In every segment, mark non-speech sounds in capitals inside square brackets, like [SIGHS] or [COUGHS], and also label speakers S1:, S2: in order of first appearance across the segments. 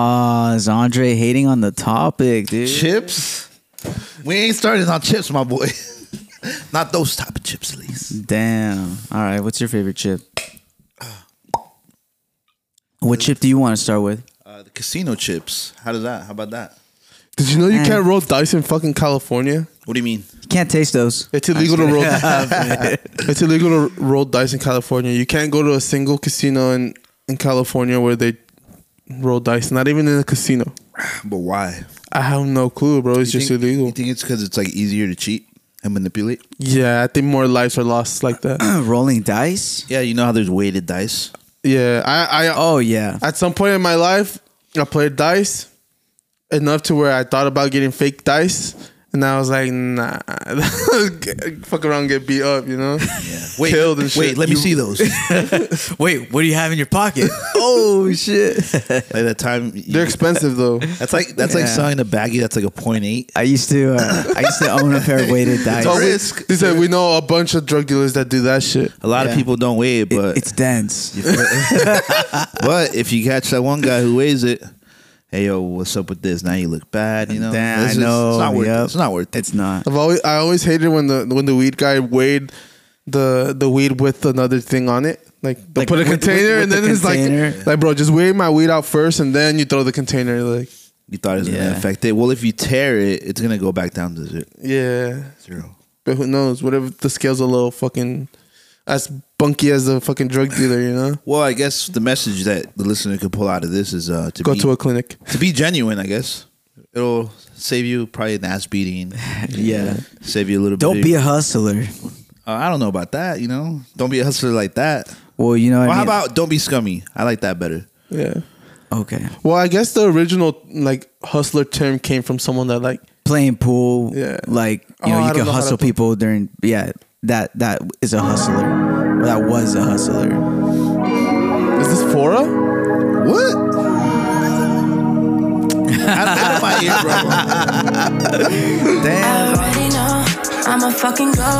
S1: Ah, is Andre hating on the topic, dude?
S2: Chips? We ain't starting on chips, my boy. [LAUGHS] Not those type of chips, please.
S1: Damn. All right, what's your favorite chip? What chip do you want to start with?
S2: Uh, the casino chips. How does that? How about that?
S3: Did you know you
S1: Man.
S3: can't roll dice in fucking California?
S2: What do you mean?
S1: You can't taste those.
S3: It's illegal to
S2: [LAUGHS]
S3: roll. [LAUGHS] it's illegal to roll dice in California. You can't go to a single casino in in California where they roll dice. Not even in a casino.
S2: But why?
S3: I have no clue, bro. It's
S2: You
S3: just
S2: think-
S3: illegal.
S2: You think it's because it's like easier to cheat and manipulate?
S3: Yeah, I think more lives are lost like
S2: [COUGHS]
S3: that.
S1: [CLEARS THROAT] Rolling dice?
S2: Yeah, you know how there's weighted dice.
S3: yeah, I, I
S1: Oh yeah.
S3: at some point in my life, I played dice enough to where I thought about getting fake dice, and I was like, nah, [LAUGHS] fuck around, and get beat up, you
S2: [LAUGHS]
S3: know?
S2: Wait,
S3: Killed and
S2: wait.
S3: shit.
S2: Let me
S3: You-
S2: see [LAUGHS] those. like
S1: Wait, what do you have in your
S2: [LAUGHS]
S1: pocket? oh shit.
S2: that time. you-
S3: They're expensive [LAUGHS] though.
S2: that's like that's like
S1: Yeah.
S2: selling a baggie that's like a point eight.
S1: I used to uh, I
S3: [LAUGHS]
S1: used to own a pair of weighted dice.
S3: So we-
S2: risk.
S3: They said we know a bunch of drug dealers that do that shit.
S2: A lot
S1: Yeah.
S2: of people don't weigh it,
S1: It-
S2: but
S1: it's dense.
S2: [LAUGHS] but if you catch that one guy who weighs it, hey yo, what's up with this? Now you look bad. You know,
S1: Damn,
S2: This
S1: I
S2: is-
S1: know.
S2: it's not worth
S1: Yep.
S2: it. It's not worth it.
S1: It's not.
S3: I've always I always hated when the when the weed guy weighed the the weed with another thing on it. Like they will
S1: Like,
S3: put a
S1: with-
S3: container
S1: with-
S3: and
S1: with
S3: then
S1: the
S3: it's
S1: container.
S3: like like bro, just weigh my weed out first and then you throw the container. Like
S2: You thought it was
S1: Yeah.
S2: gonna affect it. Well, if you tear it, it's gonna go back down to zero.
S3: yeah,
S2: zero.
S3: but who knows? What if the scale's a little fucking as bunky as a fucking drug dealer? You know,
S2: Well, I guess the message that the listener could pull out of this is uh, to
S3: go
S2: be
S3: to a clinic.
S2: to be genuine. I guess it'll save you probably an ass beating.
S1: [LAUGHS] Yeah.
S2: Save you a little.
S1: Don't
S2: bit
S1: be a hustler.
S2: Uh, I don't know about that. You know, don't be a hustler like that.
S1: Well, you know what
S2: Well,
S1: I
S2: how
S1: mean?
S2: about don't be scummy? I like
S1: [LAUGHS]
S2: that better.
S3: Yeah.
S1: Okay.
S3: Well, I guess the original like hustler term came from someone that like
S1: Playing pool.
S3: Yeah.
S1: Like you
S3: Oh,
S1: know,
S3: I
S1: you
S3: don't
S1: can
S3: know how to
S1: hustle
S3: play-
S1: people during yeah, that that is a hustler. Or that was a hustler.
S3: is this Fora?
S2: What? out of my ear, bro.
S1: Damn.
S4: I already know I'ma fucking go.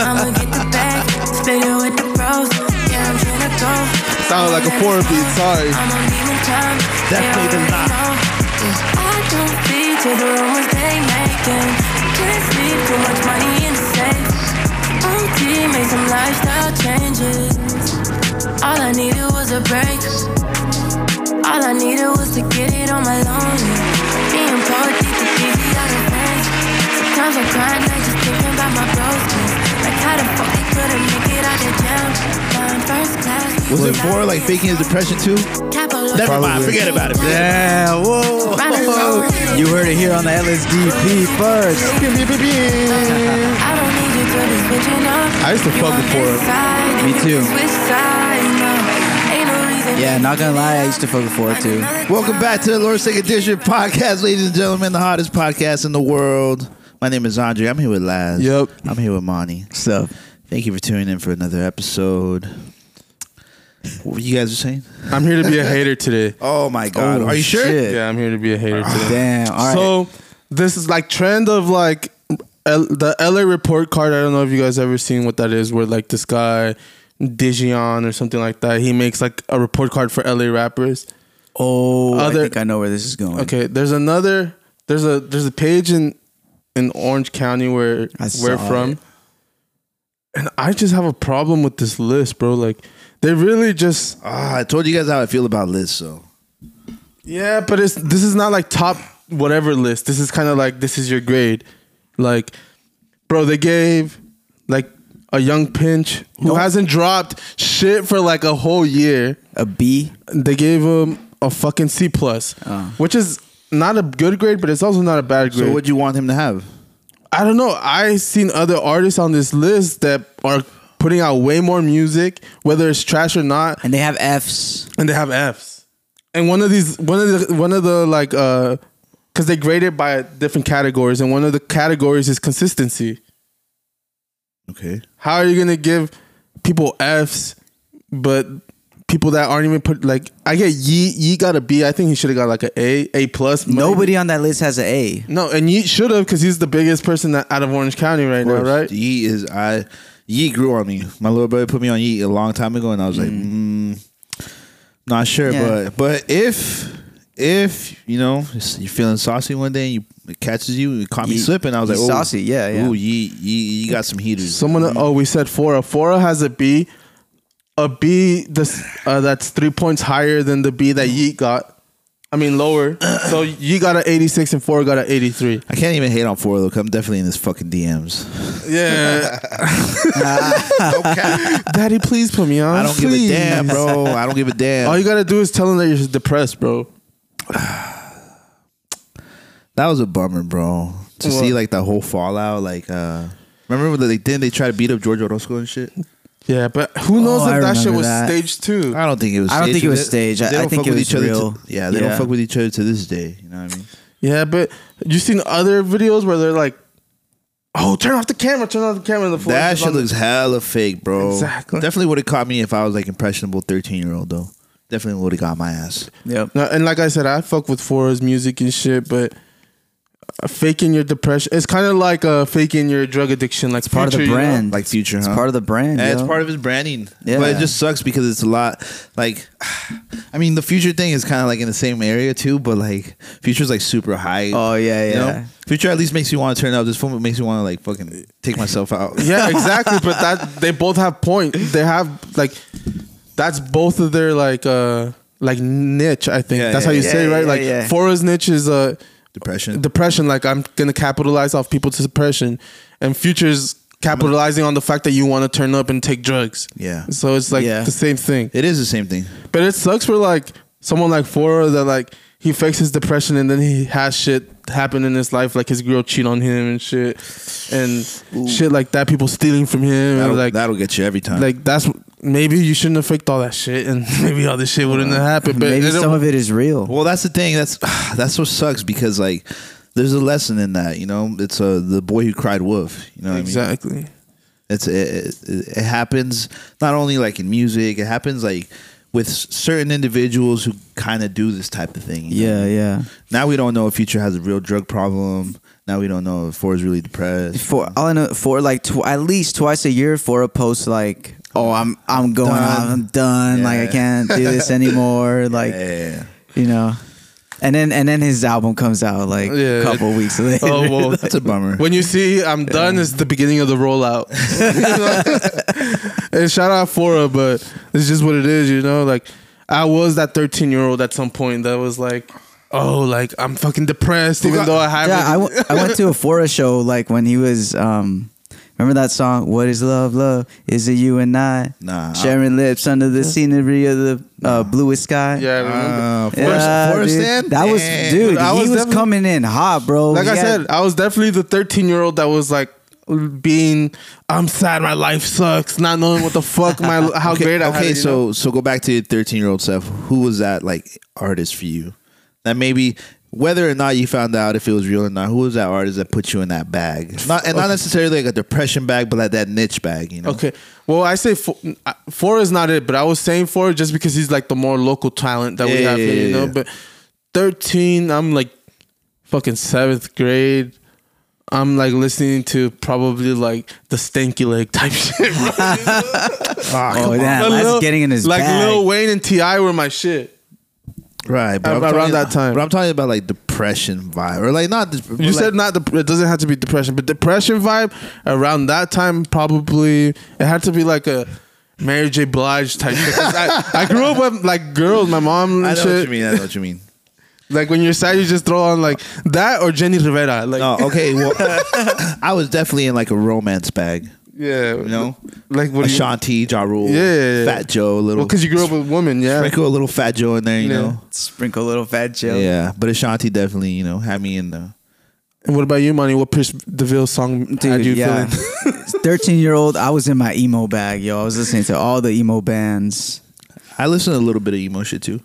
S4: I'ma get the bag, split it with the bros. Yeah, I'm finna go.
S3: Sounded like a Fora beat. Sorry.
S4: I'm on demon time.
S2: That
S4: yeah,
S2: played a
S4: already
S2: lot.
S4: know. I don't feed to the rumors they making. Can't sleep, too much money in the safe. OT made some lifestyle changes. All I needed was a break. All I needed was to get it on my own. Being poor, deep the easy out of range. Sometimes I'm crying, I just thinking about my bros. 'cause Like how the fuck they couldn't make it out their jam. Flying first class.
S2: Was it for like faking his depression too? Never mind, forget about it. man.
S1: Yeah, whoa. You heard it here on the LSDP first.
S4: I don't need you to be switching up.
S3: I used to
S4: You
S3: fuck
S4: on
S3: with Fora.
S4: this side,
S1: Me
S4: you
S1: too.
S4: switch sides, no. Ain't no reason
S1: Yeah, not gonna lie, I used to fuck with Fora too.
S2: Welcome back to the Lord's Sake Edition podcast, ladies and gentlemen, the hottest podcast in the world. My name is Andre. I'm here with Laz.
S3: Yep.
S2: I'm here with Monty.
S1: So
S2: Thank you for tuning in for another episode. What you guys are saying?
S3: I'm here to
S1: [LAUGHS]
S3: be a hater today.
S2: Oh my
S1: Oh,
S2: Are you sure?
S1: shit.
S3: Yeah, I'm here to be a hater today.
S1: damn. [LAUGHS] All right.
S3: So this is like trend of like L- the LA report card. I don't know if you guys ever seen what that is, where like this guy Digion or something like that. He makes like a report card for LA rappers.
S1: oh, I
S3: Other-
S1: think I know where this is going.
S3: Okay, there's another. There's a there's a page in in Orange County where
S1: I saw
S3: we're from.
S1: it.
S3: And I just have a problem with this list, bro. Like they really just
S2: Ah, I told you guys how I feel about Liz, so
S3: Yeah, but it's this is not like top whatever list. This is kind of like this is your grade. Like, bro, they gave like a young pinch who hasn't dropped shit for like a whole year.
S1: A B.
S3: They gave him a fucking C plus, which is not a good grade, but it's also not a bad grade.
S2: so what'd you want him to have?
S3: I don't know. I seen other artists on this list that are putting out way more music, whether it's trash or not,
S1: And they have Fs.
S3: and they have Fs. And one of these, one of the, one of the like, uh, because they grade it by different categories, and one of the categories is consistency.
S2: Okay.
S3: How are you gonna give people Fs, but people that aren't even put like I get Ye Ye got a B. I think he should have got like a A A plus. maybe.
S1: Nobody on that list has an A.
S3: No, and Ye should have because he's the biggest person that, out of Orange County right now, right?
S2: Yeet is I. Yeet grew on me. My little brother put me on Yeet a long time ago, and I was like, mm, not sure,
S1: Yeah.
S2: but but if if you know you're feeling saucy one day and you it catches you, it caught me
S1: Ye-
S2: slipping. I was
S1: ye
S2: like, oh,
S1: saucy, yeah, yeah.
S2: Ooh, ye, ye, you got some heaters.
S3: Someone oh we said Fora. Fora has a B, a B this uh, that's three points higher than the B that Yeet got. I mean lower. so you got an 86 and Fora got an 83.
S2: I can't even hate on four though. 'cause I'm definitely in his fucking DMs.
S3: [LAUGHS] Yeah. Daddy, please put me on.
S2: I don't
S3: please.
S2: give a damn, bro. I don't give a damn.
S3: All you gotta do is tell him that you're depressed, bro.
S2: That was a bummer, bro. To
S3: What?
S2: see like the whole fallout, like uh remember when they didn't they try to beat up George Orozco and shit?
S3: Yeah, but who knows
S1: Oh,
S3: if
S1: I
S3: that shit
S1: remember
S3: was
S1: that.
S3: staged too?
S2: I don't think it was.
S1: I don't think it was staged. I- I think it was
S2: each
S1: real.
S2: other. To, yeah, they
S1: Yeah.
S2: don't fuck with each other to this day. You know what I mean?
S3: Yeah, but you seen other videos where they're like, "Oh, turn off the camera, turn off the camera." And the flash
S2: that
S3: is
S2: shit
S3: on the-
S2: looks hella fake, bro.
S3: Exactly.
S2: Definitely would have caught me if I was like impressionable thirteen year old though. Definitely would have got my ass.
S1: Yep.
S3: No, and like I said, I fuck with Fora's music and shit, but uh, faking your depression, it's kind of like uh, faking your drug addiction. Like
S1: Part of the
S3: Future, you know?
S1: brand.
S2: Like Future,
S1: Mm. It's
S2: huh?
S1: part of the brand.
S2: Yeah, it's
S1: yo.
S2: part of his branding.
S1: Yeah.
S2: But it just sucks because it's a lot like [SIGHS] I mean the future thing is kinda like in the same area too, but like future's like super high.
S1: Oh, yeah,
S2: You know?
S1: yeah.
S2: Future at least makes me want to turn up. This film makes me want to like fucking take myself out.
S3: Yeah, exactly. but that they both have point. They have like that's both of their like uh like niche. I think
S2: Yeah,
S3: that's
S2: yeah,
S3: how you
S2: yeah,
S3: say it, right.
S1: yeah,
S3: like
S1: yeah.
S3: Fora's niche is uh
S2: Depression.
S3: depression. Like I'm gonna capitalize off people's depression, and Future's capitalizing on the fact that you want to turn up and take drugs.
S2: Yeah.
S3: So it's like
S1: Yeah.
S3: the same thing.
S2: it is the same thing.
S3: But it sucks for like someone like Fora that like he fakes his depression and then he has shit happen in his life, like his girl cheat on him and shit, and shit like that. People stealing from him
S2: That'll,
S3: and like
S2: that'll get you every time.
S3: like that's maybe you shouldn't have faked all that shit and [LAUGHS] maybe all this shit wouldn't have happened. But
S1: Maybe
S3: it-
S1: some of it is real.
S2: Well, that's the thing. That's [SIGHS] that's what sucks because like there's a lesson in that. You know, it's uh, the boy who cried wolf. You know, what I mean, [LAUGHS]
S3: exactly.
S2: it's it, it, it happens not only like in music. It happens like with s- certain individuals who kind of do this type of thing. you know?
S1: Yeah, yeah.
S2: Now we don't know if Future has a real drug problem. Now we don't know if Four is really depressed.
S1: For all I know, for like tw- at least twice a year, for a post like, oh, I'm I'm going,
S2: Done.
S1: out, I'm done. Like I
S2: Yeah.
S1: can't do
S2: [LAUGHS]
S1: this anymore. Like
S2: Yeah.
S1: you know, and then and then his album comes out like
S3: Yeah.
S1: a couple weeks later.
S3: Oh well,
S2: That's a bummer.
S3: When you see I'm done is the beginning of the rollout. and shout out Fora, but it's just what it is, you know? Like I was that 13 year old at some point that was like, oh, like I'm fucking depressed, even though I haven't.
S1: yeah, I, w- I went to a Fora show like when he was. um Remember that song? What is love? Love is it you and I?
S2: Nah, I-
S1: Sharing lips under the scenery of the uh, bluest sky.
S3: yeah, I remember.
S2: uh, Forrest,
S1: Yeah,
S2: Forrest
S1: dude.
S2: Stand?
S1: That was
S2: Damn.
S1: dude.
S3: I was
S1: he was
S3: definitely-
S1: coming in hot, bro.
S3: like
S1: He
S3: I
S1: had-
S3: said, I was definitely the 13 year old that was like being, I'm sad, my life sucks, not knowing what the fuck my how
S2: Okay,
S3: great I had
S2: okay
S3: it, you
S2: so
S3: know?
S2: so go back to your 13 year old self. Who was that like artist for you? That maybe whether or not you found out if it was real or not, who was that artist that put you in that bag? Not and not necessarily like a depression bag, but like that niche bag, you know.
S3: Okay. Well, I say four, I- four is not it, but I was saying four just because he's like the more local talent that we
S2: Yeah,
S3: have
S2: yeah,
S3: here, you
S2: yeah,
S3: know.
S2: yeah.
S3: But thirteen, I'm like fucking seventh grade. I'm like listening to probably like the stanky leg type [LAUGHS] shit. bro.
S1: "Oh
S3: But
S1: damn, that's
S3: Lil-
S1: getting in his
S3: like
S1: bag."
S3: Lil Wayne and Ti were my shit.
S2: Right, but I'm
S3: Around
S2: talking-
S3: that time.
S2: But I'm talking about like depression vibe or like not. dep-
S3: You
S2: like-
S3: said not the it doesn't have to be depression, but depression vibe around that time probably it had to be like a Mary J. Blige type. shit. 'Cause I, I grew up with like girls, my mom. And
S2: I know
S3: shit.
S2: what you mean. I know what you mean.
S3: Like when you're sad, you just throw on like that or Jenny Rivera. Like
S2: No, okay. Well, [LAUGHS] I was definitely in like a romance bag.
S3: yeah, you
S2: know?
S3: like when you,
S2: Ashanti, Ja Rule,
S3: Yeah, yeah, yeah.
S2: Fat Joe, a little.
S3: well, because you grew up with women, yeah.
S2: sprinkle a little Fat Joe in there, you
S3: Yeah.
S2: know.
S1: sprinkle a little fat chill.
S2: Yeah, but Ashanti definitely, you know, had me in the.
S3: And what about you, Money? What Pierce DeVille song had
S1: Dude,
S3: you
S1: yeah.
S3: feeling? [LAUGHS]
S1: 13 year old, I was in my emo bag, yo. I was listening to all the emo bands.
S2: I listened to a little bit of emo shit too.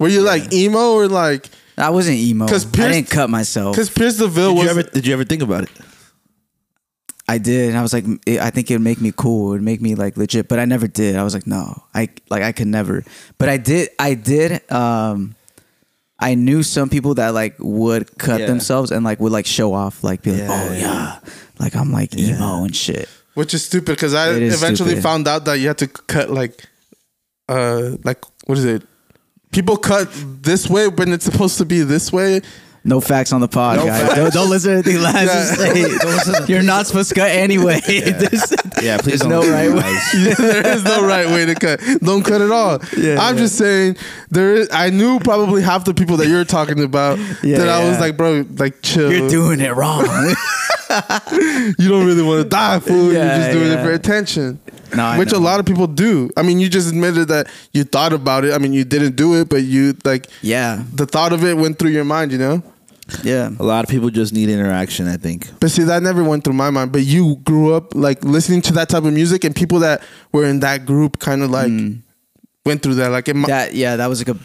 S3: Were you like emo or like?
S1: I wasn't emo.
S3: 'Cause
S1: I
S3: Pierce-
S1: didn't cut myself.
S3: Because Pierce DeVille
S2: Did you
S3: was.
S2: ever did you ever think about it?
S1: I did, and I was like, m- it- I think it'd make me cool. It'd make me like legit, but I never did. I was like, no, I like I could never. But I did. I did. Um, I knew some people that like would cut
S2: Yeah.
S1: themselves and like would like show off, like be like,
S2: Yeah,
S1: oh yeah, like I'm like emo and shit.
S3: which is stupid because I
S1: It is
S3: eventually
S1: stupid.
S3: found out that you had to cut like, uh, like what is it? people cut this way when it's supposed to be this way. [LAUGHS]
S1: No facts on the pod,
S3: No
S1: guys.
S3: facts.
S1: Don't, don't listen to anything Laz
S3: Yeah.
S1: is saying. You're not supposed to cut anyway. [LAUGHS] This-
S2: Yeah,
S1: There's
S2: please don't
S1: no
S2: listen
S1: right
S2: to
S1: way.
S2: guys.
S3: there is no right way to cut. Don't cut at all.
S1: Yeah,
S3: I'm
S1: yeah.
S3: just saying there is. I knew probably half the people that you're talking about.
S1: [LAUGHS] Yeah,
S3: that I
S1: yeah.
S3: was like, bro, like chill.
S1: You're doing it wrong. [LAUGHS]
S3: you don't really want to die, fool.
S1: Yeah,
S3: you're just doing
S1: yeah.
S3: it for attention.
S1: No, I
S3: which
S1: know.
S3: a lot of people do. I mean, you just admitted that you thought about it. I mean, you didn't do it, but you like
S1: yeah,
S3: the thought of it went through your mind. You know.
S1: yeah.
S2: A lot of people just need interaction. I think.
S3: But see, that never went through my mind. But you grew up like listening to that type of music, and people that were in that group kind of like went through that. Like in my,
S1: Mm. That yeah, that was like a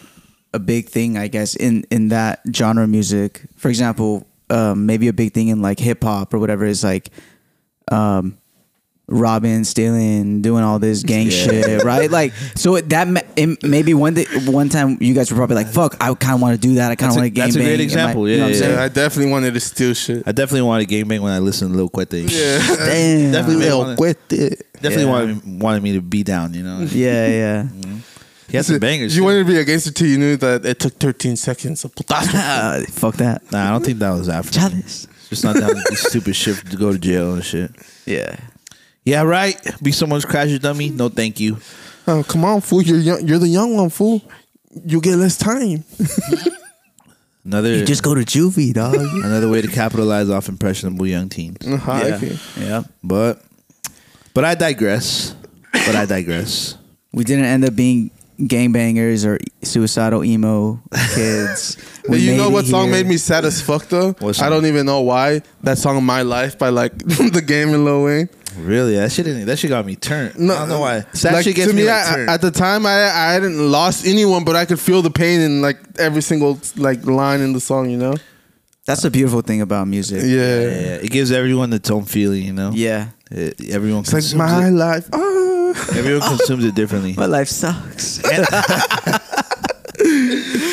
S1: a big thing, I guess, in in that genre of music. For example, um, maybe a big thing in like hip hop or whatever is like um robbing, stealing, doing all this gang
S2: [LAUGHS]
S1: shit, right? Like so it, that ma- it, maybe one day, one time you guys were probably like, "Fuck, I kind of want to do that. I kind of
S2: That's a-
S1: want to game
S2: that's a great example. Yeah, yeah,
S3: yeah, I definitely wanted to steal shit.
S2: I definitely wanted gangbang when I listened to Lil Quete.
S3: Yeah.
S1: Damn.
S2: Definitely
S3: El
S2: wanted-
S3: Cuete.
S2: [LAUGHS] Definitely
S1: Yeah.
S2: wanted, wanted me to be down. You know.
S1: Yeah, yeah.
S2: He has some bangers.
S3: You
S2: too.
S3: wanted to be a gangster till you knew that it took 13 seconds. of
S1: [LAUGHS]
S2: [LAUGHS]
S3: putazo.
S1: Uh, fuck that.
S2: Nah, I don't think that was after.
S1: Chalice.
S2: Just not down with this stupid shit to go to jail and shit.
S1: Yeah.
S2: Yeah, right. Be someone's crasher dummy. No, thank you.
S3: oh, come on, fool. You're young, you're the young one, fool. You get less time.
S2: Another
S1: You just go to juvie, [LAUGHS] dog.
S2: another way to capitalize off impressionable young teens.
S3: Uh-huh,
S1: yeah.
S3: okay.
S1: yeah.
S2: But but I digress. But I digress.
S1: We didn't end up being gangbangers or suicidal
S2: [LAUGHS]
S1: emo kids.
S3: But
S1: We
S3: you
S1: made
S3: know
S1: it
S3: what song
S1: here.
S3: made me sad as fuck though?
S2: What song?
S3: I don't even know why. That song "My Life" by like [LAUGHS] the Game and Lil Wayne.
S2: Really, that shit didn't, that shit got me turned. No, I don't know why. That
S3: like,
S2: shit gets
S3: to
S2: me,
S3: me,
S2: like,
S3: I,
S2: turned.
S3: at the time, I I hadn't lost anyone, but I could feel the pain in like every single like line in the song. You know?
S1: That's the beautiful thing about music. Yeah.
S2: yeah,
S3: Yeah.
S2: yeah, it gives everyone its own feeling. You know. It- everyone
S3: It's like
S2: consumes
S3: my
S2: it.
S3: life. [LAUGHS] Ah.
S2: Everyone consumes it [LAUGHS] differently.
S1: My life [LAUGHS] sucks.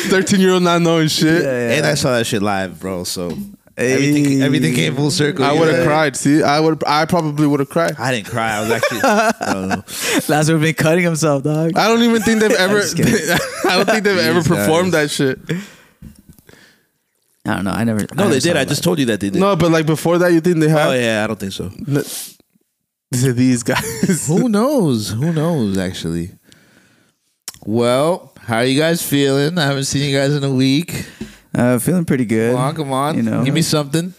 S3: Thirteen year old not knowing shit.
S2: And I saw that shit live, bro. So everything everything came full circle.
S3: I
S2: you
S3: would have
S2: know?
S3: cried. See, I would. I probably would have cried.
S2: I didn't cry. I was [LAUGHS] actually. I don't know.
S1: Lazar would been cutting himself, dog.
S3: I don't even [LAUGHS] think they've ever.
S1: just kidding.
S3: I don't think they've ever
S2: These
S3: performed that shit.
S1: I don't know. I never.
S2: No,
S1: never
S2: they
S1: saw
S2: did. I
S1: it
S2: just
S1: live.
S2: told you that they did.
S3: No, but like before that, you think they
S2: Oh
S3: have?
S2: yeah, I don't think so.
S3: No. These are these guys. [LAUGHS]
S2: Who knows? Who knows? Actually. Well, how are you guys feeling? I haven't seen you guys in a week.
S1: Uh, feeling pretty good.
S2: Come on, come on.
S1: You know,
S2: Give me something.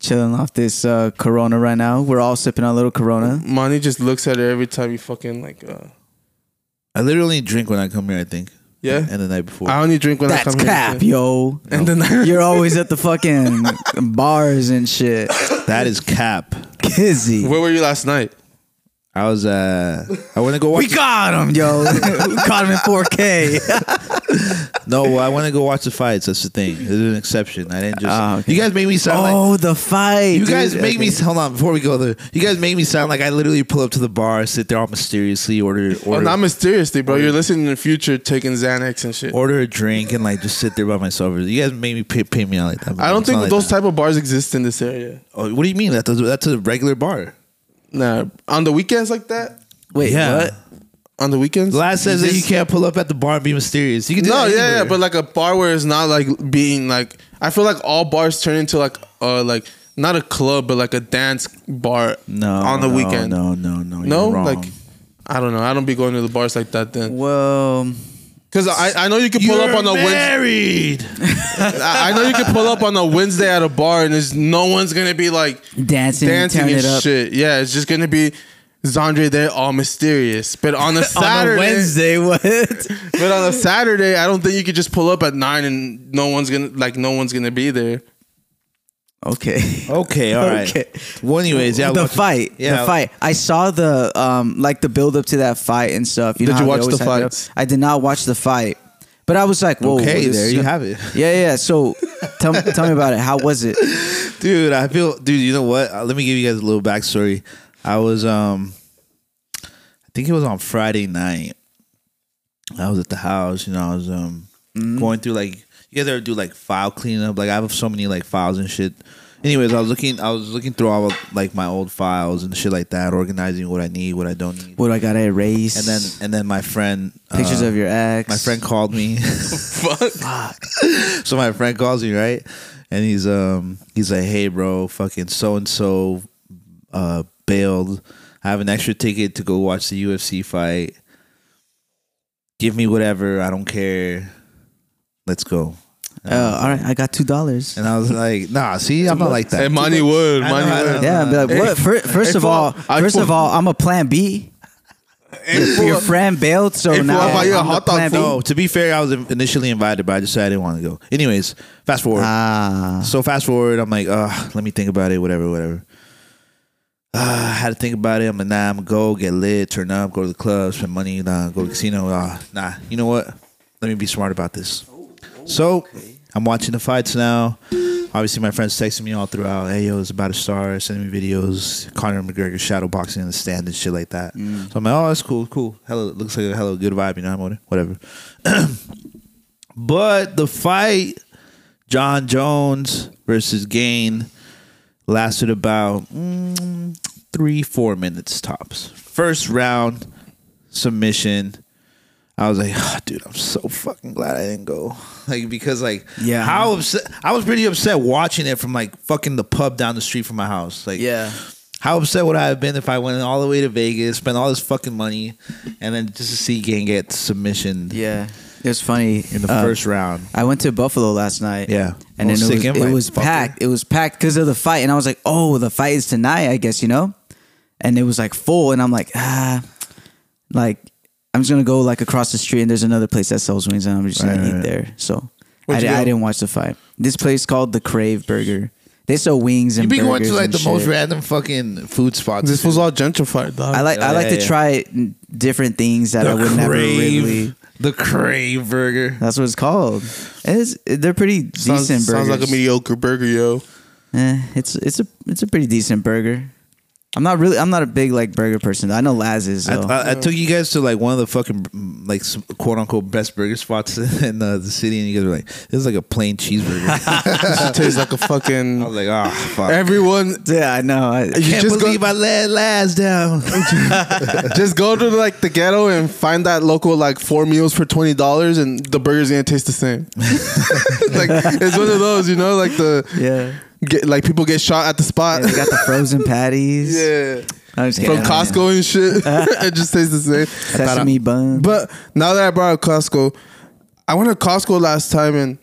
S1: chilling off this uh, Corona right now. We're all sipping on a little Corona.
S3: Money just looks at her every time you fucking like. Uh,
S2: I literally drink when I come here. I think.
S3: Yeah?
S2: And the night before.
S3: I only drink when I
S1: That's
S3: come
S1: cap,
S3: here.
S1: yo.
S3: And
S2: [LAUGHS]
S3: then I,
S1: You're always at the fucking bars and shit.
S2: That is cap.
S1: Kizzy.
S3: where were you last night?
S2: I was. uh I want to [LAUGHS] go
S1: We
S2: watch.
S1: got him, yo. we caught him in
S2: [LAUGHS]
S1: 4K.
S2: no, well, I want to go watch the fights. That's the thing. There's an exception. I didn't just.
S1: Ah, okay.
S2: You guys made me sound like.
S1: oh, the fight.
S2: You
S1: dude.
S2: guys make me
S1: Okay.
S2: hold on before we go there. You guys make me sound like I literally pull up to the bar, sit there all mysteriously, order
S3: Oh,
S2: order,
S3: not mysteriously, bro. You're listening in the future, taking Xanax and shit.
S2: order a drink, and like just sit there by myself. You guys made me pay, pay me out like that.
S3: I don't
S2: It's not
S3: think
S2: like
S3: those
S2: that.
S3: type of bars exist in this area.
S2: Oh, what do you mean? That does- that's a regular bar.
S3: Nah, on the weekends like that.
S1: Wait,
S2: Yeah.
S1: what?
S3: On the weekends,
S2: Last says that you can't pull up at the bar and be mysterious. You can do
S3: No,
S2: that
S3: yeah, yeah,
S2: anywhere.
S3: but like a bar where it's not like being like I feel like all bars turn into like uh like not a club but like a dance bar
S2: no,
S3: on the
S2: no,
S3: weekend.
S2: no, no, no,
S3: No,
S2: you're wrong.
S3: like I don't know. I don't be going to the bars like that then.
S1: Well,
S3: Cuz I, I know you can pull
S2: you're
S3: up on a
S1: [LAUGHS]
S3: Wednesday
S2: married.
S3: I I know you can pull up on a Wednesday at a bar and there's no one's going to be like
S1: dancing,
S3: dancing
S1: turn
S3: and
S1: it up.
S3: shit. Yeah, it's just going to be Zandre there all mysterious. But on a Saturday
S1: On a Wednesday, what?
S3: But on a Saturday, I don't think you could just pull up at 9 and no one's going to like no one's going to be there. [LAUGHS]
S1: okay.
S2: Okay, all right.
S1: Okay.
S2: Well, anyways, yeah,
S1: Oh, the
S2: watch-
S1: fight,
S2: Yeah.
S1: the fight. I saw the um, like the build up to that fight and stuff. You
S3: Did
S1: know
S3: you
S1: how they
S3: watch the
S1: always hype it up?
S3: fights?
S1: I did not watch the fight, but I was like, "Whoa,
S2: Okay,
S1: this
S2: there
S1: is
S2: you
S1: gonna-
S2: have it.
S1: Yeah, yeah. So, tell me, tell me about it. How was it?
S2: dude i feel dude you know what Uh, let me give you guys a little backstory i was um i think it was on friday night i was at the house you know i was
S1: Mm-hmm.
S2: um going through like you guys ever do like file cleanup like i have so many like files and shit Anyways, I was looking. I was looking through all of, like my old files and shit like that, organizing what I need, what I don't need,
S1: What do I gotta erase?
S2: and then and then my friend
S1: pictures
S2: uh,
S1: of your ex.
S2: my friend called me. [LAUGHS]
S3: Fuck.
S2: so my friend calls me right, and he's um he's like, hey bro, fucking so and so, uh bailed. I have an extra ticket to go watch the UFC fight. Give me whatever. I don't care. Let's go.
S1: Uh, all right, I got two dollars.
S2: And I was like, nah, see, I'm not like that.
S3: Hey, Money Wood.
S2: I know, I
S3: Money
S2: know.
S3: Wood.
S1: Yeah, I'd be like,
S3: Uh, Hey,
S1: what? Fir- First
S3: hey,
S1: of
S3: fool,
S1: all,
S3: I
S1: first of
S3: fool.
S1: all, I'm a plan B. Your, your friend bailed, so
S3: Hey, fool,
S1: now
S3: I buy you a
S1: I'm the
S3: hot dog,
S1: plan B.
S3: fool.
S2: No, to be fair, I was initially invited, but I just said I didn't want to go. Anyways, fast forward.
S1: Ah,
S2: Uh, so fast forward, I'm like, uh, let me think about it, whatever, whatever. Uh, I had to think about it. I'm like, nah, I'm gonna go, get lit, turn up, go to the club, spend money, nah, go to the casino. Uh, nah, you know what? Let me be smart about this. So I'm watching the fights now. Obviously, my friends texting me all throughout. Hey, yo, it's about to start. Sending me videos. Conor McGregor shadow boxing in the stand and shit like that. So I'm like, oh, that's cool, cool. Hello, looks like a hello, good vibe. You know, I'm on it, whatever. but the fight, John Jones versus Gain, lasted about mm, three, four minutes tops. First round submission. I was like, "Ah, dude, I'm so fucking glad I didn't go. [LAUGHS] Like, because like,
S1: Yeah.
S2: how upset? I was pretty upset watching it from like fucking the pub down the street from my house. Like,
S1: Yeah.
S2: how upset would I have been if I went all the way to Vegas, spent all this fucking money, and then just to see Gang get submission
S1: yeah. It was funny
S2: in the
S1: Uh,
S2: first round?
S1: I went to Buffalo last night.
S2: Yeah.
S1: and
S2: Well,
S1: then it
S2: sick
S1: was,
S2: invite,
S1: it was
S2: fucker.
S1: packed. It was packed because of the fight, and I was like, "Oh, the fight is tonight, I guess." You know, and it was like full, and I'm like, ah, like I'm just gonna go like across the street, and there's another place that sells wings, and I'm just gonna
S2: Right,
S1: eat
S2: right.
S1: there. So I,
S3: Where'd you
S1: di- I
S3: go?
S1: didn't watch the fight. This place called the Crave Burger. They sell wings and
S2: You be going
S1: burgers
S2: to like
S1: and
S2: the most
S1: shit.
S2: random fucking food spots.
S3: This was all gentrified, dog.
S1: I like I
S2: Oh,
S1: like
S2: yeah,
S1: to
S2: yeah.
S1: try n- different things that I would never really.
S2: the crave burger.
S1: That's what it's called. And It's, they're pretty
S3: sounds,
S1: decent burgers.
S3: sounds like a mediocre burger, yo.
S1: Eh, it's it's a it's a pretty decent burger. I'm not really I'm not a big like burger person. I know Laz is.
S2: I,
S1: So.
S2: I, I took you guys to like one of the fucking mm, like s- quote unquote best burger spots [LAUGHS] in uh, the city, and you guys were like, "This is like a
S1: [LAUGHS]
S2: plain cheeseburger."
S3: It tastes like
S2: [LAUGHS]
S3: a
S2: I was
S3: fucking.
S2: like, "Ah, fuck."
S3: Everyone,
S1: yeah, I know.
S3: [LAUGHS]
S1: I,
S2: I can't
S3: just go-
S2: believe I let last down.
S3: just go to like the ghetto and find that local like four meals for twenty dollars, and the burger's gonna taste the same. [LAUGHS] like it's one of those, you know, like the
S1: [LAUGHS] yeah.
S3: get, like people get shot at the spot.
S1: Yeah, they
S3: [LAUGHS]
S1: got the frozen patties.
S3: Yeah.
S1: I'm just
S3: From
S1: kidding.
S3: Costco and shit. [LAUGHS] it just tastes the same.
S1: sesame bun.
S3: But now that I brought up Costco, I went to Costco last time and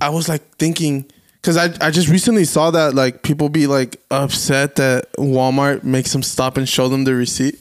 S3: I was like thinking because I, I just recently saw that like people be like upset that Walmart makes them stop and show them the receipt.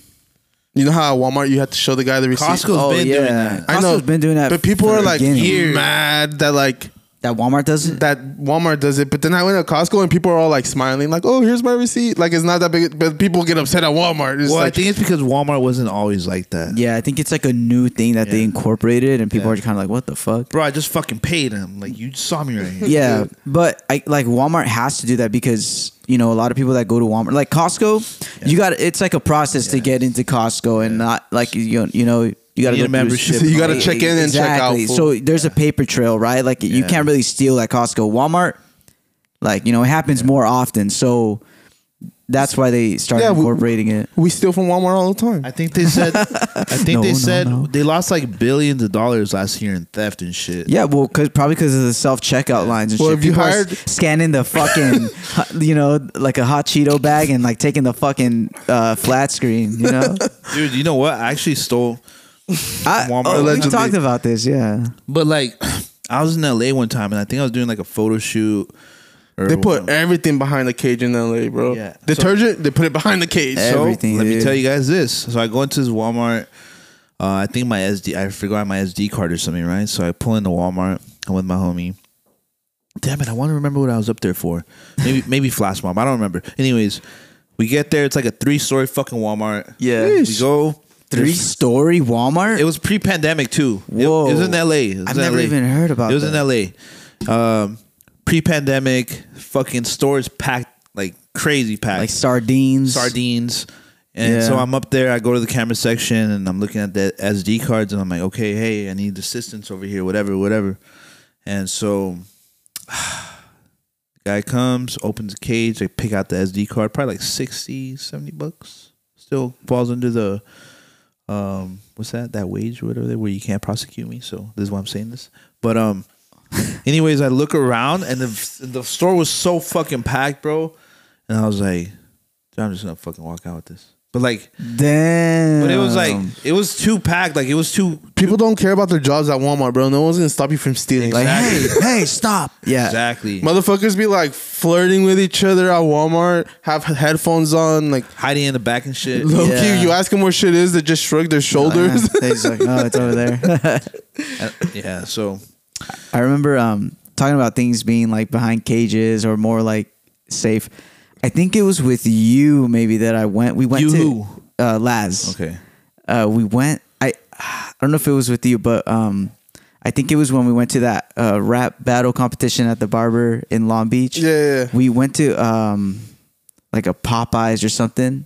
S3: You know how at Walmart you have to show the guy the receipt.
S2: Costco's
S1: Oh,
S2: been
S1: yeah.
S2: doing that.
S1: Costco's been doing that
S3: but people
S1: from
S3: are
S1: the
S3: like
S1: beginning.
S3: mad that like
S1: that Walmart does it.
S3: that Walmart does it. But then I went to Costco and people are all like smiling, like, "Oh, here's my receipt." Like it's not that big, but people get upset at Walmart. It's
S2: Well, I
S3: like,
S2: think it's because Walmart wasn't always like that.
S1: yeah, I think it's like a new thing that they
S2: Yeah.
S1: incorporated, and people
S2: Yeah.
S1: are kind of like, "What the fuck."
S2: Bro, I just fucking paid him. Like you saw me right
S3: [LAUGHS]
S2: here.
S1: yeah, but I like Walmart has to do that because you know a lot of people that go to Walmart, like Costco, you got it's like a process to get into Costco and not like you you know you got to
S2: need
S1: go
S2: a membership.
S1: Through,
S2: So you
S3: gotta check in and check out,
S1: Exactly.
S3: fool.
S1: So there's a paper trail, right? Like you
S2: Yeah.
S1: can't really steal at Costco, Walmart. Like you know, it happens more often, so that's why they started
S3: Yeah, we-
S1: incorporating it.
S3: we steal from Walmart all the time.
S2: I think
S1: [LAUGHS]
S2: they said. I think
S1: No,
S2: they
S1: no,
S2: said
S1: no.
S2: they lost like billions of dollars last year in theft and shit.
S1: Yeah, well, cause probably because of the self checkout lines and
S3: Well,
S1: shit.
S3: if you
S1: People are
S3: hired-
S1: s- scanning the fucking, [LAUGHS] hot- you know, like a hot Cheeto bag and like taking the fucking uh, flat screen. You
S2: [LAUGHS]
S1: know,
S2: dude. You know what? I actually stole.
S1: I,
S2: Walmart.
S1: oh, we
S2: Allegedly.
S1: talked about this. Yeah,
S2: But like, [CLEARS THROAT] I was in LA one time, and I think I was doing like a photo shoot. or
S3: They
S2: one-
S3: put everything behind the cage in LA, bro.
S2: Yeah.
S3: Detergent, they put it behind the cage.
S1: Eh.
S2: so,
S1: everything,
S2: Let me
S1: dude.
S2: tell you guys this. So I go into this Walmart. Uh, I think my SD. I forgot my SD card or something, right? So I pull into Walmart. I'm with my homie. Damn it! I want to remember what I was up there for. Maybe [LAUGHS] maybe flash mob. I don't remember. Anyways, we get there. It's like a three story fucking Walmart.
S1: Yeah.
S2: we go.
S1: three story Walmart.
S2: It was pre-pandemic too. It-
S1: Whoa.
S2: It, was in LA. It was
S1: I've
S2: in
S1: never
S2: LA.
S1: even heard about
S2: It was
S1: that.
S2: in LA. Um, pre-pandemic, fucking stores packed like crazy packed,
S1: like sardines.
S2: sardines. And
S1: Yeah.
S2: so I'm up there. I go to the camera section and I'm looking at the SD cards and I'm like, okay, hey, I need assistance over here, whatever, whatever. And so [SIGHS] Guy comes, opens the cage, they pick out the SD card, probably like 60, 70 bucks. Still falls under the um what's that? That wage or whatever where you can't prosecute me. So this is why I'm saying this. But um [LAUGHS] anyways, I look around and the the store was so fucking packed, bro. And I was like, "Dude, I'm just gonna fucking walk out with this. But like
S1: Damn.
S2: but it was like it was too packed, like it was too
S3: People don't care about their jobs at Walmart, bro. No one's gonna stop you from stealing.
S1: Like,
S3: Like,
S1: hey, hey, stop. Yeah.
S2: exactly
S3: motherfuckers be like flirting with each other at Walmart, have headphones on, like
S2: hiding in the back and shit.
S3: low
S1: Yeah.
S3: key. You ask them where shit is, they just shrug their [LAUGHS] shoulders.
S1: They just like, oh, it's over
S2: [LAUGHS]
S1: there.
S2: Yeah, so
S1: I remember um, talking about things being like behind cages or more like safe. I think it was with you maybe that I went. We went
S2: You
S1: to
S2: who?
S1: Uh, Laz.
S2: okay,
S1: Uh, we went. I I don't know if it was with you, but um, I think it was when we went to that uh, rap battle competition at the barber in Long Beach.
S3: Yeah, yeah, yeah.
S1: We went to um, like a Popeyes or
S3: [LAUGHS]
S1: something.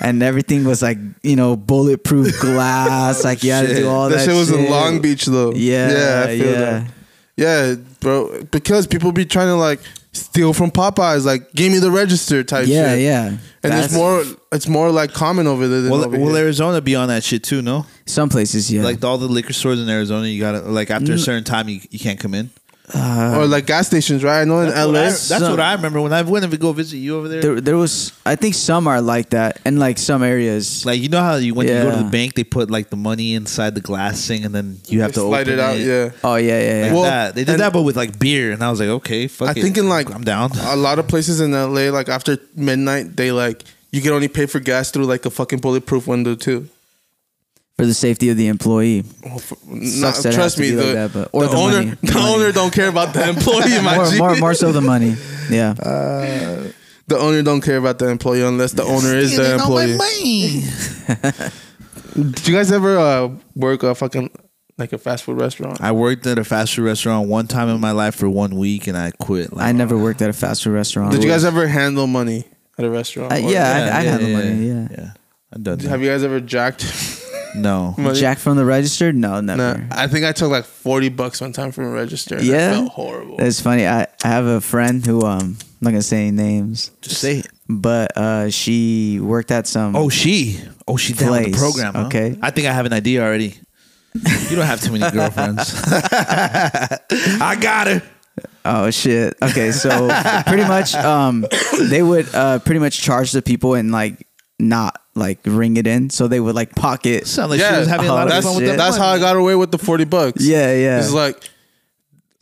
S1: and everything was like you know bulletproof glass. like you had to
S2: Shit.
S1: do all that.
S3: that shit was in Long Beach though.
S1: Yeah,
S3: yeah, I feel
S1: yeah.
S3: that. Yeah, bro. Because people be trying to like steal from Popeyes, like give me the register type
S1: Yeah,
S3: shit.
S1: yeah.
S3: And
S1: That's-
S3: it's more it's more like common over there than
S2: will,
S3: over
S2: will
S3: here.
S2: Arizona be on that shit too? No,
S1: Some places, yeah.
S2: like all the liquor stores in Arizona, you gotta like after a
S1: Mm.
S2: certain time, you, you can't come in.
S3: or like gas stations, right? I know in
S2: That's what I-
S3: LA.
S2: that's what I remember when I went and go visit you over there.
S1: there, there was. I think some are like that, and like some areas.
S2: like you know how you when you go to
S1: Yeah.
S2: the bank, they put like the money inside the glass thing, and then you have to
S3: slide
S2: open
S3: it out, yeah.
S1: oh yeah, yeah, yeah.
S2: Like
S3: Well,
S2: that. They did
S3: and-
S2: that, but with like beer, and I was like, okay, fuck
S3: I
S2: it.
S3: think in like
S2: I'm
S3: [LAUGHS]
S2: down.
S3: A lot of places in LA, like after midnight, they like you can only pay for gas through like a fucking bulletproof window too.
S1: for the safety of the employee.
S3: Nah,
S1: that it has
S3: trust
S1: to
S3: me,
S1: be
S3: the,
S1: like that, but- or
S3: the
S1: the
S3: owner,
S1: money.
S3: the
S1: Money.
S3: owner don't care about
S1: [LAUGHS]
S3: the employee. my
S1: More,
S3: G.
S1: more, more so the
S3: [LAUGHS]
S1: money. Yeah.
S3: The owner don't care about the employee unless the owner is the employee. Did you guys ever uh, work a fucking like a fast food restaurant?
S2: I worked at a fast food restaurant one time in my life for one week, and I quit. Like,
S1: I never worked at a fast food restaurant.
S3: Did you guys ever handle money at a restaurant?
S1: Uh,
S3: Or-
S1: yeah. I- I had the money, yeah.
S2: yeah. I done.
S3: Have you guys ever jacked?
S2: no.
S3: money?
S1: Jack from the register? No, never.
S3: Nah, I think I took like forty bucks one time from a register. And
S1: Yeah?
S3: I felt horrible.
S1: It's funny. I, I have a friend who um I'm not gonna say any names,
S2: Just say it.
S1: but uh she worked at some.
S2: Oh, she. Oh, she down with the
S1: Place,
S2: program. huh?
S1: okay.
S2: I think I have an idea already. You don't have too
S1: [LAUGHS]
S2: many girlfriends. [LAUGHS] I got her.
S1: Oh shit. Okay, so pretty much um they would uh pretty much charge the people and like not like ring it in. So they would like pocket
S2: Sound like she
S3: Yeah,
S2: was having a lot of
S1: Oh, that's-
S2: fun with that.
S3: That's how I got away with the forty bucks.
S1: Yeah, yeah.
S3: It's like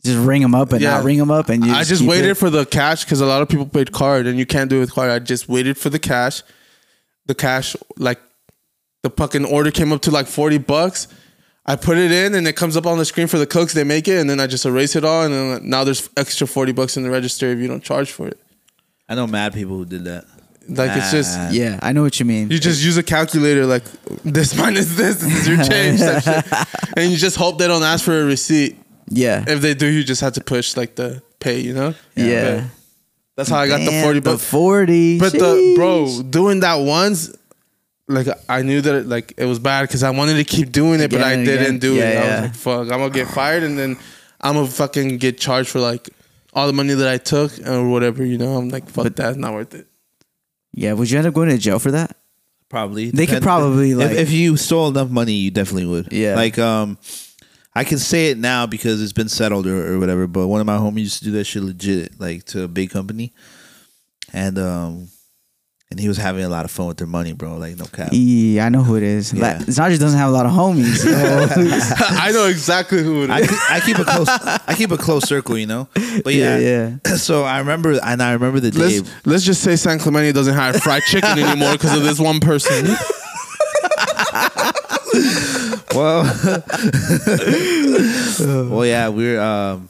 S1: just ring them up and
S3: Yeah.
S1: not ring them up and you
S3: I just
S1: keep
S3: waited
S1: it.
S3: for the cash because a lot of people paid card and you can't do it with card. I just waited for the cash. The cash, like the fucking order came up to like 40 bucks. I put it in and it comes up on the screen for the cooks. They make it and then I just erase it all. And then now there's extra 40 bucks in the register if you don't charge for it.
S2: I know mad people who did that.
S3: Like it's
S2: Nah.
S3: just,
S1: Yeah, I know what you mean.
S3: you just use a calculator like this [LAUGHS] minus this, this is your change. type
S1: [LAUGHS]
S3: shit. And you just hope they don't ask for a receipt.
S1: yeah.
S3: If they do, you just have to push like the pay, you know?
S1: Yeah.
S3: But That's how I got the
S1: Damn,
S3: 40
S1: the
S3: bucks.
S1: 40.
S3: But the bro
S1: Jeez.
S3: doing that once, like I knew that it, like it was bad because I wanted to keep doing it, but
S1: Again
S3: I
S1: and
S3: didn't
S1: again.
S3: do
S1: Yeah,
S3: it.
S1: yeah.
S3: I was like, fuck, I'm gonna get fired, and then I'm gonna fucking get charged for like all the money that I took or whatever. You know, I'm like, fuck that, it's not worth
S1: [LAUGHS]
S3: it.
S1: Yeah, would you end up going to jail for that?
S2: Probably.
S1: They could
S2: Depend-
S1: probably,
S2: if-
S1: like-
S2: if, you stole enough money, you definitely would.
S1: Yeah.
S2: Like um, I can say it now because it's been settled or, or whatever. But one of my homies used to do that shit legit, like to a big company, and um, and he was having a lot of fun with their money, bro. Like no cap.
S1: E, I know who it is.
S2: Yeah.
S1: Yeah. doesn't have a lot of homies.
S3: [LAUGHS]
S1: so-
S3: I know exactly who it
S2: I,
S3: is.
S2: keep- I keep a close I keep a close circle,
S1: [LAUGHS]
S2: you know. But yeah,
S1: Yeah,
S2: [LAUGHS] So I remember, and I remember the day.
S3: Let's, let's just say San Clemente doesn't have fried
S1: [LAUGHS]
S3: chicken anymore because of this one person.
S2: Well,
S1: [LAUGHS]
S2: well, yeah, we are Um,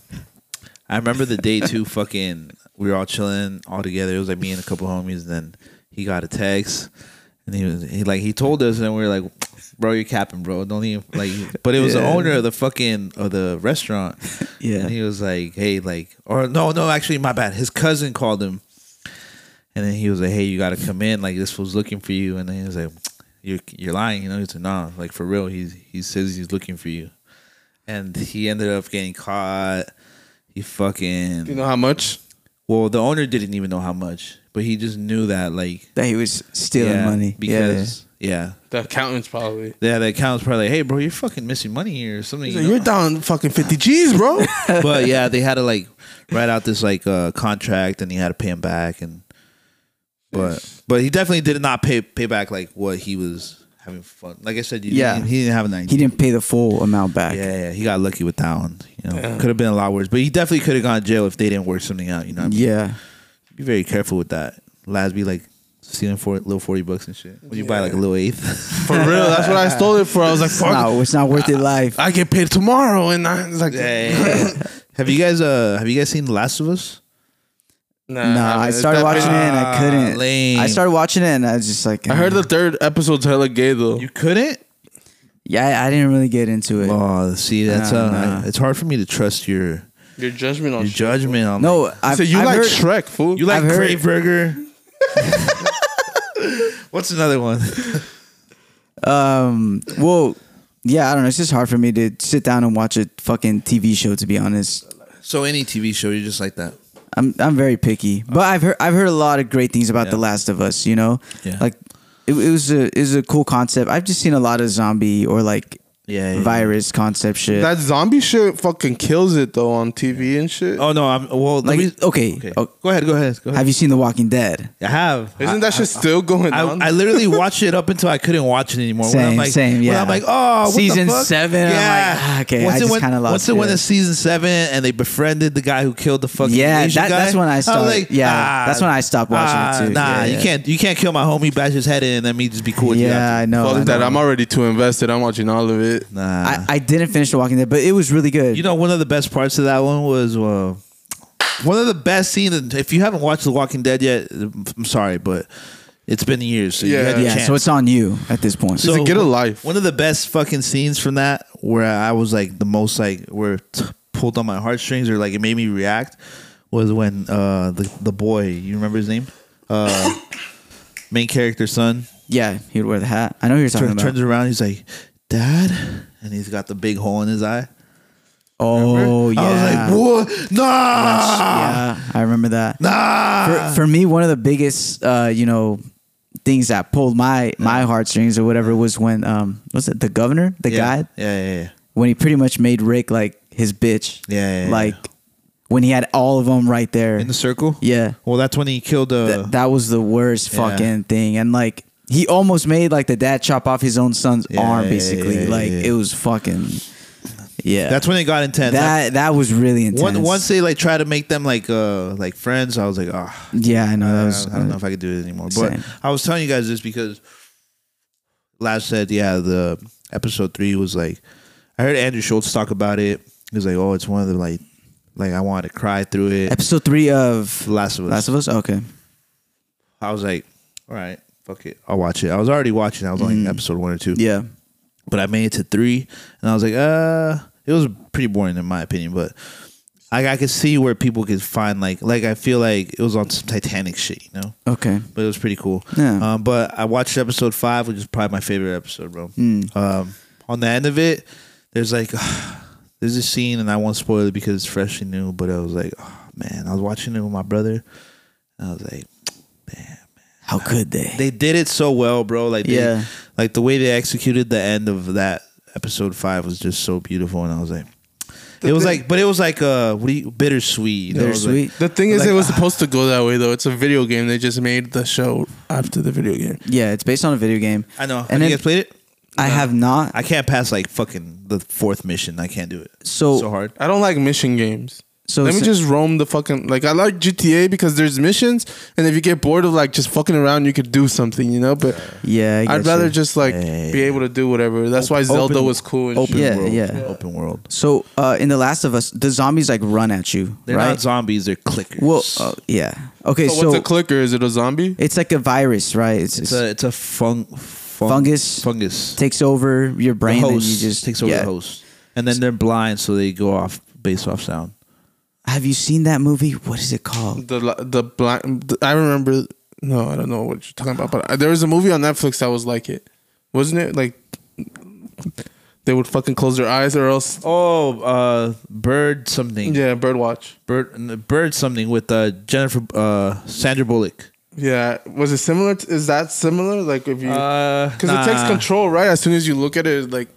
S2: I remember the day too. Fucking, we were all chilling all together. It was like me and a couple homies. And then he got a text, and he was he like he told us, and we were like, "Bro, you're capping, bro. Don't even like." But it was the
S1: Yeah.
S2: owner of the fucking of the restaurant.
S1: Yeah.
S2: and he was like, "Hey, like," or no, no, actually, my bad. His cousin called him. And then he was like, "Hey, you gotta come in. Like this was looking for you." And then he was like, "You're you're lying, you know." He's like, "Nah, like for real. He's he says he's looking for you." And he ended up getting caught. He fucking
S3: You know how much?
S2: Well, the owner didn't even know how much, but he just knew that like
S1: that he was stealing
S2: yeah,
S1: money.
S2: because yeah. yeah.
S3: The accountants probably.
S2: Yeah, the accountant's probably like, "Hey, bro, you're fucking missing money here or something."
S3: He's
S2: you
S3: like,
S2: know?
S3: You're down fucking 50 G's, bro.
S1: [LAUGHS]
S2: but yeah, they had to like write out this like uh, contract, and he had to pay him back. And but but he definitely did not pay pay back like what he was having fun. Like I said, you
S1: Yeah.
S2: didn't, he didn't have an
S1: yeah.
S2: idea.
S1: He didn't pay the full amount back.
S2: Yeah, yeah, he got lucky with that one. You know, could have been a lot worse. But he definitely could have gone to jail if they didn't work something out. You know, what I mean?
S1: Yeah.
S2: be very careful with that. Lads be like stealing for little forty bucks and shit. When you buy like a little eighth, [LAUGHS]
S3: For real. That's what I stole it for. I was like,
S1: It's
S3: fuck.
S1: not, it's not worth your life.
S2: Uh,
S3: I get paid tomorrow. And I was like, [LAUGHS]
S2: have you guys uh have you guys seen The Last of Us? uh,
S1: no, I started watching it and I couldn't.
S2: Ah, lame.
S1: I started watching it and I was just like, uh,
S3: I heard the third episode's hella gay, though.
S2: You couldn't.
S1: Yeah, I didn't really get into it.
S2: Oh, see, that's
S1: Nah,
S2: uh,
S1: nah.
S2: it's hard for me to trust your
S3: Your judgment on
S2: your judgment on.
S1: no, I
S3: I said, you
S1: I've
S3: like
S1: heard,
S3: Shrek, fool.
S2: you like
S1: I've heard-
S2: Great Burger. [LAUGHS] What's another one?
S1: Um, well, yeah, I don't know. It's just hard for me to sit down and watch a fucking TV show. To be honest,
S2: So any TV show, you're just like that.
S1: I'm I'm very picky. But I've heard I've heard a lot of great things about
S2: Yeah.
S1: The Last of Us. You know,
S2: Yeah.
S1: like it, it was a it was a cool concept. I've just seen a lot of zombie or like
S2: Yeah, yeah,
S1: virus concept shit.
S3: That zombie shit fucking kills it, though, on TV and shit.
S2: Oh no, I'm well.
S1: like
S2: Like, uh, me,
S1: okay,
S2: okay.
S1: o-
S2: go ahead, go ahead, go ahead.
S1: have you seen The Walking Dead?
S2: I have.
S3: Isn't that shit still going
S2: I,
S3: on?
S2: I literally watched it up until I couldn't watch it anymore. when I'm
S1: Same,
S2: like,
S1: same,
S2: when
S1: yeah.
S2: I'm like, oh, what
S1: Season
S2: the fuck?
S1: seven, I'm like, ah, okay, I
S2: it
S1: just
S2: went-
S1: kinda lost
S2: Once it went
S1: it.
S2: to season seven, and they befriended the guy who killed the fucking
S1: Yeah,
S2: Asian
S1: that-
S2: guy,
S1: that's when I
S2: was
S1: started-
S2: like,
S1: yeah,
S2: ah,
S1: that's when I stopped watching it
S2: ah,
S1: too.
S2: Nah,
S1: Yeah,
S2: you
S1: yeah.
S2: can't, you can't kill my homie, bash his head in, and then me just be cool with you.
S1: Yeah, I
S2: after.
S1: know.
S3: Fuck
S1: I,
S3: that.
S1: know.
S3: I'm already too invested. I'm watching all of it.
S2: Nah,
S1: I, I didn't finish The Walking Dead, but it was really good.
S2: You know, one of the best parts of that one was uh, one of the best scenes. and If you haven't watched The Walking Dead yet, I'm sorry, but it's been years. So you
S3: Yeah.
S2: had your
S1: yeah,
S2: chance.
S1: so it's on you at this point.
S3: Just get a life.
S2: One of the best fucking scenes from that, where I was like the most like where it t- pulled on my heartstrings or like it made me react, was when uh the the boy, you remember his name,
S1: [COUGHS]
S2: uh, main character son,
S1: yeah, he would wear the hat. I know who you're talking
S2: turn,
S1: about.
S2: turns around, he's like, Dad, and he's got the big hole in his eye.
S1: oh yeah,
S2: I was like, what? Nah,
S1: yeah, I remember that.
S2: nah.
S1: for, for me, one of the biggest, uh, you know, things that pulled my my heartstrings or whatever was when um, was it the governor, the
S2: yeah.
S1: guy,
S2: Yeah, yeah, yeah.
S1: when he pretty much made Rick like his bitch.
S2: Yeah, yeah, yeah.
S1: like when he had all of them right there.
S2: In the circle.
S1: yeah,
S2: Well, that's when he killed uh,
S1: Th- that was the worst
S2: Yeah.
S1: fucking thing, and like. He almost made like the dad chop off his own son's
S2: Yeah,
S1: arm,
S2: yeah,
S1: basically.
S2: yeah,
S1: like
S2: yeah.
S1: it was fucking, yeah.
S2: That's when it got intense.
S1: that that was really intense.
S2: Once, once they like try to make them like uh like friends, I was like, ah,
S1: yeah, I know
S2: I,
S1: that
S2: don't-
S1: was.
S2: I don't know if I could do it anymore.
S1: Same.
S2: But I was telling you guys this because Last said, yeah, the episode three was like, I heard Andrew Schultz talk about it. He was like, oh, it's one of the like, like I wanted to cry through it.
S1: episode three of
S2: The Last of Us.
S1: Last of Us. Okay,
S2: I was like, all right, fuck it, I'll watch it. I was already watching. I was
S1: Mm-hmm.
S2: on like episode one or two.
S1: yeah.
S2: but I made it to three, and I was like, uh, it was pretty boring in my opinion, but I I could see where people could find like like I feel like it was on some Titanic shit, you know.
S1: Okay.
S2: But it was pretty cool.
S1: Yeah.
S2: Um, but I watched episode five, which is probably my favorite episode, bro. Um, on the end of it, there's like [SIGHS] there's a scene, and I won't spoil it because it's freshly new. But I was like, oh, man, I was watching it with my brother, and I was like,
S1: How could they?
S2: they did it so well, bro. Like they,
S1: Yeah.
S2: like the way they executed the end of that episode five was just so beautiful, and I was like, it was like, but it was like uh, what do you, bittersweet. you know? It was like-
S1: Bittersweet.
S3: The thing is,
S2: Like,
S3: it was supposed to go that way, though. It's a video game. They just made the show after the video game.
S1: yeah, it's based on a video game.
S2: I know.
S1: And
S2: have
S1: then
S2: you guys played it?
S1: I have not.
S2: I can't pass like fucking the fourth mission. I can't do it.
S1: So-
S2: so hard.
S3: I don't like mission games.
S1: So
S3: Let me
S1: si-
S3: just roam the fucking like I like GTA because there's missions, and if you get bored of like just fucking around, you could do something, you know. But
S1: yeah, I
S3: I'd
S1: get
S3: rather
S1: you.
S3: just like be able to do whatever. That's why Zelda was cool. And
S2: Open
S3: shit.
S1: Yeah,
S2: world.
S1: yeah.
S2: Open world.
S1: So uh, in the Last of Us, the zombies like run at you,
S2: They're
S1: right?
S2: not zombies. They're clickers.
S1: well, uh, yeah. Okay,
S3: So
S1: so,
S3: what's a clicker? Is it a zombie?
S1: it's like a virus, right? It's,
S2: it's
S1: it's
S2: a it's a fung, fung
S1: Fungus.
S2: fungus.
S1: takes over your brain
S2: the
S1: and
S2: host
S1: you just
S2: takes over
S1: yeah.
S2: the host, and then they're blind, so they go off based off sound.
S1: Have you seen that movie? What is it called?
S3: The li- the black. I remember. No, I don't know what you're talking about. But I, there was a movie on Netflix that was like it, wasn't it? Like They would fucking close their eyes or else.
S2: Oh, uh, bird something.
S3: Yeah, birdwatch.
S2: Bird, bird something with uh, Jennifer uh, Sandra Bullock.
S3: Yeah, was it similar? To, is that similar? Like if you, because
S1: Uh,
S2: Because
S3: it takes control, right? As soon as you look at it, it's like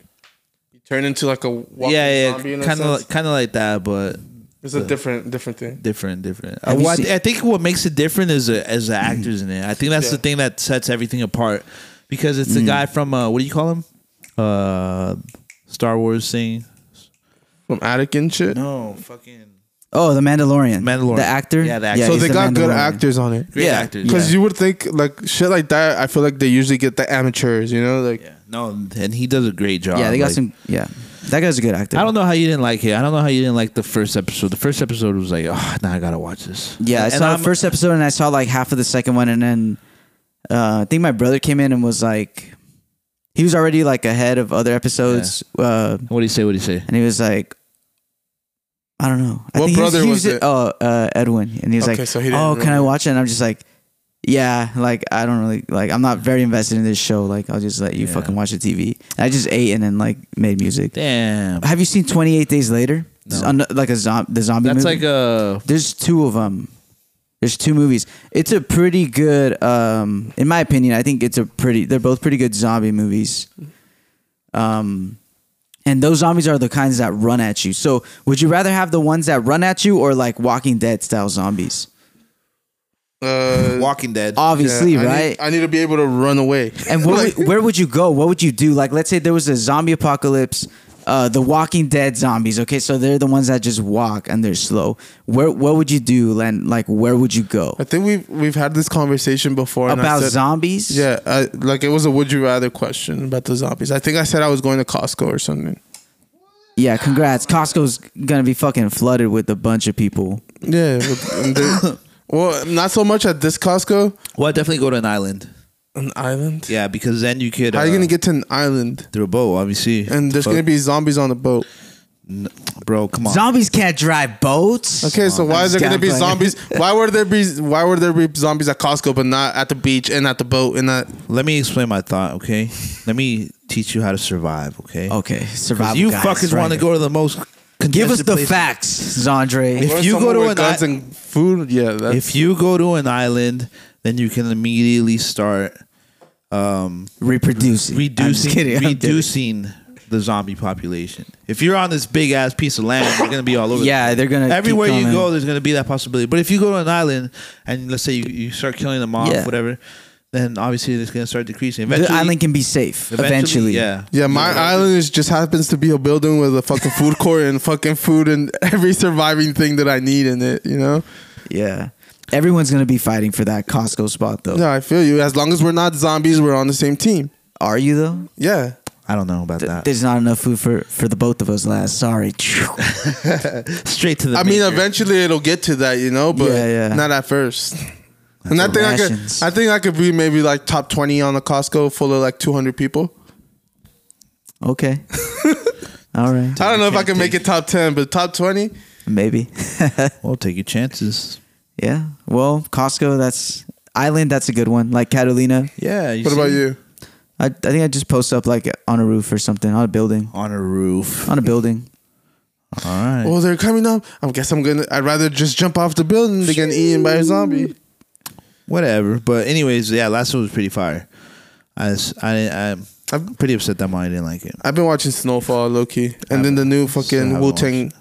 S3: you turn into like a walking
S2: Yeah, yeah,
S3: zombie in a
S2: kind
S3: sense.
S2: of kind of like that, but
S3: it's a different different thing.
S2: different, different. Uh,
S1: Have you
S2: well, I,
S1: seen-
S2: thi- I think what makes it different is the, is the actors in it. I think that's the
S3: Yeah.
S2: thing that sets everything apart because it's the
S1: Mm.
S2: guy from uh, what do you call him? Uh, Star Wars thing.
S3: From Attic and shit.
S2: No, fucking
S1: Oh, The Mandalorian.
S2: Mandalorian.
S1: The actor.
S2: Yeah, the actor.
S3: so
S1: he's
S3: they
S1: the
S3: got good
S1: Mandalorian.
S3: actors on it.
S2: great
S1: Yeah.
S2: actors.
S3: Because you would think like shit like that. I feel like they usually get the amateurs. You know, like
S2: Yeah. No, and he does a great job.
S1: Yeah, they got
S2: like-
S1: some. Yeah, that guy's a good actor.
S2: I don't know how you didn't like it. I don't know how you didn't like the first episode. The first episode was like, oh, now I gotta watch this.
S1: Yeah, I
S2: and
S1: saw
S2: I'm-
S1: the first episode and I saw like half of the second one, and then uh, I think my brother came in and was like, he was already like ahead of other episodes, uh,
S2: What do you say? What do you say?
S1: and he was like, I don't know. I
S3: What
S1: he
S3: brother
S1: he
S3: was it?
S1: Oh, uh, Edwin, and he was
S3: Okay,
S1: like,
S3: so he didn't
S1: Oh, can I
S3: really-
S1: watch it? And I'm just like, Yeah, like I don't really like. I'm not very invested in this show. Like I'll just let you
S2: Yeah.
S1: fucking watch the TV. And I just ate and then like made music.
S2: Damn,
S1: Have you seen 28 Days Later?
S2: No.
S1: It's un- like a zombie, the zombie.
S2: that's
S1: movie?
S2: like a
S1: There's two of them. There's two movies. It's a pretty good, um, in my opinion. I think it's a pretty. They're both pretty good zombie movies. Um, and those zombies are the kinds that run at you. So, would you rather have the ones that run at you or like Walking Dead style zombies?
S3: uh,
S2: Walking Dead.
S1: Obviously,
S3: yeah, I need-
S1: right?
S3: I need to be able to run away.
S1: and where, would, where would you go? What would you do? Like, let's say there was a zombie apocalypse. Uh, the Walking Dead zombies. Okay, so they're the ones that just walk and they're slow. Where what would you do? And like, where would you go?
S3: I think we've we've had this conversation before and I
S1: About
S3: said-
S1: zombies?
S3: Yeah, I, like it was a would you rather question about the zombies. I think I said I was going to Costco or something.
S1: Yeah, congrats. Costco's gonna be fucking flooded with a bunch of people.
S3: Yeah. but- and
S1: [COUGHS]
S3: they- well, not so much at this Costco.
S2: Well, I'd definitely go to an island.
S3: An island.
S2: Yeah, because then you could.
S3: How
S2: uh,
S3: are you gonna get to an island?
S2: through a boat? Obviously,
S3: And there's
S2: Fuck.
S3: gonna be zombies on the boat.
S2: bro. Come on,
S1: Zombies can't drive boats.
S3: Okay,
S2: Oh,
S3: so why is there gonna be
S1: Scalpel.
S3: zombies? Why would there be why would there be zombies at Costco but not at the beach and at the boat and at
S2: let me explain my thought. Okay, let me teach you how to survive. Okay,
S1: [LAUGHS] Okay,
S2: 'Cause
S1: survival.
S2: you
S1: guys,
S2: fuckers
S1: right
S2: want to
S1: here.
S2: go to the most.
S1: Give us
S2: congested
S1: the
S2: place-
S1: facts, Zandre.
S2: If you go
S3: somewhere
S2: to
S3: with
S2: an
S3: guns
S2: i-
S3: and food, yeah, that's,
S2: If you go to an island, then you can immediately start
S1: Reproducing. I'm just
S2: reducing
S1: kidding. [LAUGHS] I'm kidding.
S2: reducing the zombie population. If you're on this big ass piece of land, you're gonna be all over. the
S1: Yeah,
S2: place.
S1: they're gonna keep
S2: everywhere you
S1: coming.
S2: go. There's gonna be that possibility. But if you go to an island and let's say you, you start killing them off,
S1: Yeah.
S2: whatever, then obviously it's gonna start decreasing. Eventually,
S1: The island can be safe. Eventually.
S2: yeah,
S3: Yeah, my island is just happens to be a building with a
S2: [LAUGHS]
S3: fucking food court and fucking food and every surviving thing that I need in it. You know?
S1: Yeah. Everyone's gonna be fighting for that Costco spot
S2: Oh.
S1: though.
S3: No, I feel you. As long as we're not zombies, we're on the same team.
S1: Are you though?
S3: Yeah.
S2: I don't know about
S1: Th-
S2: that.
S1: There's not enough food for, for the both of us last. Sorry. [LAUGHS]
S2: Straight to the.
S3: I mean,
S2: maker.
S3: eventually it'll get to that, you know, but
S1: Yeah, yeah.
S3: not at first. and I
S1: the
S3: think I could,
S1: rations.
S3: I think I could be maybe like top twenty on the Costco, full of like two hundred people. [LAUGHS]
S1: okay. All right.
S3: I don't know if I
S2: can't
S3: can make
S2: take-
S3: it top ten, but top twenty.
S1: Maybe. [LAUGHS]
S2: Well, take your chances.
S1: Yeah. Well, Costco, that's island. That's a good one. Like Catalina,
S2: Yeah.
S3: What about
S2: see?
S3: you?
S1: I, I think I just post up like on a roof or something on a building,
S2: On a roof. All
S1: on a building.
S2: right.
S3: Oh, they're coming up. I guess I'm gonna. I'd rather just jump off the building than get eaten by a zombie.
S2: Whatever. But anyways, yeah, last one was pretty fire. I s- I am pretty upset that mine didn't like it.
S3: I've been watching Snowfall, low key, and then the new fucking
S2: haven't
S3: Wu
S2: watched
S3: Tang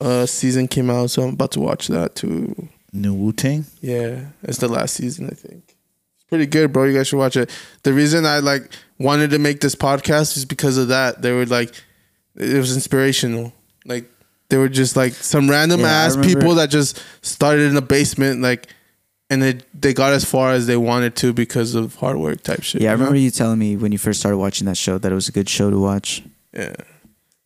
S3: uh, season came out, so I'm about to watch that too.
S2: New Wu Tang.
S3: Yeah, it's the last season, I think. It's pretty good, bro. You guys should watch it. The reason I like wanted to make this podcast is because of that. They were like, it was inspirational. Like they were just like some random
S1: Yeah, I
S3: ass
S1: remember-
S3: people that just started in the basement, like, and they they got as far as they wanted to because of hard work type shit.
S1: Yeah, I
S3: you know?
S1: remember you telling me when you first started watching that show that it was a good show to watch.
S3: Yeah,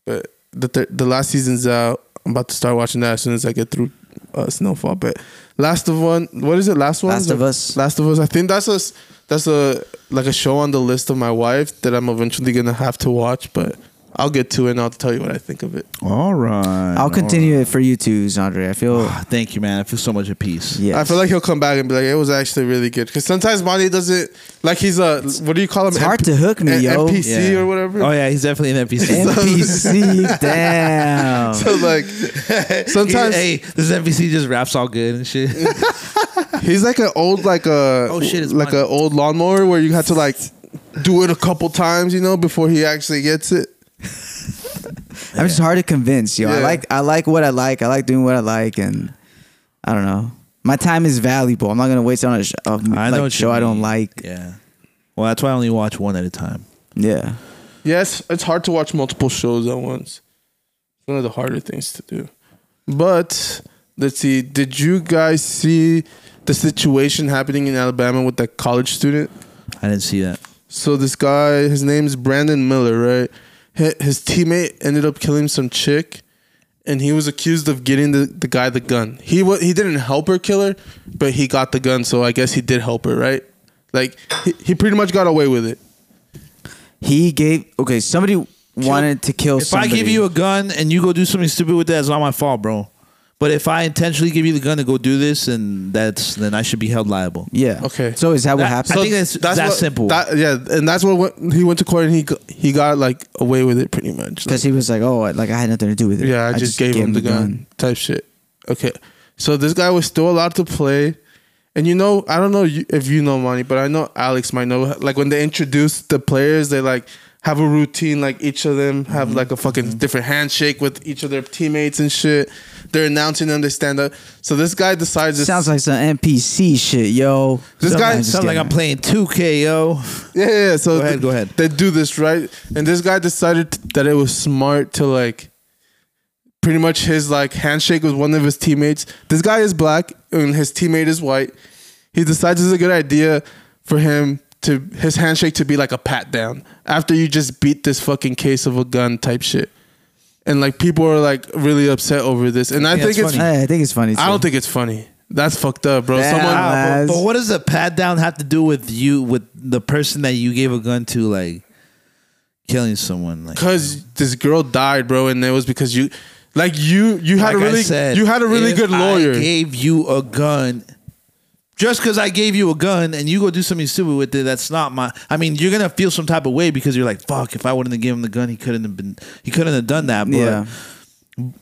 S3: but the th- the last season's out. I'm about to start watching that as soon as I get through uh, Snowfall. But Last of One, what is it? Last one.
S1: Last of Us.
S3: Last of Us. I think that's a s- that's a like a show on the list of my wife that I'm eventually gonna have to watch, but I'll get to it and I'll tell you what I think of it.
S2: All right. Ah,
S1: I'll continue it for you too, Zandre. I
S2: [SIGHS]
S1: feel
S2: Thank you, man. I feel so much at peace.
S1: yeah.
S3: I
S1: [LAUGHS]
S3: feel
S2: [LAUGHS]
S3: like he'll come back and be like, it was actually really good. Because sometimes Monty doesn't, like, he's a, what do you call him?
S1: It's hard to hook me,
S3: N-
S1: yo.
S3: NPC or whatever.
S2: Oh yeah, he's definitely an NPC. [LAUGHS]
S1: NPC. damn.
S3: [LAUGHS] So, like, [LAUGHS] sometimes
S2: hey, this NPC just raps all good and
S3: [LAUGHS]
S2: shit.
S3: he's like an old, like a,
S2: Oh, shit, it's
S3: like
S2: mine.
S3: an old lawnmower where you had to, like, do it a couple times, you know, before he actually gets it.
S1: I'm just hard to convince, yo. I
S3: Yeah.
S1: like I like what I like. I like doing what I like, and I don't know. My time is valuable. I'm not gonna waste it on a sh- of,
S2: I know
S1: like,
S2: what
S1: show
S2: you
S1: I don't
S2: mean.
S1: like.
S2: yeah. Well, that's why I only watch one at a time.
S1: Yeah.
S3: Yes, it's hard to watch multiple shows at once. It's one of the harder things to do. But let's see. Did you guys see the situation happening in Alabama with that college student?
S2: I didn't see that.
S3: So this guy, his name's Brandon Miller, right? Hi- His teammate ended up killing some chick, and he was accused of getting the, the guy the gun. He wa he didn't help her kill her, but he got the gun, so I guess he did help her, right? Like he, he pretty much got away with it.
S1: He gave okay. Somebody wanted to kill.
S2: If
S1: somebody.
S2: I give you a gun and you go do something stupid with that, it's not my fault, bro. But if I intentionally give you the gun to go do this, and that's then I should be held liable.
S1: yeah.
S3: Okay.
S1: So is that, what
S2: That-
S1: happened?
S2: I think that's- that
S3: what-
S2: simple.
S3: that- yeah, and that's what went, he went to court and he go- he got like away with it pretty much. Like,
S1: Because he was like, oh, like I had nothing to do with it.
S3: yeah, I, just, gave, him the gun, type shit. Okay, so this guy was still allowed to play, and you know I don't know you- if you know Monty, but I know Alex might know. Like when they introduce the players, they like have a routine. Like each of them have like a fucking different handshake with each of their teammates and shit. They're announcing them. They stand up. So this guy decides. This,
S1: Sounds like some NPC shit, yo.
S3: This
S1: No,
S3: guy-
S1: I'm just
S2: Sounds like
S1: kidding.
S2: I'm playing 2K, yo.
S3: Yeah, yeah. yeah. So
S2: Go ahead,
S3: th-
S2: go ahead.
S3: They do this right, and this guy decided t- that it was smart to like, pretty much his like handshake with one of his teammates. This guy is black, and his teammate is white. He decides it's a good idea for him to his handshake to be like a pat down after you just beat this fucking case of a gun type shit, and like people are like really upset over this, and I,
S2: think
S3: think
S2: that's
S3: it's
S2: funny.
S1: Hey, I think it's funny.
S3: I don't
S1: too.
S3: think it's funny. That's fucked up, bro.
S1: Yeah.
S3: Someone.
S2: Wow,
S1: As-
S2: but, but what does a pat down have to do with you with the person that you gave a gun to, like killing someone? Like,
S3: because this girl died, bro, and it was because you, like you, you had
S2: like
S3: a really,
S2: I said,
S3: you had a really
S2: if
S3: good lawyer.
S2: I gave you a gun. Just because I gave you a gun and you go do something stupid with it, that's not my. I mean, you're gonna feel some type of way because you're like, "Fuck! If I wouldn't have given him the gun, he couldn't have been. He couldn't have done that." But,
S1: Yeah.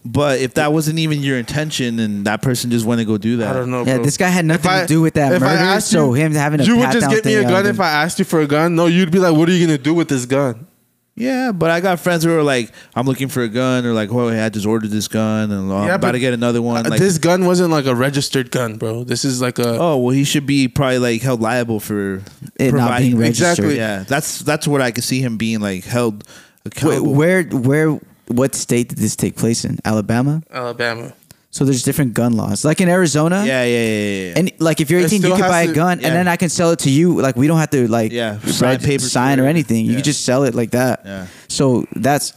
S2: But if that wasn't even your intention, and that person just went to go do that,
S3: I don't know.
S1: Yeah,
S3: bro.
S1: this guy had nothing to do with that
S3: if I
S1: murder,
S3: asked
S1: so him having a
S3: you would just
S1: pat-down
S3: get me a
S1: thing, I
S3: gun
S1: would've-
S3: if I asked you for a gun. No, you'd be like, what are you gonna do with this gun?
S2: Yeah, but I got friends who are like, "I'm looking for a gun," or like, "Oh, hey, I just ordered this gun, and "Oh, I'm
S3: Yeah,
S2: about
S3: but-
S2: to get another one."
S3: Uh,
S2: Like,
S3: this gun wasn't like a registered gun, bro. This is like a.
S2: oh, well, he should be probably like held liable for
S1: It not being
S2: providing-
S1: registered.
S3: Exactly.
S2: Yeah, that's that's what I could see him being like held
S1: Wait,
S2: accountable.
S1: where, where, what state did this take place in? Alabama.
S3: Alabama.
S1: So there's different gun laws. Like in Arizona,
S2: yeah, yeah, yeah, yeah, yeah.
S1: And like if you're
S3: It
S1: 18, you
S3: still
S1: can
S3: has
S1: buy a
S3: to-
S1: gun,
S2: yeah.
S1: and then I can sell it to you. Like we don't have to like
S2: Yeah,
S1: sign,
S2: sign papers
S1: sign
S2: for
S1: or
S2: it.
S1: anything. You
S2: Yeah.
S1: can just sell it like that.
S2: Yeah. Ah,
S1: So that's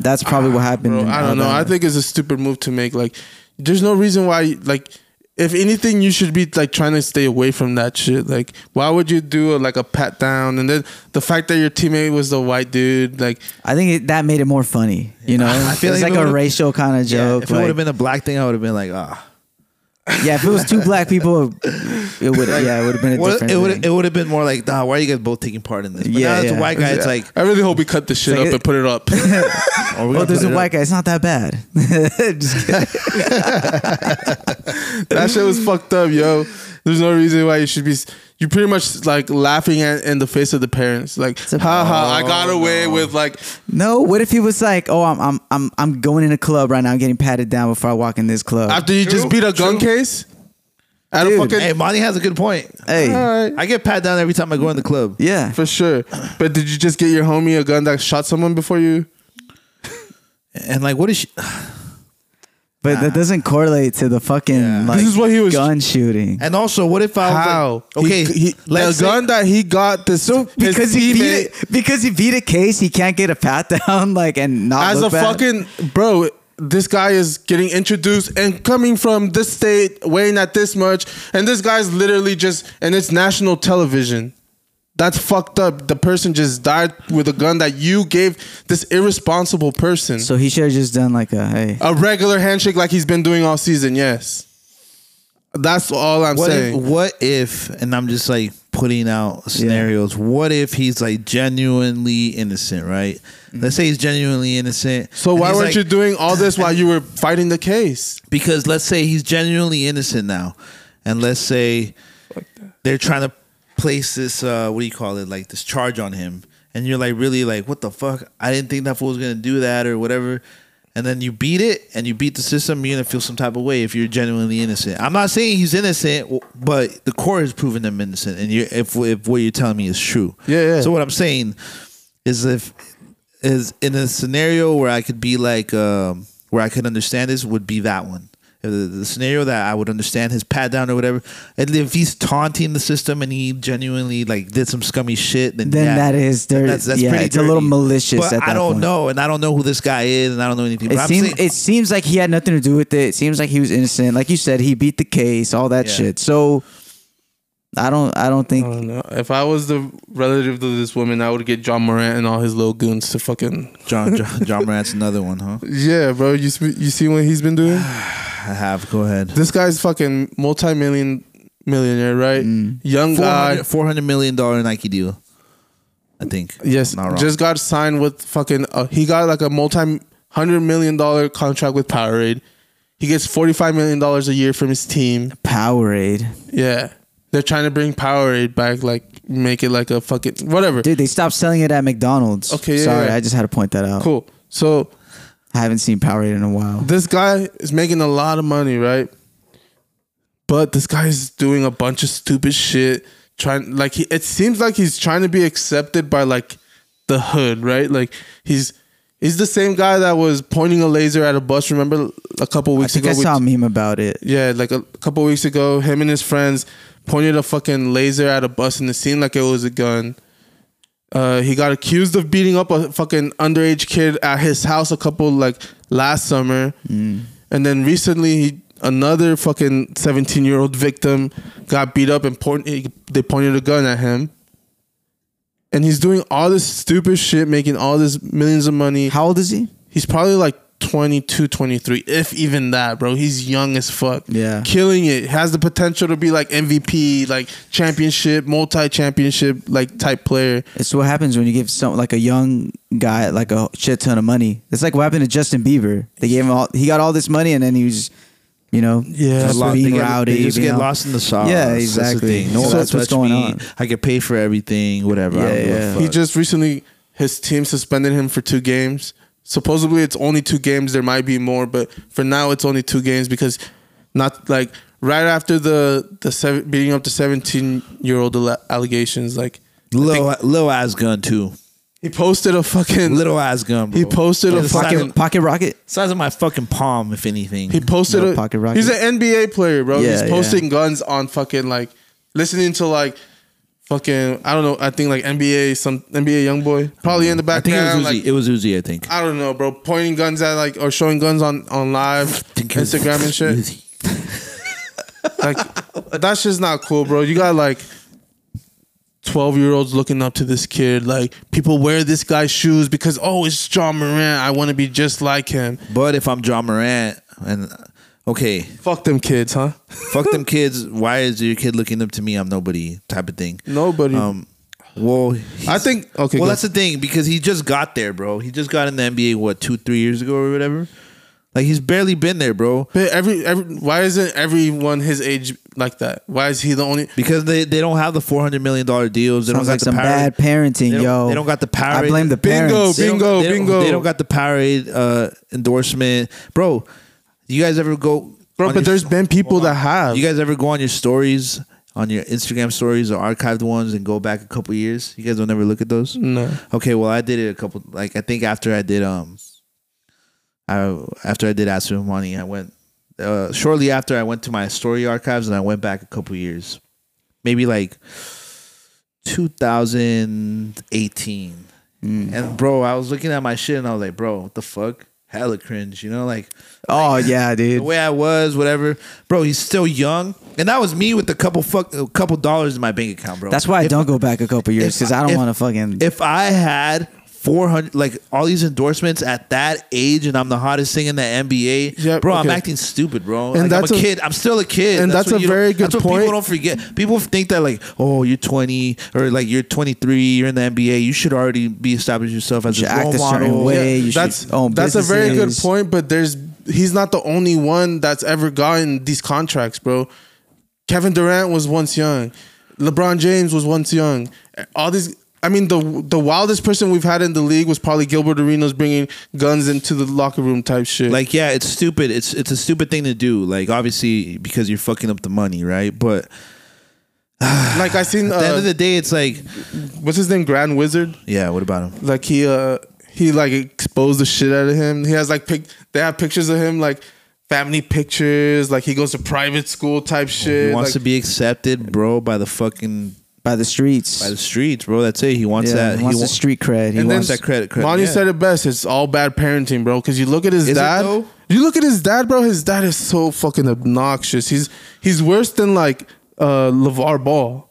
S1: that's probably what happened.
S3: Bro,
S1: in
S3: I don't know. I
S1: Alabama.
S3: think it's a stupid move to make. Like, there's no reason why. Like, if anything, you should be like trying to stay away from that shit. Like, why would you do uh, like a pat down? And then the fact that your teammate was the white dude, like,
S1: I think it, that made it more funny. You know,
S2: [LAUGHS] I feel
S1: it's
S2: like
S1: like
S2: if it
S1: a
S2: would've-
S1: racial kind of
S2: Yeah,
S1: joke.
S2: if it would
S1: like-
S2: have been a black thing, I would have been like, ah. [LAUGHS]
S1: yeah, if it was two black people, it would. Yeah, it would have been a
S2: Well,
S1: different.
S2: it would
S1: thing.
S2: it would have been more like, nah, why are you guys both taking part in this? But
S1: Yeah,
S2: now it's
S1: yeah.
S2: a white guy. It's
S1: [LAUGHS]
S2: like,
S3: I really hope we cut this shit
S1: Like
S3: up
S1: it-
S3: and put it up.
S1: [LAUGHS]
S2: oh, we're
S1: Oh,
S2: gonna
S1: there's
S2: put
S1: a
S2: it
S1: white guy. It's not that bad. [LAUGHS] Just kidding.
S3: that shit was fucked up, yo. There's no reason why you should be. You pretty much like laughing at in the face of the parents, like,
S1: a- Oh,
S3: ha ha, I got away with like,
S1: No, what if he was like, "Oh, I'm I'm I'm I'm going in a club right now. I'm getting patted down before I walk in this club."
S3: after you just beat a gun case. At a
S1: Dude.
S3: fucking,
S2: up. Hey, Monty has a good point.
S1: hey,
S3: all right.
S2: I get pat down every time I go in the club.
S1: yeah,
S3: For sure. But did you just get your homie a gun that shot someone before you?
S2: And like, what is she?
S1: but that doesn't correlate to the fucking
S2: Yeah.
S1: like
S3: This is what he was-
S1: gun shooting.
S2: And also, what if I was
S3: How?
S2: like, okay,
S3: He, he, the
S2: let's say-
S3: gun that he got this
S1: [LAUGHS] Because
S3: his
S1: he beat
S3: teammate
S1: it, because he beat a case, he can't get a pat [LAUGHS] down like and not
S3: as
S1: look
S3: a
S1: bad.
S3: fucking bro. This guy is getting introduced and coming from this state, weighing at this much, and this guy's literally just and it's national television. That's fucked up. The person just died with a gun that you gave this irresponsible person.
S1: So he should have just done like a hey.
S3: a regular handshake like he's been doing all season, yes. That's all I'm
S2: What if,
S3: saying.
S2: what if, and I'm just like putting out scenarios, what if he's like genuinely innocent, right? Let's say he's genuinely innocent.
S3: Mm-hmm. so
S2: and
S3: why
S2: he's,
S3: weren't
S2: like-
S3: you doing all this while you were fighting the case?
S2: Because let's say he's genuinely innocent now, and let's say they're trying to place this uh, what do you call it like this charge on him, and you're like really like what the fuck? I didn't think that fool was gonna do that or whatever. And then you beat it, and you beat the system. You're gonna feel some type of way if you're genuinely innocent. I'm not saying he's innocent, w- but the court has proven them innocent, and you if if what you're telling me is true.
S3: Yeah, yeah.
S2: So what I'm saying is if is in a scenario where I could be like um, where I could understand this would be that one. If The, the scenario that I would understand his pat down or whatever, and if he's taunting the system and he genuinely like did some scummy shit, then
S1: Then
S2: yeah,
S1: that is
S2: then
S1: dirty. Yeah, it's a little malicious
S2: But
S1: at
S2: I
S1: that
S2: don't
S1: point.
S2: know, and I don't know who this guy is, and I don't know anything.
S1: It
S2: but
S1: seems
S2: I'm saying,
S1: it seems like he had nothing to do with it. It seems like he was innocent. Like you said, he beat the case, all that
S2: Yeah.
S1: shit. So I don't I don't think
S3: I don't know. If I was the relative to this woman, I would get John Morant and all his little goons to fucking.
S2: John
S1: [LAUGHS]
S2: John, John Morant's another one, huh?
S3: Yeah, bro. You sp- you see what he's been [SIGHS] doing?
S2: I have. Go ahead.
S3: This guy's fucking multi-million millionaire, right?
S2: Mm.
S3: Young guy.
S2: 400, 400 million dollar Nike deal, I think.
S3: Yes,
S2: Not wrong.
S3: just got signed with fucking. Uh, he got like a multi hundred million dollar contract with Powerade. He gets forty five million dollars a year from his team.
S1: Powerade.
S3: Yeah, they're trying to bring Powerade back, like make it like a fucking whatever.
S1: Dude, they stopped selling it at McDonald's.
S3: Okay, yeah,
S1: Sorry,
S3: yeah.
S1: I just had to point that out.
S3: Cool. So
S1: I haven't seen Powerade in a while.
S3: this guy is making a lot of money, right? But this guy is doing a bunch of stupid shit. Trying like he, it seems like he's trying to be accepted by like the hood, right? Like he's he's the same guy that was pointing a laser at a bus. Remember a couple
S1: I
S3: weeks
S1: think
S3: ago?
S1: I
S3: we-
S1: saw a meme about it.
S3: yeah, like a couple weeks ago, him and his friends pointed a fucking laser at a bus and it seemed like it was a gun. Uh, he got accused of beating up a fucking underage kid at his house a couple like last summer, and then recently he, another fucking seventeen year old victim got beat up and point, they pointed a gun at him. And he's doing all this stupid shit, making all this millions of money
S1: How old is he?
S3: he's probably like 22 23 if even that bro he's young as fuck
S1: Yeah.
S3: killing it has the potential to be like mvp like championship multi-championship like type player
S1: It's what happens when you give some like a young guy like a shit ton of money. It's like what happened to Justin Bieber. They gave him all he got all this money and then he was you know,
S3: Yeah.
S1: just
S2: Lo- they
S1: being
S2: get-
S1: rowdy.
S2: They just
S1: being
S2: get
S1: all-
S2: lost in the sauce.
S1: Yeah,
S2: That's the
S1: exactly.
S2: thing. No
S1: So
S2: one
S1: that's what's
S2: touched
S1: going
S2: me.
S1: on.
S2: I could pay for everything, whatever. I
S1: Yeah,
S2: don't
S1: yeah.
S2: yeah.
S3: he just recently his team suspended him for two games supposedly it's only two games there might be more but for now it's only two games because not like right after the the seven, beating up the 17 year old allegations like
S2: little little ass gun too.
S3: he posted a fucking
S2: Little ass gun. Bro.
S3: He posted a
S2: the
S3: fucking-
S2: size
S1: pocket
S2: of,
S1: pocket rocket.
S2: size of my fucking palm, if anything.
S3: He posted
S1: No
S3: a
S1: pocket rocket.
S3: He's an NBA player, bro.
S1: Yeah,
S3: he's posting guns on fucking like listening to like fucking I don't know. I think like NBA some NBA young boy probably in the
S2: I think
S3: background.
S2: it was Uzi.
S3: like,
S2: it was Uzi. I think.
S3: I don't know, bro. Pointing guns at like or showing guns on
S2: [LAUGHS]
S3: on live
S2: think it was
S3: Instagram and shit.
S2: Uzi.
S3: Like that's just not cool, bro. You got like. 12 year olds looking up to this kid like people wear this guy's shoes because oh it's John Moran I want to be just like him
S2: But if I'm John Morant and okay,
S3: fuck them kids huh
S2: fuck them kids. Why is your kid looking up to me? I'm nobody type of thing.
S3: nobody
S2: Um. Well,
S3: I think okay
S2: well,
S3: go.
S2: that's the thing because he just got there, bro. He just got in the NBA what two, three years ago or whatever. Like he's barely been there, bro.
S3: But every, every why isn't everyone his age like that? Why is he the only?
S2: Because they, they don't have the four hundred million dollar deals. They
S1: Sounds
S2: don't
S1: like
S2: got
S1: some
S2: the
S1: bad parenting,
S2: They don't-
S1: yo.
S2: they don't got the
S1: I
S2: Powerade.
S1: blame the
S3: Bingo,
S1: parents.
S2: They don't-
S3: Bingo,
S2: they don't-
S3: bingo.
S2: They don't got the Powerade uh, endorsement, bro. You guys ever go,
S3: Bro,
S2: on
S3: but
S2: your-
S3: there's been people that have.
S2: You guys ever go on your stories, on your Instagram stories or archived ones, and go back a couple years? You guys don't ever look at those.
S3: no.
S2: Okay, well, I did it a couple. Like I think after I did um, I after I did ask for money, I went uh, shortly after I went to my story archives and I went back a couple years, maybe like 2018. And bro, I was looking at my shit and I was like, bro, what the fuck? Hella cringe, you know, like
S1: Oh yeah, dude.
S2: the way I was, whatever. Bro, he's still young. And that was me with a couple fuck, a couple dollars in my bank account, bro.
S1: That's why I
S2: If-
S1: don't go back a couple years because I don't
S2: if-
S1: want to fucking.
S2: If I had four hundred, like all these endorsements at that age, and I'm the hottest thing in the NBA,
S3: Yeah,
S2: bro, I'm
S3: okay.
S2: acting stupid, bro.
S3: And
S2: And
S3: that's
S2: I'm
S3: a-
S2: a, kid. I'm still a kid.
S3: and that's
S2: what
S3: a
S2: you don't-
S3: very good
S2: That's what
S3: point.
S2: people don't forget. People think that like, oh, you're 20 or like you're 23, you're in the NBA, you should already be establishing yourself as
S1: should
S2: a role
S1: act a certain
S2: model.
S1: way. you should
S3: that's
S2: oh,
S1: own
S3: that's a very good
S1: businesses.
S3: point. But there's he's not the only one that's ever gotten these contracts, bro. Kevin Durant was once young. LeBron James was once young. All these. I mean, the the wildest person we've had in the league was probably Gilbert Arenas bringing guns into the locker room type shit.
S2: Like, yeah, it's stupid. It's it's a stupid thing to do. Like, obviously, because you're fucking up the money, right? But
S3: like I seen.
S2: at the end of
S3: Uh,
S2: the day, it's like,
S3: what's his name? Grand Wizard.
S2: yeah, what about him?
S3: like he uh he like exposed the shit out of him. He has like pic they have pictures of him like family pictures, like he goes to private school type shit.
S2: He wants
S3: like,
S2: to be accepted, bro, by the fucking
S1: by the streets.
S2: by the streets, bro. That's it. He wants
S1: yeah,
S2: that.
S1: he wants
S2: wa-
S1: the street cred. He
S2: And then-
S1: wants
S2: that credit, credit,
S3: Monty
S2: yeah.
S3: said it best. It's all bad parenting, bro. Because you look at his
S2: Is it
S3: dad.
S2: though?
S3: you look at his dad, bro. His dad is so fucking obnoxious. He's he's worse than like uh LeVar Ball.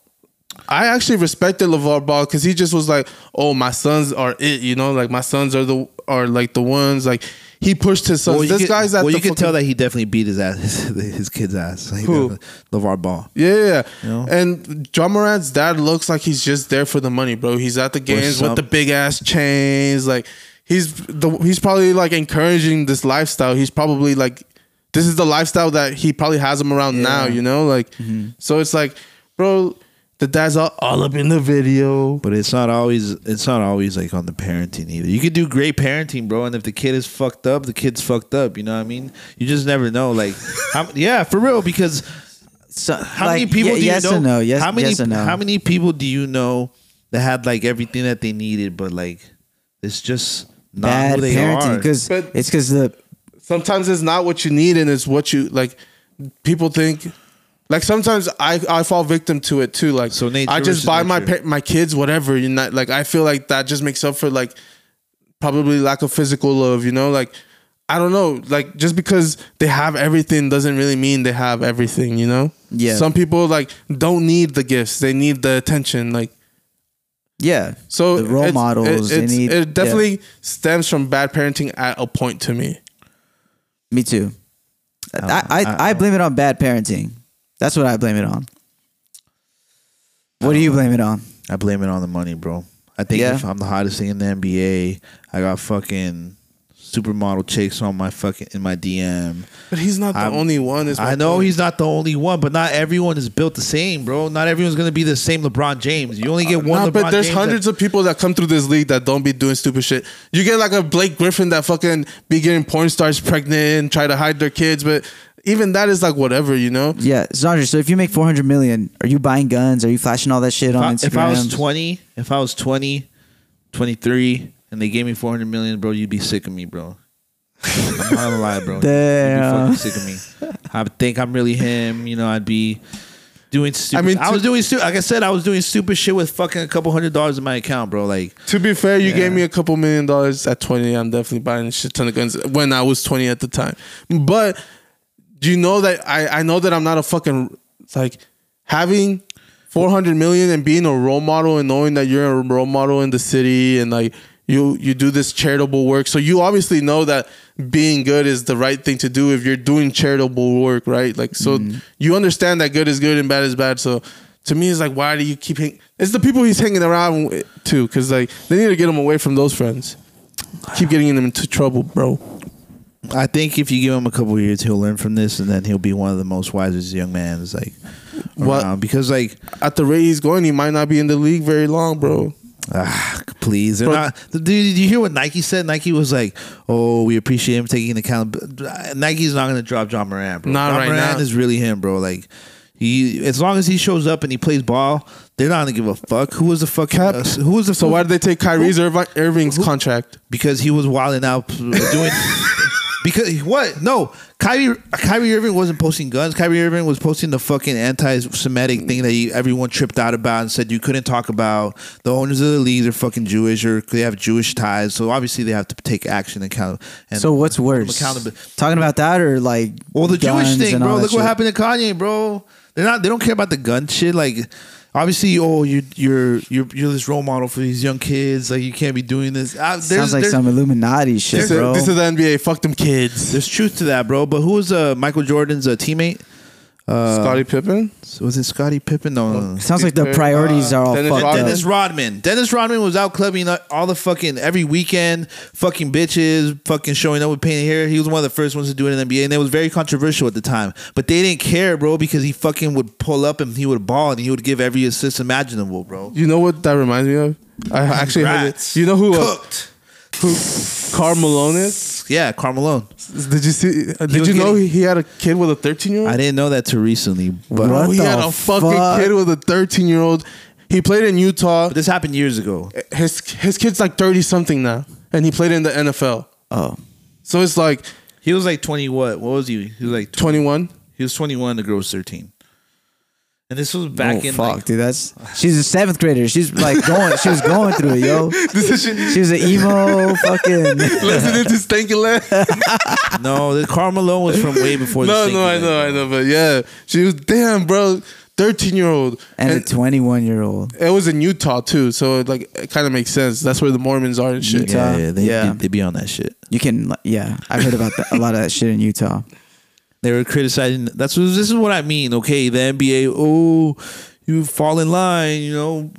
S3: I actually respected LeVar Ball because he just was like, "Oh, my sons are it," you know, like my sons are the are like the ones. Like he pushed his sons.
S2: Well, you
S3: this
S2: could-
S3: guy's at
S2: well,
S3: the
S2: you can
S3: fucking-
S2: tell that he definitely beat his ass, [LAUGHS] his, kid's ass. Like,
S3: Who?
S2: LeVar Ball.
S3: Yeah, yeah, yeah.
S2: know?
S3: And John Morant's dad looks like he's just there for the money, bro. He's at the games
S2: some-
S3: with the big ass chains. Like he's the he's probably like encouraging this lifestyle. He's probably like this is the lifestyle that he probably has him around now, you know? Like so it's like, bro, the dad's all, all up in the video.
S2: But it's not always it's not always like on the parenting either. You could do great parenting, bro, and if the kid is fucked up, the kid's fucked up. You know what I mean? You just never know.
S1: [LAUGHS]
S2: Like, how, yeah, for real. Because
S1: so,
S2: how
S1: like,
S2: many people
S1: ye-
S2: do
S1: yes
S2: you know?
S1: or no? Yes,
S2: how many
S1: yes or no?
S2: how many people do you know that had like everything that they needed, but like it's just not
S1: bad
S2: who they
S1: parenting?
S2: are.
S1: Because
S3: But-
S1: it's because the
S3: sometimes it's not what you need and it's what you like people think like sometimes I, I fall victim to it too. Like
S2: So nature
S3: I just
S2: versus
S3: buy my
S2: nurture.
S3: pa- my kids whatever. You know, like I feel like that just makes up for like probably lack of physical love. You know, like I don't know. Like just because they have everything doesn't really mean they have everything. You know.
S1: Yeah.
S3: Some people like don't need the gifts. They need the attention. Like
S1: yeah,
S3: so
S1: the role
S3: it's-
S1: models
S3: It,
S1: they
S3: it's-
S1: need. yeah.
S3: it definitely stems from bad parenting at a point to me.
S1: Me too. I I,
S2: I-
S1: I, blame it on bad parenting. That's what I blame it on. What do you blame it on?
S2: I blame it on the money, bro. I think
S1: Yeah.
S2: if I'm the hottest thing in the NBA, I got fucking supermodel chicks on my fucking in my DM.
S3: But he's not the
S2: I'm-
S3: only one. Is my
S2: I know
S3: point.
S2: he's not the only one, but not everyone is built the same, bro. Not everyone's gonna be the same LeBron James. You only get one.
S3: Uh, Nah,
S2: LeBron
S3: but there's
S2: James
S3: hundreds of people that come through this league that don't be doing stupid shit. You get like a Blake Griffin that fucking be getting porn stars pregnant and try to hide their kids, but even that is like whatever, you know.
S1: Yeah, Zandra. So if you make four hundred million, are you buying guns? Are you flashing all that shit on
S2: That,
S1: Instagram?
S2: if, I, if I was 20, if I was 20, 23, and they gave me 400 million, bro, you'd be sick of me, bro. I'm not gonna lie,
S3: [LAUGHS]
S2: bro.
S1: Damn.
S2: You'd be fucking sick of me. I would think I'm really him. You know, I'd be doing stupid.
S3: I
S2: I
S3: mean,
S2: mean, I
S3: to-
S2: was doing stupid. Like I said, I was doing stupid shit with fucking a couple hundred dollars in my account, bro. Like,
S3: To be fair, you
S2: Yeah.
S3: gave me a couple million dollars at 20. I'm definitely buying a shit ton of guns when I was 20 at the time. But you know that I, I know that I'm not a fucking like having 400 million and being a role model and knowing that you're a role model in the city and like you you do this charitable work. So you obviously know that being good is the right thing to do if you're doing charitable work, right? Like so you understand that good is good and bad is bad. So to me, it's like why do you keep? Hang- it's the people he's hanging around with too, because like they need to get him away from those friends. Keep getting them into trouble, bro.
S2: I think if you give him a couple of years, he'll learn from this, and then he'll be one of the most wisest young man's like
S3: What-
S2: around. Because like,
S3: At the rate he's going, he might not be in the league very long, bro.
S2: ah, please, they're
S3: Bro-
S2: not. Dude, did you hear what Nike said? Nike was like, "Oh, we appreciate him taking account." uh, Nike's not going to drop John Moran, bro.
S3: Not
S2: John
S3: right
S2: Moran
S3: now.
S2: is really him, bro. Like. He, as long as he shows up and he plays ball, they're not gonna give a fuck. Who was the fuck?
S3: Cap-
S2: Uh, who was the
S3: So why did they take Kyrie's Irvi- Irving's contract?
S1: [LAUGHS]
S2: because he was wilding out doing Because what? No, Kyrie Kyrie Irving wasn't posting guns. Kyrie Irving was posting the fucking anti-Semitic thing that you, everyone tripped out about and said you couldn't talk about. The owners of the leagues are fucking Jewish or they have Jewish ties, so obviously they have to take action and count. And
S1: So what's worse?
S2: accountable.
S1: Talking about that or like
S2: Well, the Jewish
S1: guns
S2: thing,
S1: and
S2: bro.
S1: all that
S2: Look what
S1: shit?
S2: happened to Kanye, bro. They're not. They don't care about the gun shit. Like, obviously, oh, you, you're you're you're this role model for these young kids. Like, you can't be doing this. I, there's,
S1: Sounds like
S2: there's,
S1: some Illuminati shit,
S3: This,
S1: bro.
S3: is, this is the NBA. Fuck them kids.
S2: There's truth to that, bro. But who was uh, Michael Jordan's uh, teammate?
S3: Scottie Pippen.
S2: Was it Scottie Pippen? No, no, no.
S1: Sounds like the priorities are all
S3: Dennis
S1: fucked
S3: Rodman.
S1: up.
S2: Dennis Rodman. Dennis Rodman was out clubbing uh, all the fucking every weekend, fucking bitches, fucking showing up with painted hair. He was one of the first ones to do it in the NBA, and it was very controversial at the time. But they didn't care, bro, because he fucking would pull up and he would ball and he would give every assist imaginable, bro.
S3: You know what that reminds me of? I actually heard it.
S2: Congrats.
S3: You know who? Uh,
S2: cooked?
S3: who Carl Malone is?
S2: Yeah, Carmelo.
S3: Did you see? uh, Did
S2: was
S3: you know
S2: getting-
S3: he he had a kid with a 13 year old?
S2: I didn't know that till recently, but
S1: What
S3: Bro, he
S1: the
S3: had a fucking
S1: fuck?
S3: kid with a 13 year old. He played in Utah.
S2: but this happened years ago.
S3: His his kid's like 30 something now, and he played in the NFL.
S1: Oh,
S3: So it's like
S2: He was like twenty. What? What was he? He was like 20,
S3: 21.
S2: he was twenty one. The girl was thirteen. And this was back
S1: oh
S2: in
S1: fuck,
S2: like,
S1: dude. That's she's a seventh grader. She's like going. she was going through it,
S2: [LAUGHS]
S1: yo. She was an [LAUGHS] emo fucking.
S3: Listening to Stanky
S2: [LAUGHS]
S3: Land.
S2: no, the Carmelo was from way before.
S3: [LAUGHS] No,
S2: this
S3: no, I know, I know, but yeah, she was damn, bro, 13 year old,
S1: And a 21 year old.
S3: it was in Utah too, so it, like it kind of makes sense. That's where the Mormons are and shit.
S1: Utah.
S2: Yeah, yeah, they,
S1: Yeah.
S2: They, they be on that shit.
S1: You can, yeah. I've heard about that, a lot of that shit in Utah.
S2: They were criticizing. That's what this is what I mean. Okay, the NBA. Oh, you fall in line. You know,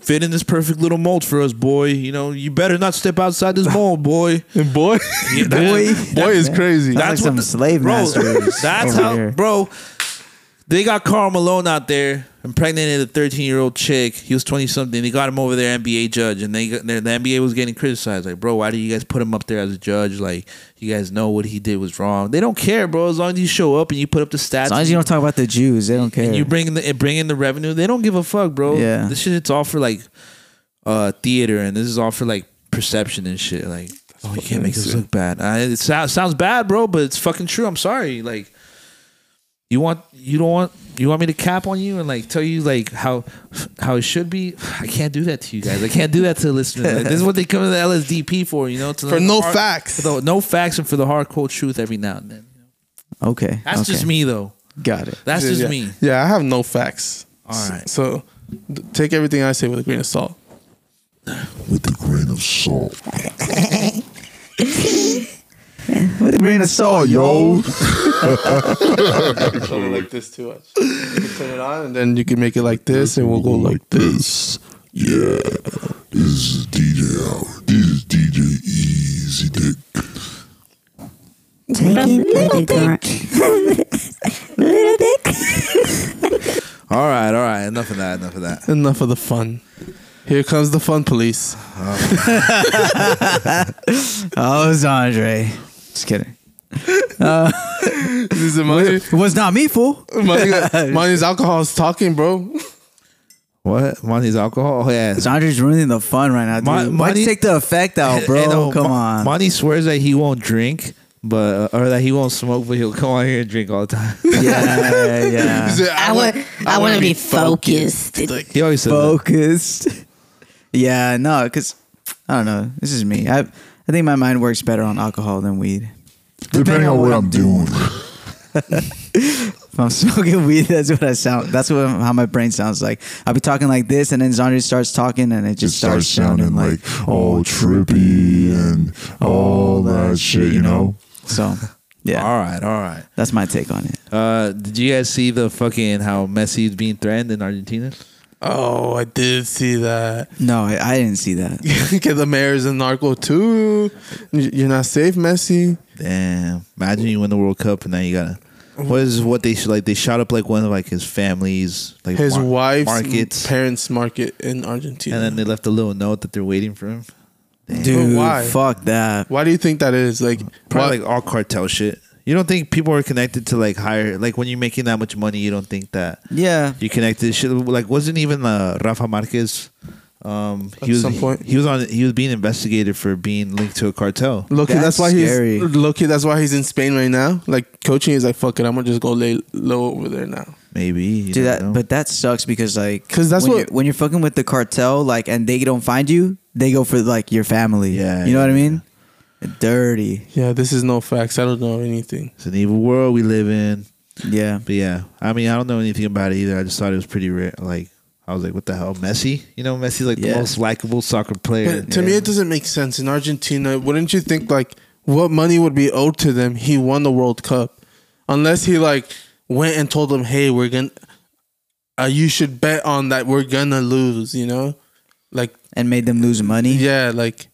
S2: fit in this perfect little mold for us, boy. You know, you better not step outside [LAUGHS] this mold, boy.
S3: And boy, [LAUGHS]
S2: Yeah, that-
S1: Boy.
S3: boy is crazy.
S1: That- Sounds like some slave
S2: [LAUGHS]
S1: masters
S2: That's
S1: over
S2: how,
S1: here.
S2: bro. They got Carl Malone out there impregnated a 13 year old chick. He was 20 something. They got him over there, NBA judge, and they got- the NBA was getting criticized. Like, bro, why do you guys put him up there as a judge? Like, you guys know what he did was wrong. They don't care, bro. As long as you show up and you put up the stats,
S1: As long as you don't talk about the Jews, they don't care.
S2: and you bring in the and bring in the revenue, they don't give a fuck, bro.
S1: Yeah.
S2: this shit it's all for like uh theater, and this is all for like perception and shit. Like, oh, you can't make us look bad. I, it sounds sounds bad, bro, but it's fucking true. I'm sorry. Like, you want you don't want you want me to cap on you and like tell you like how how it should be. [SIGHS] I can't do that to you guys. I can't do that to the listeners. Like, this is what they come to the LSDP for, you know, to
S3: For
S2: the
S3: no
S2: hard-
S3: facts.
S2: for the- no facts, and for the hardcore truth every now and then.
S1: okay.
S2: That's
S1: okay.
S2: just me, though.
S1: Got it.
S2: That's
S3: Yeah,
S2: just
S3: yeah.
S2: me.
S3: Yeah, I have no facts.
S2: All right.
S3: so d- take everything I say with a grain of salt.
S5: with a grain of salt.
S1: With a grain of salt, yo.
S3: Turn it like this too much. turn it on, and then you can make it like this, and we'll go like this.
S5: This, yeah, this is DJ Hour. This is DJ Easy Dick.
S6: little dick. little dick.
S2: All right, all right. Enough of that. Enough of that.
S3: Enough of the fun. Here comes the fun police.
S1: Oh, it was Andre. Just kidding.
S3: This is [LAUGHS] Imani.
S1: It was not me, fool.
S3: Imani got- [LAUGHS] Imani's alcohol is talking, bro.
S2: What? Monty's alcohol? Oh, yeah.
S1: Because Andre's ruining the fun right now, dude.
S2: Mon-
S1: Why'd
S2: Monty-
S1: you take the effect out, Oh, bro?
S2: [LAUGHS] And, uh,
S1: Come
S2: Mon-
S1: on.
S2: Monty swears that he won't drink, but uh, or that he won't smoke, but he'll come out here and drink all the time. [LAUGHS]
S1: yeah, yeah.
S6: I want. I want to be focused.
S2: he always says that.
S1: focused. yeah, no, because I don't know. This is me. I I think my mind works better on alcohol than weed.
S5: Depending on what I'm doing.
S1: If I'm [LAUGHS] smoking weed, that's what I sound. That's what how my brain sounds like. I'll be talking like this, and then Zandri starts talking, and it
S5: It
S1: just
S5: starts sounding like all trippy and all that shit, you know? [LAUGHS]
S1: so. Yeah,
S2: All right, all right.
S1: that's my take on it.
S2: Uh, did you guys see the fucking how Messi is being threatened in Argentina?
S3: Oh, I did see [LAUGHS] that.
S1: No, I, I didn't see that.
S3: Get the mayor's in narco too. Y- You're not safe, Messi.
S2: Damn! Imagine you win the World Cup and now you gotta. What is what they sh- like? They shot up like one of like his family's like
S3: His
S2: mar-
S3: wife's
S2: markets,
S3: parents' market in Argentina.
S2: and then they left a little note that they're waiting for him.
S1: Dude,
S3: why?
S1: fuck that.
S3: Why do you think that is? Like,
S2: Probably
S3: why-
S2: like all cartel shit. You don't think people are connected to like higher like when you're making that much money, you don't think that
S1: Yeah,
S2: you connected shit like wasn't even uh, Rafa Marquez Um,
S3: At
S2: he was
S3: some point.
S2: he was on he was being investigated for being linked to a cartel.
S3: Loki, that's,
S1: That's
S3: why
S1: scary.
S3: he's Loki. That's why he's in Spain right now. Like coaching, he's like, "Fuck it, I'm gonna just go lay low over there now."
S2: Maybe you
S1: Dude,
S2: don't
S1: that
S2: know.
S1: but that sucks because like
S3: 'Cause that's
S1: when
S3: what-
S1: you're, when you're fucking with the cartel, like, and they don't find you, they go for like your family.
S2: Yeah,
S1: you know what I
S2: yeah,
S1: mean. Dirty.
S3: Yeah, this is no facts. I don't know anything.
S2: it's an evil world we live in.
S1: Yeah.
S2: But yeah, I mean, I don't know anything about it either. I just thought it was pretty rare. Like, I was like, what the hell, Messi? You know, Messi's like
S1: Yeah.
S2: the most likable soccer player.
S3: But to me, it doesn't make sense. In Argentina, wouldn't you think like what money would be owed to them? He won the World Cup, unless he like went and told them, "Hey, we're gonna, uh, you should bet on that we're gonna lose." You know, like
S1: And made them lose money.
S3: yeah, like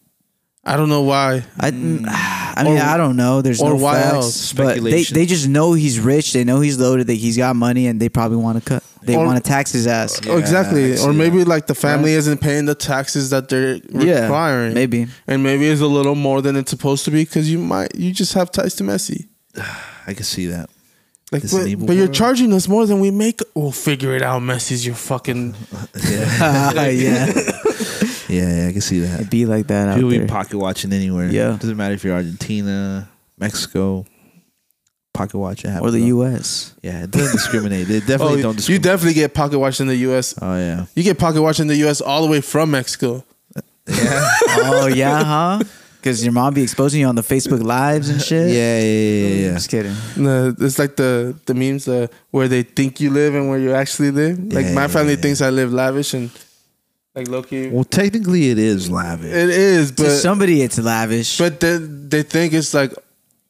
S3: I don't know why.
S1: I, mm, [SIGHS] I mean,
S3: Or-
S1: I don't know. There's
S3: or
S1: no
S3: why
S1: facts,
S3: else?
S1: but they,
S2: Speculation.
S1: they just know he's rich. They know he's loaded. That he's got money, and they probably want to cut. They
S3: Or-
S1: want to tax his ass.
S3: Oh, exactly,
S2: actually,
S3: or maybe like the family isn't paying the taxes that they're
S1: Yeah,
S3: requiring. [LAUGHS]
S1: maybe.
S3: and maybe it's a little more than it's supposed to be because you might you just have ties to Messi.
S2: I can see that. [LAUGHS]
S3: Like,
S2: It's an
S3: but,
S2: evil
S3: but you're
S2: world.
S3: charging us more than we make. We'll figure it out. Messi's your fucking.
S1: [LAUGHS] yeah,
S2: Yeah, yeah, I can see that.
S1: It'd be like that out
S2: People be
S1: there.
S2: pocket watching anywhere.
S1: Yeah.
S2: doesn't matter if you're Argentina, Mexico, pocket watch. it
S1: or
S2: happens.
S1: the U.S.
S2: Yeah, it doesn't discriminate. They definitely
S3: oh,
S2: don't
S3: you
S2: discriminate.
S3: definitely get pocket watched in the U.S.
S2: oh yeah,
S3: You get pocket watched in the U.S. all the way from Mexico.
S1: oh yeah, huh? [LAUGHS] Because your mom be exposing you on the Facebook lives and
S2: yeah,
S1: shit.
S2: yeah, yeah, yeah, yeah.
S1: Just kidding.
S3: No, uh, it's like the the memes uh, where they think you live and where you actually live. Like
S2: Yeah,
S3: my
S2: yeah,
S3: family
S2: yeah.
S3: thinks I live lavish and like Loki. It
S2: Well, technically, it is lavish.
S3: is,
S1: to
S3: but
S1: somebody, it's lavish.
S3: But they they think it's like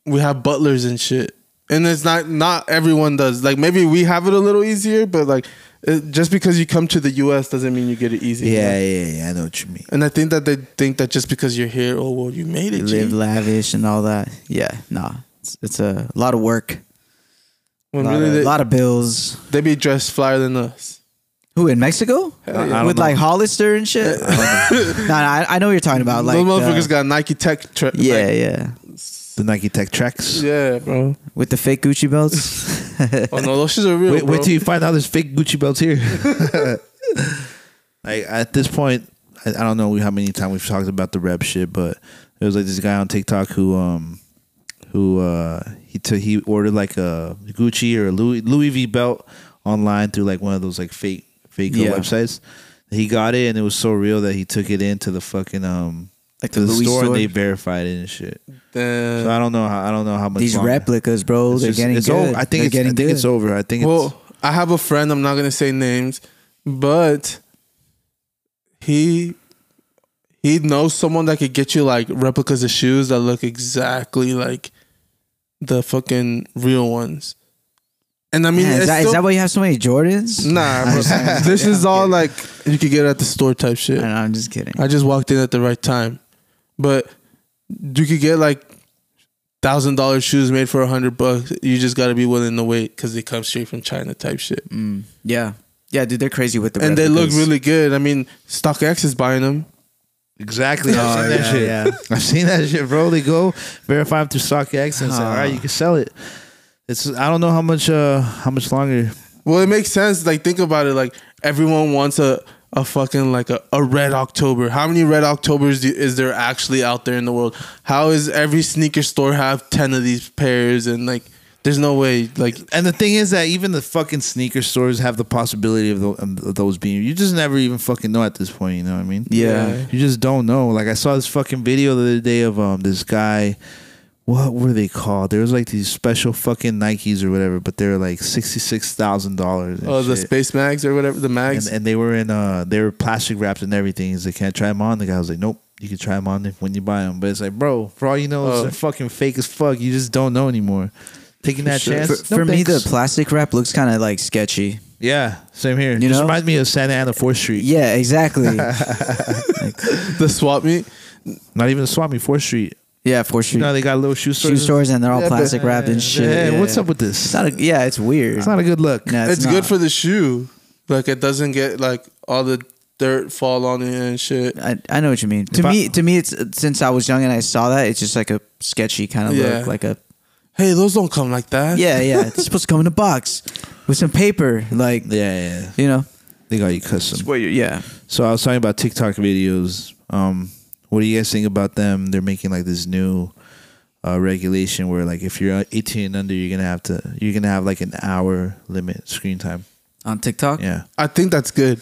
S3: we have butlers and shit, and it's not not everyone does. Like maybe we have it a little easier, but like it, just because you come to the U.S. doesn't mean you get it easy.
S2: yeah, yeah, yeah. I know what you mean.
S3: And I think that they think that just because you're here, oh well, you made
S1: you
S3: it.
S1: live
S3: G.
S1: lavish and all that. Yeah, nah, it's, it's a lot of work. A
S3: when
S1: lot,
S3: really
S1: of,
S3: they,
S1: lot of bills.
S3: they be dressed flyer than us.
S1: Who in Mexico?
S2: I don't
S1: With
S2: know.
S1: like Hollister and shit. no, no, [LAUGHS] I, I know what you're talking about. Like
S3: Those motherfuckers
S1: the-
S3: got Nike Tech. Tra-
S1: Yeah,
S3: like-
S1: yeah.
S2: The Nike Tech tracks.
S3: yeah, bro.
S1: With the fake Gucci belts.
S3: Oh no, those shits are real.
S2: Wait,
S3: bro.
S2: wait till you find out there's fake Gucci
S1: [LAUGHS]
S2: belts here. [LAUGHS] like at this point, I, I don't know how many times we've talked about the rep shit, but there was like this guy on TikTok who um who uh he took he ordered like a Gucci or a Louis Louis V belt online through like one of those like fake fake
S1: Yeah.
S2: websites. He got it and it was so real that he took it into the fucking um
S1: Like
S2: to
S1: the
S2: the
S1: Louis
S2: store, and
S1: store?
S2: they verified it and shit.
S3: Damn.
S2: So I don't know how I don't know how much
S1: These
S2: longer.
S1: replicas, bro.
S2: It's
S1: they're
S2: just-
S1: getting
S2: it's
S1: good.
S2: over. I think
S1: they're
S2: it's I
S1: getting
S2: think
S1: good.
S2: it's over. I think it's
S3: Well, I have a friend. I'm not gonna say names, but he he knows someone that could get you like replicas of shoes that look exactly like the fucking real ones. And I mean,
S1: Man,
S3: it's
S1: is, that, is
S3: still-
S1: that why you have so many Jordans? [LAUGHS]
S3: nah, bro. this is all like you could get at the store type shit.
S1: I know, I'm just kidding.
S3: I just walked in at the right time, but you could get like thousand dollar shoes made for a hundred bucks. You just got to be willing to wait because they come straight from China type shit.
S1: Mm, yeah. Yeah, dude, they're crazy with the
S3: and they look
S1: replicas.
S3: really good. I mean, StockX is buying them.
S2: Exactly. I've
S1: Oh,
S2: seen that
S1: yeah,
S2: shit.
S1: yeah.
S2: [LAUGHS] I've seen that shit, bro. They go verify them through StockX and say, all right, you can sell it. It's I don't know how much uh how much longer.
S3: Well, it makes sense. Like, think about it. Like, everyone wants a a fucking like a, a red October. How many red Octobers do, is there actually out there in the world? How is every sneaker store have ten of these pairs? And like, there's no way. Like,
S2: And the thing is that even the fucking sneaker stores have the possibility of, tho- of those being. You just never even fucking know at this point. You know what I mean?
S1: Yeah.
S2: You just don't know. Like I saw this fucking video the other day of um this guy. What were they called? There was like these special fucking Nikes or whatever, but they were like sixty six thousand dollars.
S3: oh, the Space Mags or whatever the
S2: and,
S3: Mags.
S2: and they were in uh they were plastic wrapped and everything. He's like, "Can I try them on?" The guy was like, "Nope, you can try them on if- when you buy them." But it's like, bro, for all you know,
S3: Oh.
S2: it's they're fucking fake as fuck. You just don't know anymore. Taking that
S3: sure.
S2: chance
S1: For, for
S2: No
S1: me, the
S2: thanks.
S1: plastic wrap looks kind of like sketchy.
S2: yeah, same here.
S1: You
S2: just
S1: know?
S2: reminds me of Santa Ana Fourth Street.
S1: Yeah, exactly.
S3: [LAUGHS] the swap meet.
S2: Not even Swami Fourth Street.
S1: yeah, for
S2: You
S1: sure.
S2: know they got little shoe
S1: shoe
S2: stores.
S1: stores and they're all
S2: Yeah, but-
S1: plastic wrapped and shit.
S2: Hey,
S1: Yeah,
S2: what's
S1: yeah.
S2: up with this?
S1: It's not a, yeah, it's weird.
S2: It's not a good look.
S1: No,
S3: It's, good
S1: not.
S3: for the shoe. Like, it doesn't get like all the dirt fall on it and shit.
S1: I, I know what you mean. To
S2: I-
S1: me, to me, it's since I was young and I saw that, it's just like a sketchy kind of
S3: Yeah.
S1: look, like a
S3: Hey, those don't come like that.
S1: yeah, yeah. It's supposed to come in a box with some paper, like
S2: Yeah, yeah.
S1: you know.
S2: They got you custom.
S1: Where you, yeah.
S2: So I was talking about TikTok videos. Um, what do you guys think about them? They're making like this new uh, regulation where like if you're 18 and under, you're gonna have to you're gonna have like an hour limit screen time.
S1: On TikTok?
S2: Yeah,
S3: I think that's good.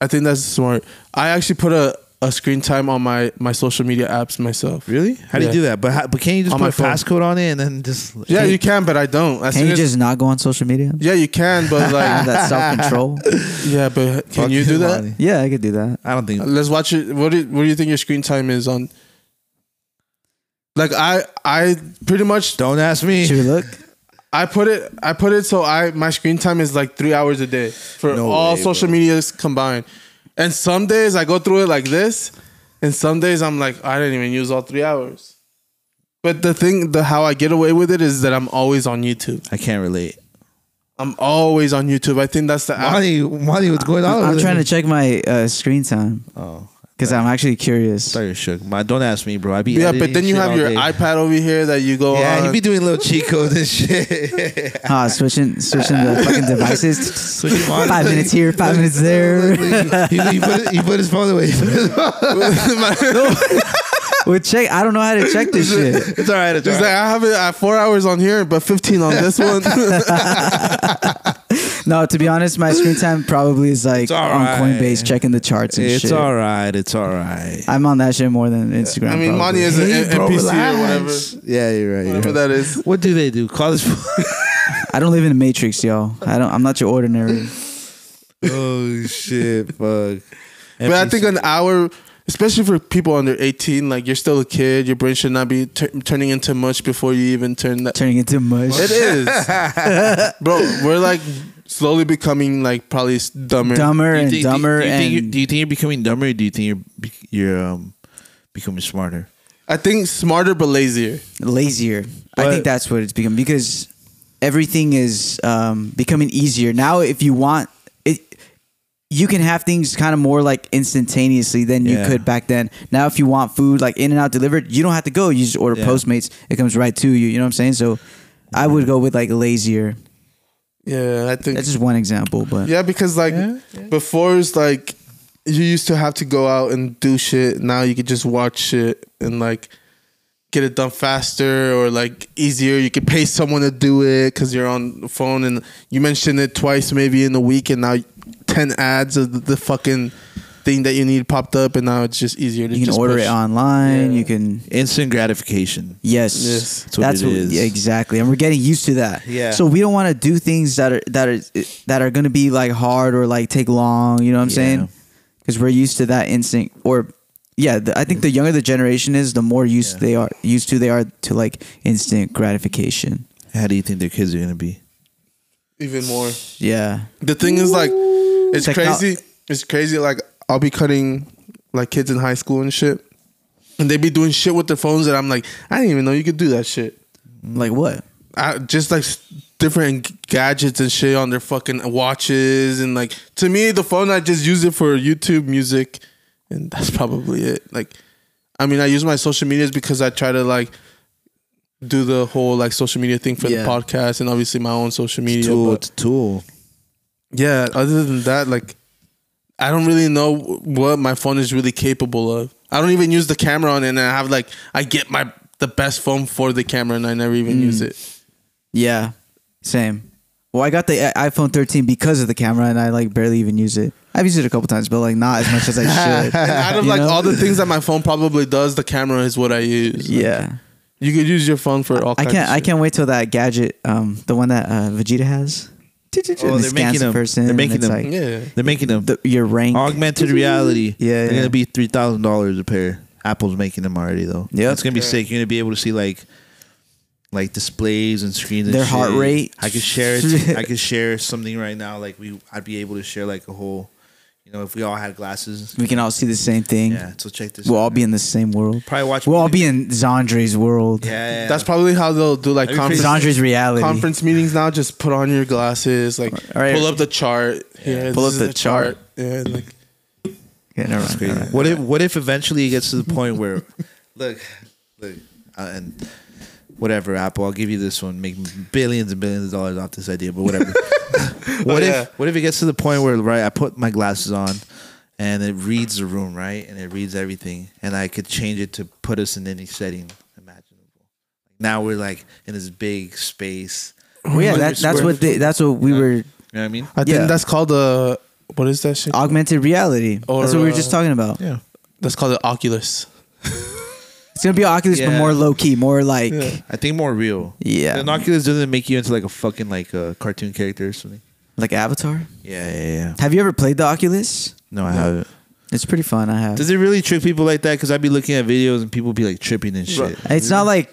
S3: I think that's smart. I actually put a, a screen time on my, my social media apps myself.
S2: really? How do
S3: Yeah.
S2: you do that? But how, but can't you just
S3: On
S2: put
S3: my
S2: a
S3: phone.
S2: passcode on it and then just
S3: Yeah, you can, but I don't.
S1: Can
S3: As soon
S1: you
S3: as-
S1: just not go on social media?
S3: yeah, you can,
S1: [LAUGHS]
S3: but
S1: Have
S3: like
S1: that self control?
S3: yeah, but can you do that?
S1: yeah, I could do that.
S2: I don't think
S3: Let's watch it. What do you, what do you think your screen time is on? Like I I pretty much
S2: Don't ask me.
S1: Should we look?
S3: I put it I put it so I my screen time is like three hours a day for
S2: No
S3: all
S2: way,
S3: social medias combined. And some days I go through it like this, and some days I'm like I didn't even use all three hours. But the thing, the how I get away with it is that I'm always on YouTube.
S2: I can't relate.
S3: I'm always on YouTube. I think that's the app.
S2: Monty, Monty, what's going on?
S1: I'm
S2: over
S1: trying
S2: there?
S1: to check my uh, screen time
S2: Oh,
S1: because I'm actually curious.
S2: sorry, shook. My, don't ask me, bro. I be
S3: Yeah,
S2: editing
S3: but then you
S2: shit
S3: have
S2: all
S3: your
S2: day.
S3: iPad over here that you go
S2: Yeah,
S3: on.
S2: he be
S3: [LAUGHS]
S2: doing little cheat [LAUGHS] codes and shit.
S1: Ah, switching, switching the fucking devices.
S2: [LAUGHS] Switch him on.
S1: Five minutes here, five minutes there.
S2: he, he put, he put his phone away.
S1: [LAUGHS]
S2: [LAUGHS]
S1: Well, check. I don't know how to check this shit.
S2: it's all right. It's all
S3: It's like
S2: right.
S3: I have it at four hours on here, but fifteen on
S2: [LAUGHS]
S3: this one. [LAUGHS]
S1: No, to be honest, my screen time probably is like
S2: It's all
S1: on
S2: right.
S1: Coinbase checking the charts and
S2: It's
S1: shit.
S2: all right. It's all right.
S1: I'm on that shit more than Instagram.
S3: I mean,
S1: probably.
S3: Monty is an NPC or whatever,
S2: Yeah, you're right. You're
S3: whatever
S2: right.
S3: that is.
S2: What do they do? Call this. [LAUGHS]
S1: I don't live in a matrix, yo. I don't. I'm not your ordinary.
S2: oh shit! Fuck.
S3: But I think an hour, especially for people under 18, like you're still a kid, your brain should not be tur turning into much before you even turn [LAUGHS] that.
S1: Turning into mush.
S3: It is, bro. We're like slowly becoming like probably s- dumber.
S1: Dumber
S2: Do you
S1: and
S2: think-
S1: dumber
S2: do you think, you're,
S1: and
S2: do you think you're becoming dumber? Or do you think you're be- you're um, becoming smarter?
S3: I think smarter but lazier.
S1: lazier. I
S2: But-
S1: think that's what it's become because everything is um, becoming easier now. If you want it, you can have things kind of more like instantaneously than
S2: Yeah.
S1: you could back then. Now, if you want food like in and out delivered, you don't have to go. You just order
S2: Yeah.
S1: Postmates. It comes right to you. You know what I'm saying? So, I would go with like lazier.
S3: Yeah, I think.
S1: That's just one example, but
S3: Yeah, because like before it's like you used to have to go out and do shit. Now you could just watch shit and like get it done faster or like easier. You could pay someone to do it because you're on the phone and you mentioned it twice maybe in a week and now ten ads of the, the fucking thing that you need popped up and now it's just easier to
S1: you can
S3: just
S1: order
S3: push.
S1: it online.
S3: Yeah.
S1: You can
S2: Instant gratification.
S1: Yes,
S3: Yes.
S1: that's
S2: That's what
S1: what,
S2: it is.
S1: yeah, exactly, and we're getting used to that.
S2: Yeah.
S1: So we don't want to do things that are that are that are going to be like hard or like take long. You know what I'm
S2: Yeah.
S1: saying? Because we're used to that instinct. Or yeah, the, I think the younger the generation is, the more used
S2: Yeah.
S1: they are used to they are to like instant gratification.
S2: How do you think their kids are gonna be?
S3: even more.
S1: Yeah.
S3: The thing is like it's
S1: Techno-
S3: crazy. It's crazy. Like I'll be cutting like kids in high school and shit, and they be doing shit with their phones that I'm like, I didn't even know you could do that shit.
S1: Like what?
S3: I, just like s- different g- gadgets and shit on their fucking watches and like to me the phone I just use it for YouTube music, and that's probably it. Like, I mean I use my social medias because I try to like. Do the whole like social media thing for
S1: Yeah.
S3: the podcast and obviously my own social media.
S2: tool.
S3: but-
S2: It's a tool.
S3: yeah other than that like i don't really know what my phone is really capable of i don't even use the camera on it and i have like i get my the best phone for the camera and i never even use
S1: Mm. [LAUGHS]
S3: it
S1: Yeah. Same. Well, I got the i- iPhone 13 because of the camera, and I like barely even use it. I've used it a couple times, but like not as much as I should.
S3: and out of
S1: You
S3: like
S1: know?
S3: all the things that my phone probably does the camera is what i use
S1: yeah.
S3: you could use your phone for all
S1: I
S3: kinds
S1: can't.
S3: of
S1: I
S3: shit.
S1: can't wait till that gadget, um, the one that uh, Vegeta has.
S2: Oh,
S1: And it
S2: they're
S1: scans
S2: making
S1: the
S2: them.
S1: Person,
S2: They're
S1: and
S2: making
S1: it's
S2: them.
S1: Like,
S3: yeah
S2: They're making them
S1: the, your rank.
S2: augmented reality.
S1: Yeah,
S2: they're
S1: yeah.
S2: gonna be three thousand dollars a pair. Apple's making them already though.
S1: Yep.
S2: it's gonna be sick. You're gonna be able to see like, like displays and screens. and
S1: Their heart
S2: shit.
S1: rate.
S2: I could share.
S1: [LAUGHS]
S2: It, I could share something right now. Like we, I'd be able to share like a whole. You know, if we all had glasses.
S1: we can all see the same thing.
S2: Yeah. So check this.
S1: Mm-hmm. We'll
S2: out.
S1: all be in the same world.
S2: Probably watch
S1: We'll all
S2: movies.
S1: be in Zandre's world.
S2: Yeah, yeah, yeah.
S3: that's probably how they'll do like
S2: That'd be pretty
S3: conference
S1: Zandre's reality.
S3: conference meetings now just put on your glasses like
S1: right.
S3: pull up the chart yeah,
S1: Pull
S3: this
S1: up
S3: is
S1: the chart.
S3: yeah like
S1: Yeah, never mind, never mind.
S2: What if what if eventually it gets to the point where, look, look, uh, and whatever Apple. I'll give you this one. Make billions and billions of dollars off this idea, but [LAUGHS] whatever. what
S3: Oh, yeah.
S2: if what if it gets to the point where right, I put my glasses on, and it reads the room right, and it reads everything, and I could change it to put us in any setting imaginable. Now we're like in this big space.
S1: Well, yeah, that, that's what they, that's what we were
S2: You know what I mean?
S3: I think
S1: Yeah.
S3: that's called the what is that shit?
S1: augmented reality.
S3: Or,
S1: that's what we were
S3: uh,
S1: just talking about.
S2: Yeah.
S3: that's called the Oculus.
S1: It's gonna be Oculus,
S2: Yeah.
S1: but more low key, more like yeah,
S2: I think more real. An Oculus doesn't make you into like a fucking like a cartoon character or something.
S1: like Avatar.
S2: Yeah, yeah, yeah.
S1: Have you ever played the Oculus?
S2: No, I haven't.
S1: It's pretty fun. I have.
S2: Does it really trick people like that? Because I'd be looking at videos and people be like tripping and shit.
S1: It's not like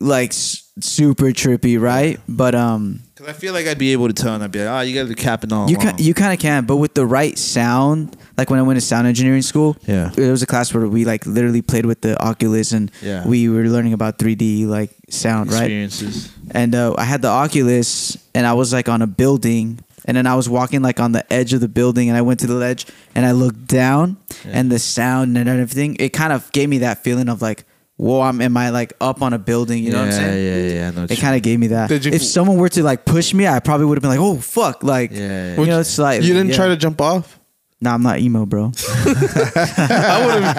S1: like s- super trippy, right? But um,
S2: Because I feel like I'd be able to tell, and I'd be like, "Oh, you guys are capping all
S1: you
S2: along."
S1: can you kind of can, but with the right sound. Like when I went to sound engineering school,
S2: Yeah.
S1: there was a class where we like literally played with the Oculus, and
S2: Yeah.
S1: we were learning about 3D like sound, right?
S2: experiences.
S1: and uh, I had the Oculus, and I was like on a building, and then I was walking like on the edge of the building, and I went to the ledge, and I looked down, and the sound and everything, it kind of gave me that feeling of like, whoa, I'm am I like up on a building? You know what I'm saying?
S2: Yeah, yeah, yeah. I know what
S1: It
S2: you
S1: kind of gave me that.
S3: Did you-
S1: if someone were to like push me, I probably would have been like, "Oh fuck!" Like,
S2: Yeah, yeah,
S1: you
S3: yeah.
S1: know, it's like
S3: You didn't
S1: yeah.
S3: try to jump off.
S1: Nah, I'm not emo,
S2: [LAUGHS]
S1: bro. [LAUGHS] I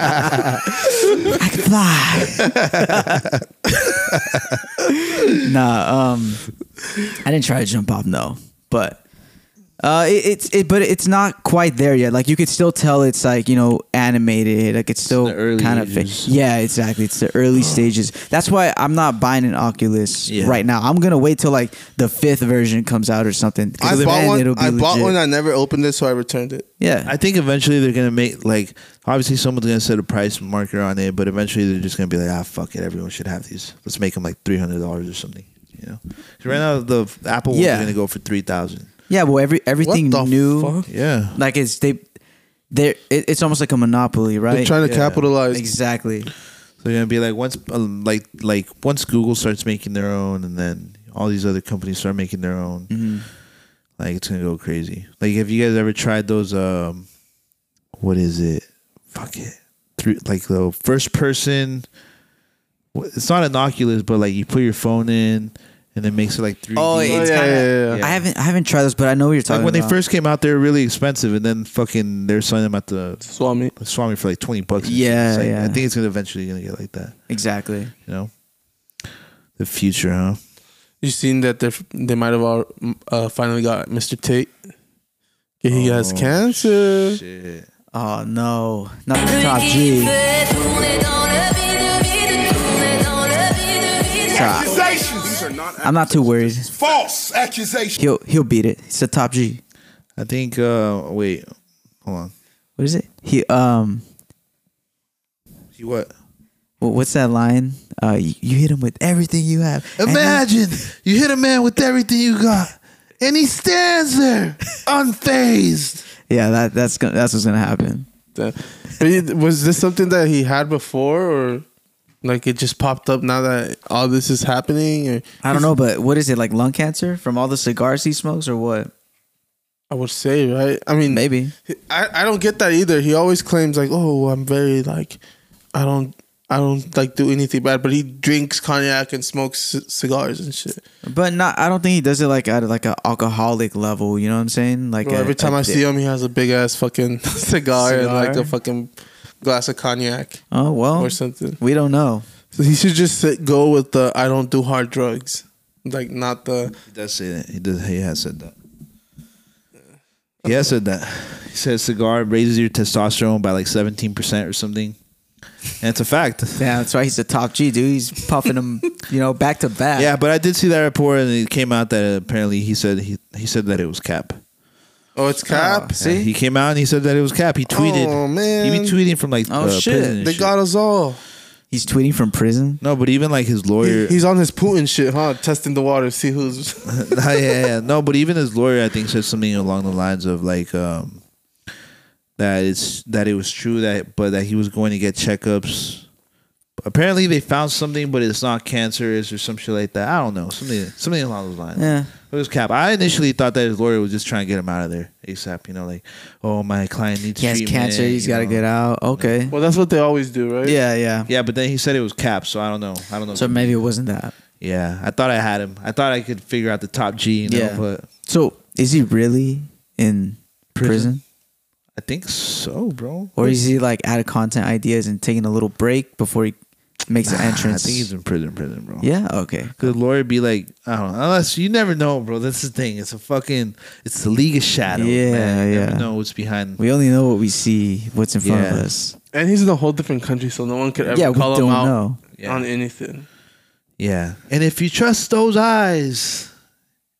S1: would have. I could
S2: [LAUGHS]
S1: fly. nah, um, I didn't try to jump off. No, but uh, it, it's it, but it's not quite there yet. Like you could still tell it's like you know animated. Like it's still
S2: the early
S1: kind of fake.
S2: ages. Oh.
S1: Yeah, exactly. It's the early stages. That's why I'm not buying an Oculus
S2: Yeah.
S1: right now. I'm gonna wait till like the fifth version comes out or something. 'Cause
S3: I bought
S1: then
S3: one.
S1: it'll be
S3: I bought
S1: legit.
S3: one. I never opened it, so I returned it.
S1: yeah,
S2: I think eventually they're gonna make like obviously someone's gonna set a price marker on it, but eventually they're just gonna be like, ah, fuck it, everyone should have these. Let's make them like three hundred dollars or something. You know, 'Cause right now the f- Apple ones
S1: Yeah.
S2: are gonna go for three thousand.
S1: yeah. Well, every everything
S3: the
S1: new.
S3: fuck?
S2: Yeah,
S1: like it's they they it, it's almost like a monopoly right
S3: They're trying to
S2: Yeah.
S3: capitalize.
S1: exactly
S2: so they're gonna be like once um, like like once Google starts making their own, and then all these other companies start making their own.
S3: Mm-hmm.
S2: Like it's gonna go crazy. Like have you guys ever tried those? Um, what is it? Fuck it. Three, like the first person. wh- It's not an Oculus, but like you put your phone in, and it makes it like three.
S1: oh
S2: like
S1: it's
S3: yeah,
S1: kind of
S3: yeah,
S2: yeah.
S1: i haven't i haven't tried this but i know what you're talking
S2: when they
S1: about.
S2: first came out, they were really expensive, and then fucking they're selling them at the
S3: Swami.
S2: Swami for like twenty bucks. and
S1: Yeah,
S2: shit. It's like-
S1: yeah.
S2: I think it's gonna eventually gonna get like that.
S1: exactly
S2: You know, the future, huh?
S3: You seen that they are they might have all uh, finally got Mr. Tate. Yeah, He has cancer.
S2: Shit.
S1: oh no not the top g So,
S5: Accusations!
S1: i'm not too worried
S5: False accusations!
S1: he'll he'll beat it it's the top g
S2: I think. uh Wait, hold on.
S1: what is it he um
S2: See what?
S1: wh- what's that line uh you, you hit him with everything you have and
S2: Imagine you hit a man with everything you got, and he stands
S1: [LAUGHS]
S2: there unfazed.
S1: he- yeah that that's gonna that's what's gonna happen
S3: But he- was this something that he had before, or like it just popped up now that all this is happening? Or
S1: i don't know but what is it like lung cancer from all the cigars he smokes or what
S3: I would say, right? I mean,
S1: maybe
S3: I, I don't get that either. He always claims like, "Oh, I'm very like, I don't." I don't like do anything bad, but he drinks cognac and smokes c- cigars and shit.
S1: But not, I don't think he does it like at like an alcoholic level. You know what I'm saying? Like
S3: Bro,
S1: a-
S3: every time
S1: a-
S3: I see him, he has a big ass fucking [LAUGHS] cigar, and like a
S1: Cigar?
S3: fucking glass of cognac
S1: Oh well,
S3: or something.
S1: we don't know.
S3: So he should just sit, go with the I don't do hard drugs, like not the
S2: He does say that. He does. He has said that. He has said that. He says cigar raises your testosterone by like seventeen percent or something, and it's a fact.
S1: Yeah, that's right. He's a top G dude. He's puffing
S2: [LAUGHS]
S1: him, you know, back to back.
S2: Yeah, but I did see that report, and it came out that apparently he said he he said that it was cap. Uh,
S3: oh it's cap.
S1: Oh, see?
S2: he came out and he said that it was cap. He tweeted.
S3: Oh, man.
S2: he be tweeting from like
S1: Oh,
S2: uh,
S1: shit.
S2: prison and
S3: They
S2: shit.
S3: got us all.
S1: He's tweeting from prison.
S2: no, but even like his lawyer.
S3: He- He's on his Putin shit, huh? Testing the water, see who's.
S2: [LAUGHS]
S3: [LAUGHS]
S2: yeah, yeah, yeah. No, but even his lawyer, I think, said something along the lines of like um, that it's that it was true that, but that he was going to get checkups, Apparently they found something, but it's not cancerous or some shit like that. I don't know. Something something along those lines.
S1: Yeah.
S2: It was cap. I initially thought that his lawyer was just trying to get him out of there ASAP. You know, like, oh my client needs
S1: He has
S2: treatment,
S1: cancer. He's
S2: you
S1: got to
S2: know.
S1: get out. Okay.
S3: Well, that's what they always do, right?
S1: Yeah, yeah.
S2: Yeah, but then he said it was cap, so I don't know. I don't know.
S1: So maybe it wasn't that.
S2: yeah, I thought I had him. I thought I could figure out the top G. You know,
S1: Yeah.
S2: but
S1: So is he really in prison,
S2: I think so, bro.
S1: or is he like out of content ideas and taking a little break before he makes an
S2: [SIGHS] Ah, I
S1: entrance?
S2: think he's in prison, prison, bro.
S1: yeah. Okay.
S2: Could lawyer be like, I don't know. Unless you never know, bro. That's the thing. It's a fucking, it's the League of Shadows.
S1: Yeah,
S2: man. You
S1: yeah.
S2: Never know what's behind.
S1: We only know what we see, what's in front of
S2: Yeah.
S1: us.
S3: And he's in a whole different country, so no one could ever
S1: Yeah, we
S3: call him
S1: don't
S3: out
S1: know.
S2: Yeah.
S3: on anything.
S2: Yeah. And if you trust those eyes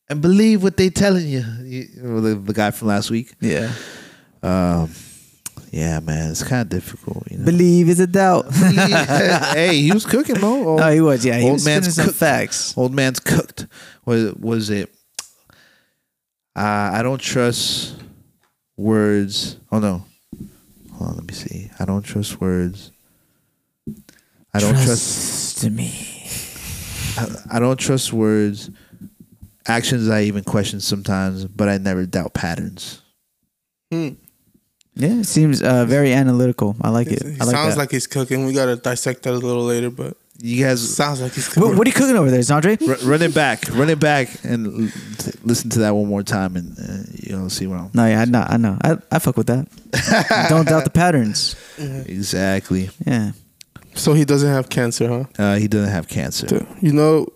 S2: and believe what they telling you, you well, the, the guy from last week.
S1: Yeah.
S2: Um, yeah, man, it's kind of difficult. You know?
S1: Believe is a doubt.
S2: [LAUGHS] hey, he was cooking, bro. [LAUGHS] Old,
S1: oh, he was. Yeah, he
S2: old
S1: was
S2: man's
S1: spinning some
S2: cooked.
S1: facts.
S2: old man's cooked. Was was it? Uh, I don't trust words. Oh no, hold on. Let me see. I don't trust words. I don't trust.
S1: to me.
S2: I don't trust words. Actions I even question sometimes, but I never doubt patterns.
S1: Yeah, it seems uh, very analytical. I like it.
S3: He
S1: I like
S3: sounds
S1: that.
S3: like he's cooking. We gotta dissect that a little later, but
S2: You
S3: [LAUGHS]
S2: guys
S3: sounds like he's cooking.
S1: what, what are you cooking over there, Andre?
S2: r- run it back, run it back, and l- t- listen to that one more time, and uh, you'll see what I'm.
S1: No, yeah, I know. I know. I, I fuck with that. Don't doubt the patterns.
S2: Exactly.
S1: Yeah.
S3: so he doesn't have cancer, huh?
S2: Uh, he doesn't have cancer.
S3: You know,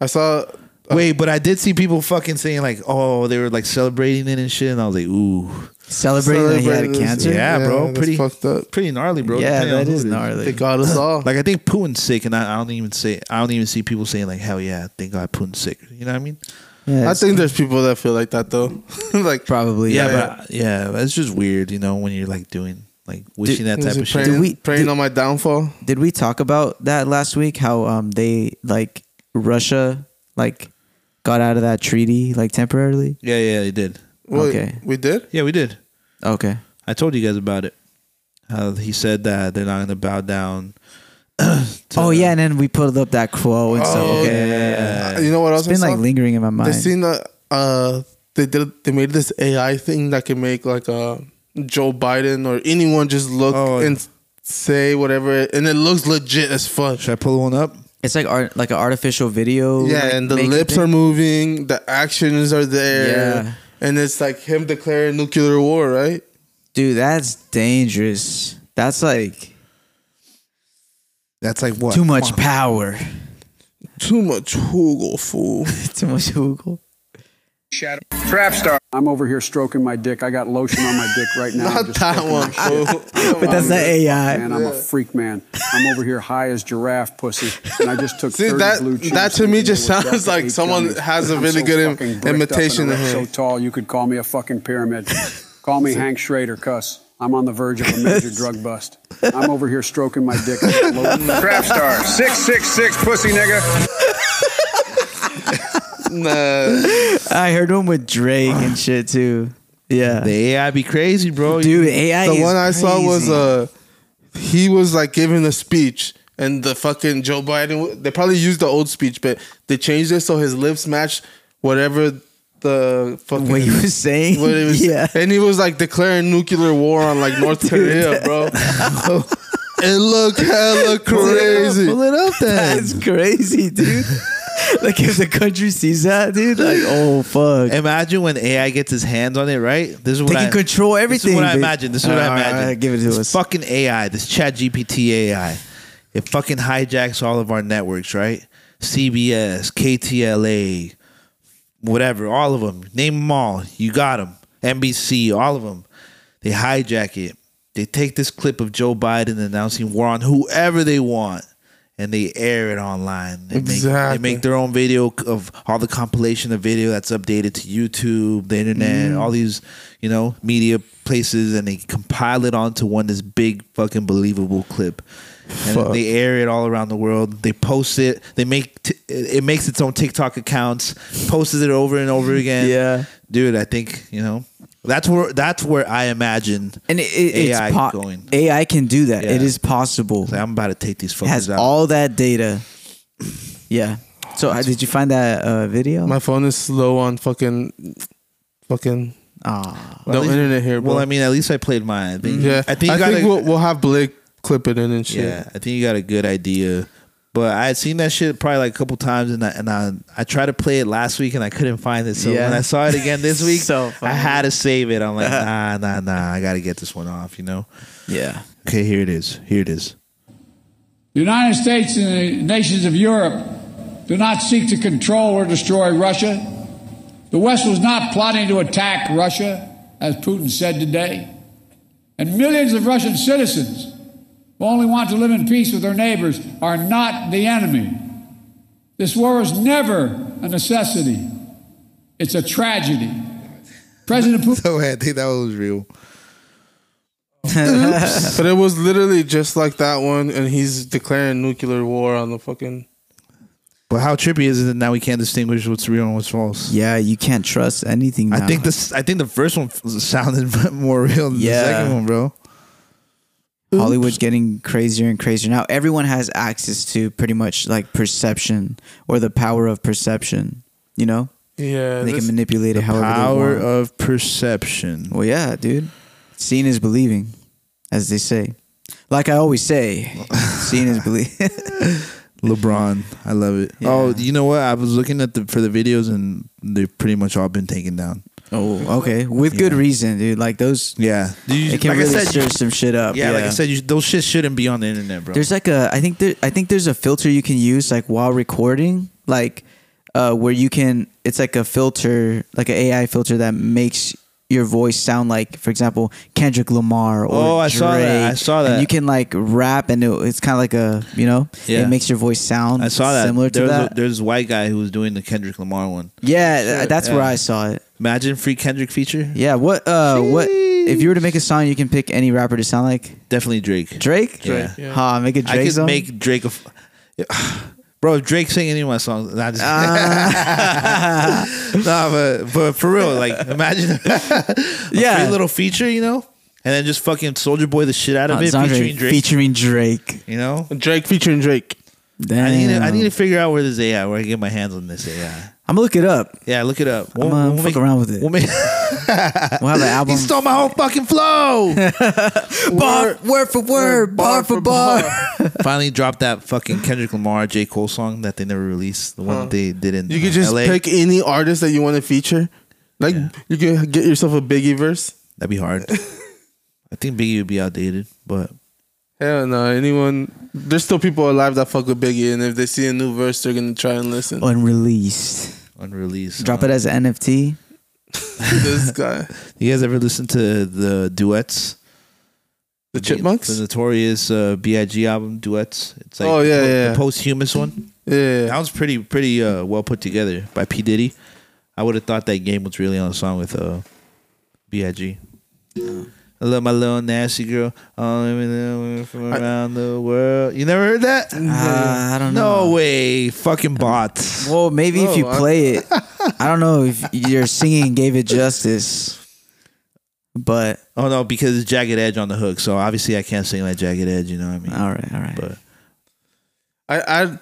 S3: I saw.
S2: Wait, but I did see people fucking saying like, oh, they were like celebrating it and shit, and I was like, ooh,
S1: Celebrating that he had
S3: Celebrate this-
S1: cancer.
S2: Yeah, bro,
S3: that's
S2: pretty-
S3: fucked up.
S2: pretty gnarly, bro.
S1: Yeah,
S2: depending on
S1: that
S2: who
S1: is
S2: it
S1: gnarly.
S3: They
S1: [LAUGHS]
S3: got us all.
S2: Like I think Putin's sick, and I, I don't even say I don't even see people saying like, hell yeah, thank God Putin's sick. You know what I mean?
S1: Yeah,
S3: I think there's people that feel like that though. [LAUGHS] like
S1: probably.
S2: Yeah, but yeah, but it's just weird, you know, when you're like doing like wishing that type
S3: praying,
S2: of shit.
S1: we-
S3: praying
S1: did-
S3: on my downfall.
S1: Did we talk about that last week? How um they like Russia like got out of that treaty like temporarily?
S2: Yeah, yeah, they did.
S3: Wait,
S1: Okay.
S3: we did.
S2: Yeah, we did.
S1: Okay.
S2: I told you guys about it. How he said that they're not going to bow down. [CLEARS THROAT] to-
S1: Oh yeah, and then we pulled up that quote and stuff.
S3: Oh,
S1: Okay.
S2: yeah.
S3: you know what else?
S1: It's been
S3: I
S1: like
S3: saw?
S1: lingering in my
S3: They
S1: mind.
S3: seen that uh, they did. They made this AI thing that can make like uh, Joe Biden or anyone just look
S2: Oh, yeah.
S3: and say whatever, and it looks legit as fuck.
S2: Should I pull one up?
S1: it's like art, like an artificial video.
S3: Yeah,
S1: like,
S3: and the
S1: making
S3: lips
S1: thing.
S3: are moving, the actions are there,
S1: Yeah.
S3: and it's like him declaring nuclear war, right?
S1: Dude, that's dangerous. That's like
S2: That's like what?
S1: too much power.
S3: Too much Hugo fool.
S1: too much Google.
S7: I'm over here stroking my dick. I got lotion
S3: [LAUGHS]
S7: on my dick right now. I'm
S3: Not
S7: just
S3: that
S7: stroking my
S3: one,
S7: shit.
S3: fool.
S1: But that's not
S7: Man,
S1: AI.
S7: I'm a freak man. I'm over here high as giraffe pussy, and I just took
S3: See,
S7: 30
S3: that-
S7: blue chews
S3: that to
S7: and
S3: me
S7: ate
S3: just
S7: them with
S3: sounds
S7: Dr.
S3: like
S7: Pepper
S3: someone
S7: gummies.
S3: has a
S7: I'm
S3: really
S7: so
S3: good im-
S7: fucking bricked up
S3: imitation
S7: and
S3: of
S7: erect,
S3: him.
S7: So tall, you could call me a fucking
S3: [LAUGHS]
S7: pyramid. Call me Hank Schrader, cuss. I'm on the verge of a major
S3: [LAUGHS]
S7: drug bust. I'm over here stroking my dick. I got lotion
S8: Trap star, 666 pussy nigga.
S3: Nah.
S1: I heard one with Drake and shit too. Yeah.
S2: The AI be crazy, bro.
S1: Dude, AI.
S3: The
S1: is
S3: one I saw was
S1: crazy.
S3: uh, he was like giving a speech, and the fucking Joe Biden. They probably used the old speech, but they changed it so his lips matched whatever the fucking
S1: what you were saying.
S3: what it
S2: [LAUGHS]
S3: was-
S1: yeah.
S3: And he was like declaring nuclear war on like North Korea, bro.
S2: [LAUGHS]
S3: [LAUGHS] it looked hella crazy.
S2: Pull it up
S1: [LAUGHS] [LAUGHS]
S2: then.
S1: That's crazy, [LAUGHS] dude. like if the country sees that, dude, like oh fuck,
S2: Imagine when AI gets his hands on it, right? This is what
S1: they
S2: I,
S1: can control
S2: This
S1: everything.
S2: is what I
S1: bitch.
S2: imagine. This is what I
S1: All right,
S2: imagine.
S1: all right, give it to
S2: this
S1: us.
S2: Fucking AI, this Chat GPT AI. It fucking hijacks all of our networks, right? CBS, KTLA, whatever, all of them. Name them all. You got them. NBC, all of them. They hijack it. They take this clip of Joe Biden announcing war on whoever they want. And they air it online. They Make,
S3: Exactly.
S2: they make their own video of all the compilation of video that's updated to YouTube,
S1: Mm-hmm.
S2: the internet, all these, you know, media places, and they compile it onto one this big fucking believable clip. And
S3: Fuck.
S2: they air it all around the world. They post it. They make t- it it makes its own TikTok accounts, posts it over and over again.
S1: Yeah.
S2: dude, I think you know That's where that's where I imagine.
S1: And it, it,
S2: AI
S1: it's po-
S2: going.
S1: AI can do that. It
S2: Yeah.
S1: is possible.
S2: Like, I'm about to take these
S1: It has
S2: fuckers out.
S1: all that data. Yeah. So uh, did you find that uh, video?
S3: My phone is slow on fucking, fucking
S1: Ah,
S2: Well,
S3: no
S2: at least-
S3: internet here. Bro.
S2: Well, I mean, at least I played mine. I think,
S3: yeah,
S2: I think you got a,
S3: we'll, we'll have Blake clip it in and shit.
S2: yeah, I think you got a good idea. But I had seen that shit probably like a couple times, and I, and I I tried to play it last week and I couldn't find it. So
S1: Yeah.
S2: when I saw it
S1: [LAUGHS]
S2: again this week,
S1: So
S2: I
S1: funny.
S2: had to save it.
S1: [LAUGHS]
S2: I'm like, nah, nah, nah. I got to get this one off. You know?
S1: yeah.
S2: Okay, here it is. Here it is.
S9: The United States and the nations of Europe do not seek to control or destroy Russia. The West was not plotting to attack Russia, as Putin said today. And millions of Russian citizens who only want to live in peace with their neighbors are not the enemy. This war was never a necessity, it's a tragedy.
S2: [LAUGHS]
S9: President Putin.
S2: So I think that was real.
S3: But it was literally just like that one, and he's declaring nuclear war on the fucking.
S2: But how trippy is it that now we can't distinguish what's real and what's false?
S1: Yeah, you can't trust anything.
S2: I
S1: now.
S2: think this. I think the first one [LAUGHS] f- sounded [LAUGHS] more real than
S1: Yeah.
S2: the second one, bro.
S1: Hollywood's getting crazier and crazier now. Everyone has access to pretty much like perception or the power of perception. You know,
S3: Yeah,
S1: they can
S3: this-
S1: manipulate it however
S2: Power
S1: they want.
S2: of perception.
S1: well, yeah, dude. Seeing is believing, as they say. Like I always
S2: [LAUGHS]
S1: say, seeing is believing. [LAUGHS]
S2: LeBron, I love it.
S1: Yeah.
S2: Oh, you know what? I was looking at the for the videos and they've pretty much all been taken down.
S1: oh, okay, with good reason, dude. Like those,
S2: Yeah, you,
S1: it can
S2: like
S1: really
S2: I said,
S1: stir some shit up.
S2: yeah, like I said, you, those shit shouldn't be on the internet, bro.
S1: There's like a I think there I think there's a filter you can use like while recording, like uh where you can it's like a filter, like an AI filter that makes your voice sound like, for example, Kendrick Lamar or
S2: Oh, I
S1: Drake.
S2: saw that. I saw that.
S1: And you can like rap, and it, it's kind of like a you know,
S2: Yeah.
S1: it makes your voice sound.
S2: I saw that.
S1: similar to
S2: there was
S1: that.
S2: A, there's this white guy who was doing the Kendrick Lamar one.
S1: yeah, th- that's where
S2: yeah.
S1: I saw it.
S2: Imagine free Kendrick feature.
S1: Yeah, what uh what if you were to make a song, you can pick any rapper to sound like
S2: Definitely Drake.
S1: Drake.
S2: Yeah.
S1: yeah. Huh, make a
S2: I
S1: Drake
S2: could
S1: song.
S2: make Drake a. F- [SIGHS] Bro, if Drake sang any of my songs, nah, just- Ah. [LAUGHS] nah, but but for real, like [LAUGHS] imagine,
S1: Yeah.
S2: yeah, little feature, you know, and then just fucking Soldier Boy the shit out of
S1: Uh,
S2: it,
S1: Zandre
S2: featuring Drake,
S1: featuring Drake.
S2: you know.
S3: Drake featuring Drake.
S1: Damn.
S2: I need to, I need to figure out where this AI, where I get my hands on this AI.
S1: I'm gonna look it up.
S2: Yeah, look it up.
S1: I'm gonna fuck around with it.
S2: We'll make,
S1: We'll have an
S2: [LAUGHS]
S1: album.
S2: he stole my whole fucking flow.
S1: [LAUGHS] bar, word for word, bar, for bar.
S2: Finally, dropped that fucking Kendrick Lamar, J Cole song that they never released. The one that they did in
S3: You could
S2: uh,
S3: just
S2: LA.
S3: pick any artist that you want to feature. Like you could get yourself a Biggie verse.
S2: That'd be hard.
S1: [LAUGHS]
S2: I think Biggie would be outdated, but
S3: Hell no, anyone. There's still people alive that fuck with Biggie, and if they see a new verse, they're gonna try and listen.
S2: Oh.
S1: Unreleased.
S2: unreleased.
S1: Drop it as an NFT.
S3: this
S2: [LAUGHS]
S3: guy,
S2: You guys ever listen to the duets?
S3: the Chipmunks.
S2: The notorious uh, B.I.G. album duets. It's like
S3: Oh, yeah,
S2: the,
S3: yeah, yeah.
S2: the posthumous one. That
S3: yeah,
S2: was pretty pretty uh, well put together by P Diddy. I would have thought that game was really on a song with uh, B.I.G. I love my little nasty girl. All the women from around the world. You never heard that?
S1: Uh, I don't know.
S2: No way. Fucking bots.
S1: Well, maybe if you
S3: Oh, I-
S1: play
S2: [LAUGHS]
S1: it, I don't know if your singing gave it justice, but
S2: Oh no, because it's Jagged Edge on the hook. So obviously I can't sing like Jagged Edge, you know what I mean?
S1: all right, all right.
S2: But
S3: I, I,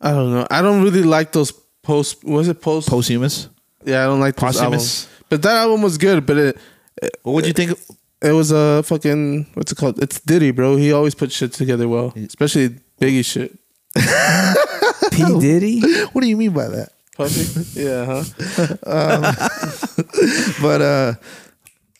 S3: I don't know. I don't really like those post. Was it post?
S2: posthumous.
S3: Yeah, I don't like those
S2: Posthumous.
S3: albums. But that album was good. But it,
S2: What would you think? of-
S3: it was a fucking what's it called? It's Diddy, bro. He always put shit together well, especially Biggie shit.
S2: [LAUGHS]
S1: P Diddy.
S2: What do you mean by that?
S3: Puffy? [LAUGHS] yeah, huh?
S2: But uh,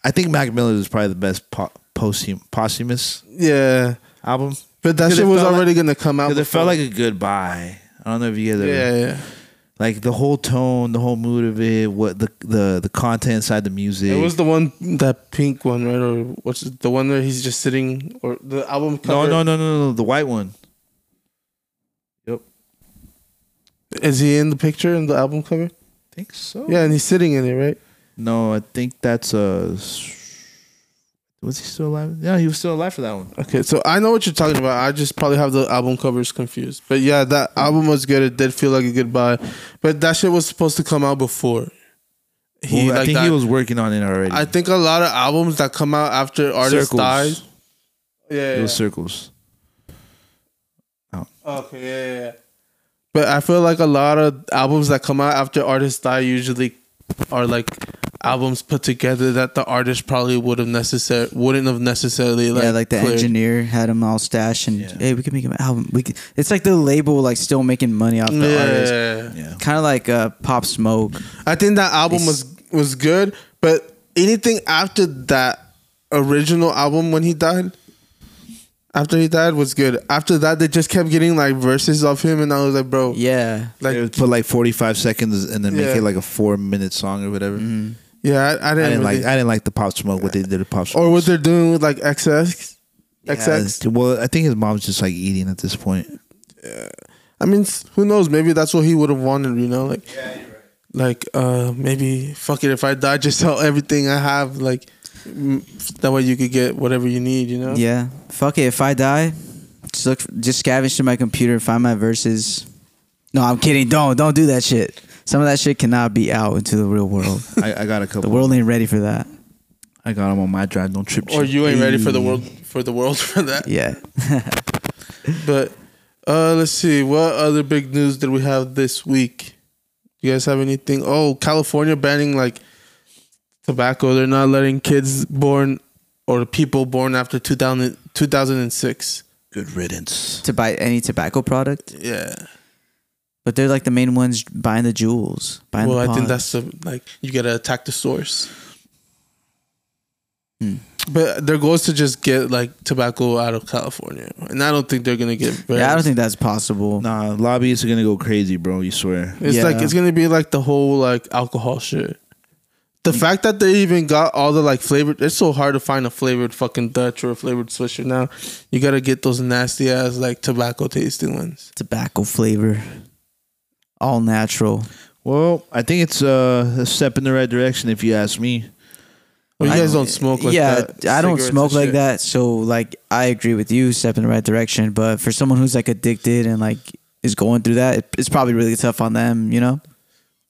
S2: I think Mac Miller is probably the best po- posthum- posthumous
S3: Yeah,
S2: album.
S3: but that
S2: 'Cause
S3: shit
S2: it
S3: was
S2: felt
S3: already
S2: like-
S3: gonna come out.
S2: Because it
S3: before-
S2: felt like a goodbye. I don't know if you guys ever
S3: yeah, yeah.
S2: like the whole tone, the whole mood of it, what the the the content inside the music.
S3: It was the one that pink one, right? Or what's it, the one where he's just sitting, or the album
S2: no,
S3: cover?
S2: no, no, no, no, the white one. Yep,
S3: Is he in the picture in the album cover?
S2: I think so.
S3: Yeah, and he's sitting in it, right?
S2: No, I think that's uh Was he still alive? Yeah, he was still alive for that one.
S3: Okay, so I know what you're talking about. I just probably have the album covers confused. But yeah, that album was good. It did feel like a goodbye, but that shit was supposed to come out before. He
S2: Well, I
S3: like
S2: think
S3: that.
S2: he was working on it already.
S3: I think a lot of albums that come out after artist
S2: Circles.
S3: dies. Yeah.
S2: it
S3: yeah.
S2: was circles.
S3: Okay, yeah, yeah, yeah. But I feel like a lot of albums that come out after artists die usually are like albums put together that the artist probably would have necessar- wouldn't have necessarily like
S1: yeah, like the
S3: cleared.
S1: engineer had him all stashed, and hey, we can make an album. We can, it's like the label, like still making money off the artist.
S3: Yeah.
S2: Yeah.
S1: Kind of like uh, Pop Smoke.
S3: I think that album was was good, but anything after that original album when he died after he died was good. After that they just kept getting like verses of him and I was like,
S2: Oh.
S3: bro,
S1: Yeah,
S3: like
S2: They would put like forty five seconds and then
S3: Yeah.
S2: make it like a four minute song or whatever.
S3: Mm-hmm. yeah, I, I didn't,
S2: I didn't
S3: really,
S2: like I didn't like the pop smoke what they did to pop smoke
S3: or what they're doing with like XX XX
S2: Well, I think his mom's just like eating at this point.
S3: I mean, s- who knows? Maybe that's what he would have wanted, you know? Like, like uh, maybe fuck it. If I die, [LAUGHS] just sell everything I have. Like, m- that way you could get whatever you need, you know?
S1: yeah. Fuck it. If I die, just look, just scavenge through my computer, find my verses. No, I'm kidding. Don't don't do that shit. Some of that shit cannot be out into the real world.
S2: I, I got a couple.
S1: the world ain't ready for that.
S2: I got him on my drive. Don't trip.
S3: Or
S2: shit.
S3: you ain't ready for the
S2: Ooh.
S3: world for the world [LAUGHS] for that.
S1: Yeah.
S3: But uh, let's see, what other big news did we have this week? You guys have anything? Oh, California banning like tobacco. They're not letting kids born or people born after 2000, 2006.
S2: Good riddance.
S1: to buy any tobacco product,
S3: Yeah.
S1: but they're like the main ones buying the jewels. Buying
S3: Well,
S1: the
S3: I think
S1: pods.
S3: that's the like you gotta attack the source.
S1: Hmm.
S3: But their goal is to just get like tobacco out of California, and I don't think they're gonna get. Very,
S1: yeah. I don't think that's possible.
S2: Nah, lobbyists are gonna go crazy, bro. You swear.
S3: it's like
S1: yeah.
S3: it's gonna be like the whole like alcohol shit. The
S1: Mm.
S3: fact that they even got all the like flavored, it's so hard to find a flavored fucking Dutch or a flavored Swisher now. You gotta get those nasty ass like tobacco tasting ones.
S1: Tobacco flavor, all natural.
S2: Well, I think it's uh, a step in the right direction, if you ask me.
S3: Well, you
S1: I
S3: guys don't smoke like
S1: yeah,
S3: that.
S1: I don't
S3: Cigarettes and
S1: smoke like
S3: shit.
S1: that. So like I agree with you, step in the right direction. But for someone who's like addicted and like is going through that, it, it's probably really tough on them. You know.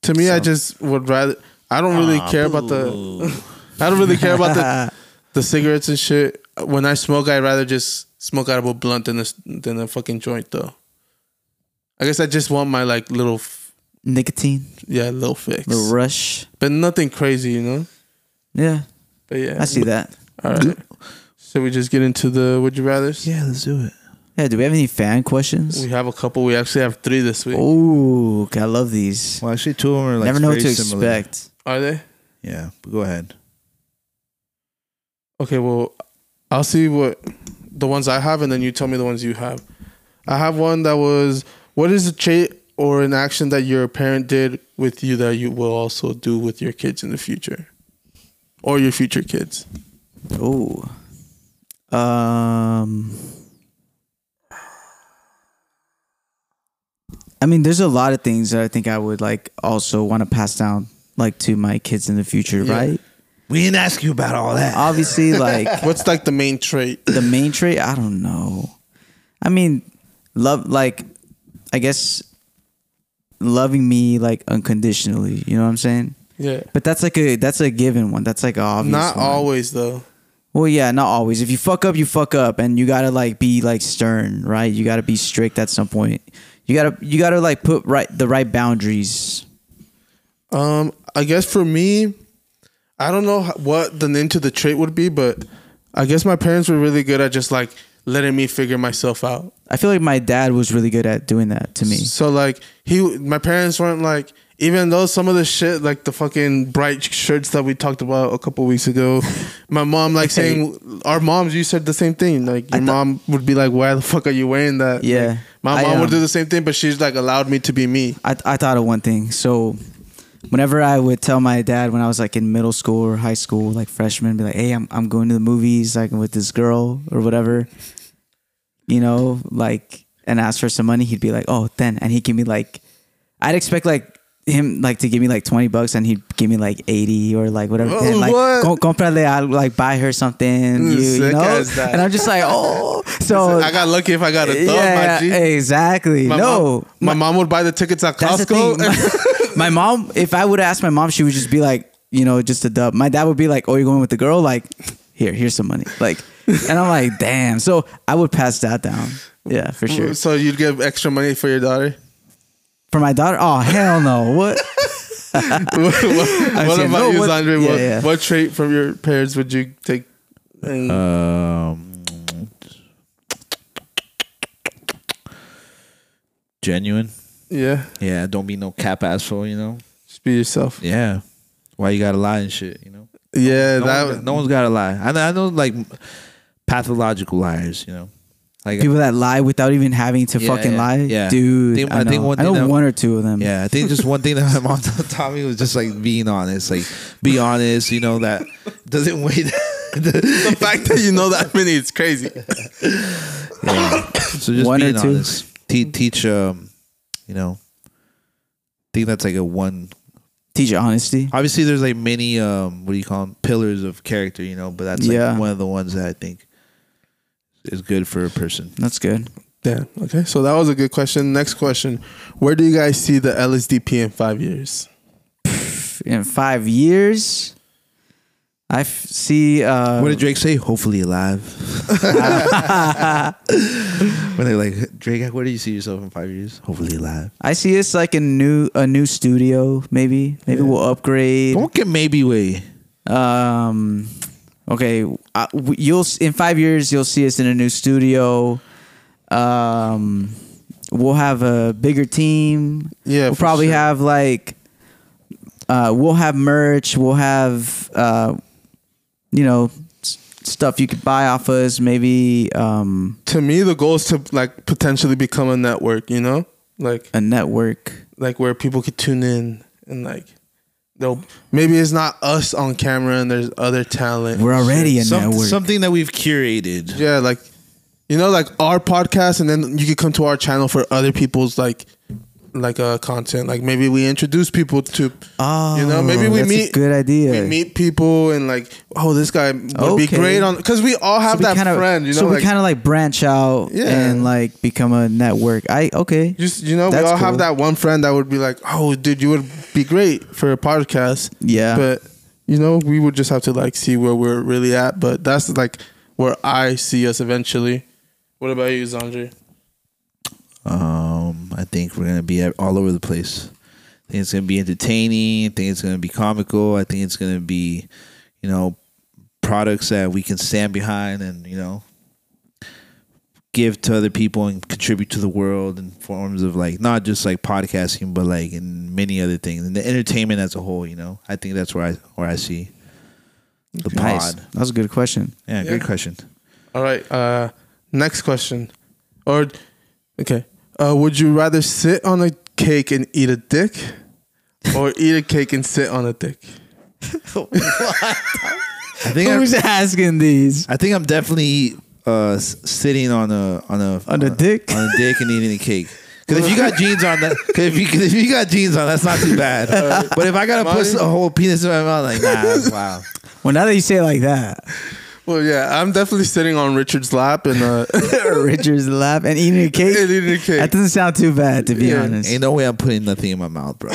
S3: To me, I just would rather. I don't really care about the. [LAUGHS] I don't really care
S1: [LAUGHS]
S3: about the the cigarettes and shit. When I smoke, I'd rather just smoke out of a blunt than a, s- than a fucking joint, though. I guess I just want my like little, f-
S1: Nicotine,
S3: yeah, little fix,
S1: the rush.
S3: but nothing crazy, you know.
S1: Yeah,
S3: But yeah,
S1: I see that.
S3: All right. So we just get into the would you rather's.
S2: Yeah, let's do it.
S1: Yeah. Do we have any fan questions?
S3: We have a couple. We actually have three this week.
S1: Oh, okay, I love these.
S2: Well, actually, two of them are like
S1: Never know what
S2: very
S1: to
S2: similar.
S1: expect.
S3: Are they?
S2: Yeah, but go ahead.
S3: Okay, well, I'll see what the ones I have, and then you tell me the ones you have. I have one that was what is a trait or an action that your parent did with you that you will also do with your kids in the future, or your future kids.
S1: Oh. Um I mean there's a lot of things that I think I would like also want to pass down like to my kids in the future, right?
S2: We didn't ask you about all that.
S1: Obviously like
S3: What's like the main trait?
S1: the main trait, I don't know. I mean, love like I guess loving me like unconditionally, you know what I'm saying?
S3: Yeah,
S1: But that's like a that's a given one. That's like a obvious.
S3: not
S1: one.
S3: always though.
S1: Well, yeah, not always. If you fuck up, you fuck up, and you gotta like be like stern, right? You gotta be strict at some point. You gotta you gotta like put right the right boundaries.
S3: Um, I guess for me, I don't know h- what the name to the trait would be, but I guess my parents were really good at just like letting me figure myself out.
S1: I feel like my dad was really good at doing that to me.
S3: So like he, my parents weren't like. Even though some of the shit, like the fucking bright shirts that we talked about a couple
S1: [LAUGHS]
S3: weeks ago, my mom like saying our moms, you said the same thing. Like your
S1: thought-
S3: mom would be like, "Why the fuck are you wearing that?"
S1: Yeah.
S3: Like, my
S1: I,
S3: mom would
S1: um,
S3: do the same thing, but she's like allowed me to be me.
S1: I I thought of one thing. So, whenever I would tell my dad when I was like in middle school or high school, like freshman, be like, "Hey, I'm I'm going to the movies like with this girl or whatever," you know, like and ask for some money, he'd be like, "Oh, then," and he'd give me like, I'd expect like him like to give me like 20 bucks and he'd give me like 80 or like whatever
S3: Oh,
S1: then like
S3: what?
S1: "Com- comprale I'll like buy her something
S3: Mm,
S1: you, you
S3: sick
S1: know
S3: as that.
S1: and i'm just like oh so
S3: I got lucky if I got a thumb.
S1: yeah,
S3: my G.
S1: exactly
S3: My
S1: no
S3: mom, my mom would buy the tickets at
S1: that's the
S2: [LAUGHS]
S3: Costco.
S1: [LAUGHS] thing. My, my mom, if I would have asked my mom, she would just be like, you know, just a dub. My dad would be like, "Oh, you're going with the girl? Like, here, here's some money." Like, and I'm like, "Damn!" So I would pass that down. Yeah, for [LAUGHS] sure.
S3: [LAUGHS] So you'd give extra money for your daughter? [LAUGHS]
S1: For my daughter, oh hell no!
S2: [LAUGHS]
S1: What?
S3: what what
S1: saying,
S3: about
S1: no,
S3: you,
S1: what-
S3: Zandre?
S1: yeah,
S3: what,
S1: yeah. Uh,
S3: what trait from your parents would you take? Uh,
S2: Um, genuine.
S3: Yeah,
S2: Yeah, don't be no cap asshole. You know.
S3: just be yourself.
S2: Yeah. Why you gotta lie and shit? You know.
S3: Yeah,
S2: No,
S3: that.
S2: one, no one's gotta lie. I know, I know, like pathological liars. You know, like
S1: People that lie without even having to
S2: Yeah,
S1: fucking
S2: yeah,
S1: lie,
S2: yeah.
S1: dude.
S2: Think-
S1: I,
S2: I
S1: know. I,
S2: think one
S1: know
S2: thing that-
S1: one or two of them.
S2: Yeah, I think just one thing that my mom [LAUGHS] taught me was just like being honest, like be honest. You know that [LAUGHS] doesn't weigh. [LAUGHS] That,
S3: [LAUGHS] the fact that you know that many, it's
S1: [LAUGHS]
S2: [LAUGHS]
S3: crazy.
S2: so just
S1: One or
S2: being
S1: two.
S2: honest. Te- teach, um, you know, I think that's like a one.
S1: teach you honesty.
S2: Obviously, there's like many, um, what do you call them, pillars of character. You know, but that's like
S1: Yeah.
S2: one of the ones that I think is good for a person.
S1: That's good.
S3: Damn. Okay, so that was a good question. Next question: Where do you guys see the LSDP in five years?
S1: In five years, I f- see. Uh,
S2: What did Drake say?
S1: [LAUGHS]
S2: Hopefully alive. when they're like, Drake, where do you see yourself in five years? Hopefully alive.
S1: I see it's like a new a new studio. Maybe maybe we'll upgrade.
S2: Don't get maybe way.
S1: Um, okay, I, w- you'll s- in five years you'll see us in a new studio. Um, we'll have a bigger team.
S3: Yeah,
S1: we'll
S3: for
S1: probably
S3: sure.
S1: have like, uh, we'll have merch. We'll have uh, you know, s- stuff you could buy off us. Maybe um
S3: To me, the goal is to like potentially become a network. You know, like
S1: a network.
S3: like where people could tune in and like they'll maybe it's not us on camera and there's other talent.
S1: We're already a
S2: Some,
S1: network.
S2: something that we've curated.
S3: yeah, like you know, like our podcast, and then you could come to our channel for other people's like like uh content. Like maybe we introduce people to
S1: Oh,
S3: you know, maybe we
S1: that's a
S3: meet
S1: good idea.
S3: We meet people and like, oh, this guy would
S1: Okay.
S3: be great on because we all have
S1: we
S3: that
S1: kinda-
S3: friend. You know,
S1: so we
S3: like,
S1: kind of like branch out
S3: Yeah.
S1: and like become a network. I okay.
S3: just you know, we all
S1: That's
S3: have
S1: cool.
S3: that one friend that would be like, oh, dude, you would be great for a podcast.
S1: Yeah.
S3: but you know, we would just have to like see where we're really at. But that's like where I see us eventually. What about you, Zandre?
S2: Um, I think we're gonna be at- all over the place. I think it's gonna be entertaining. I think it's gonna be comical. I think it's gonna be, you know, products that we can stand behind and you know, give to other people and contribute to the world in forms of like not just like podcasting, but like in many other things and the entertainment as a whole. You know, I think that's where I where I see the
S1: Nice.
S2: pod.
S1: That was a good question.
S2: Yeah, great question.
S3: All right. Uh, next question, or okay, uh, would you rather sit on a cake and eat a dick, [LAUGHS] or eat a cake and sit on a dick?
S2: I think
S1: Who's
S2: I,
S1: asking these?
S2: I think I'm definitely uh, s- sitting on a on a
S1: On a dick?
S2: on a dick and eating a cake. Because if you got jeans on, that 'cause if you 'cause if you got jeans on, that's not too bad. But if I gotta put a whole penis in my mouth, like nah, wow.
S1: Well, now that you say it like
S3: [LAUGHS]
S1: that,
S3: Well, yeah, I'm definitely sitting on Richard's lap and [LAUGHS] uh,
S1: [LAUGHS] Richard's lap and eating a cake.
S3: [LAUGHS] And eating a cake.
S1: That doesn't sound too bad, to be
S3: Yeah.
S1: honest.
S2: Ain't no way I'm putting nothing in my mouth, bro.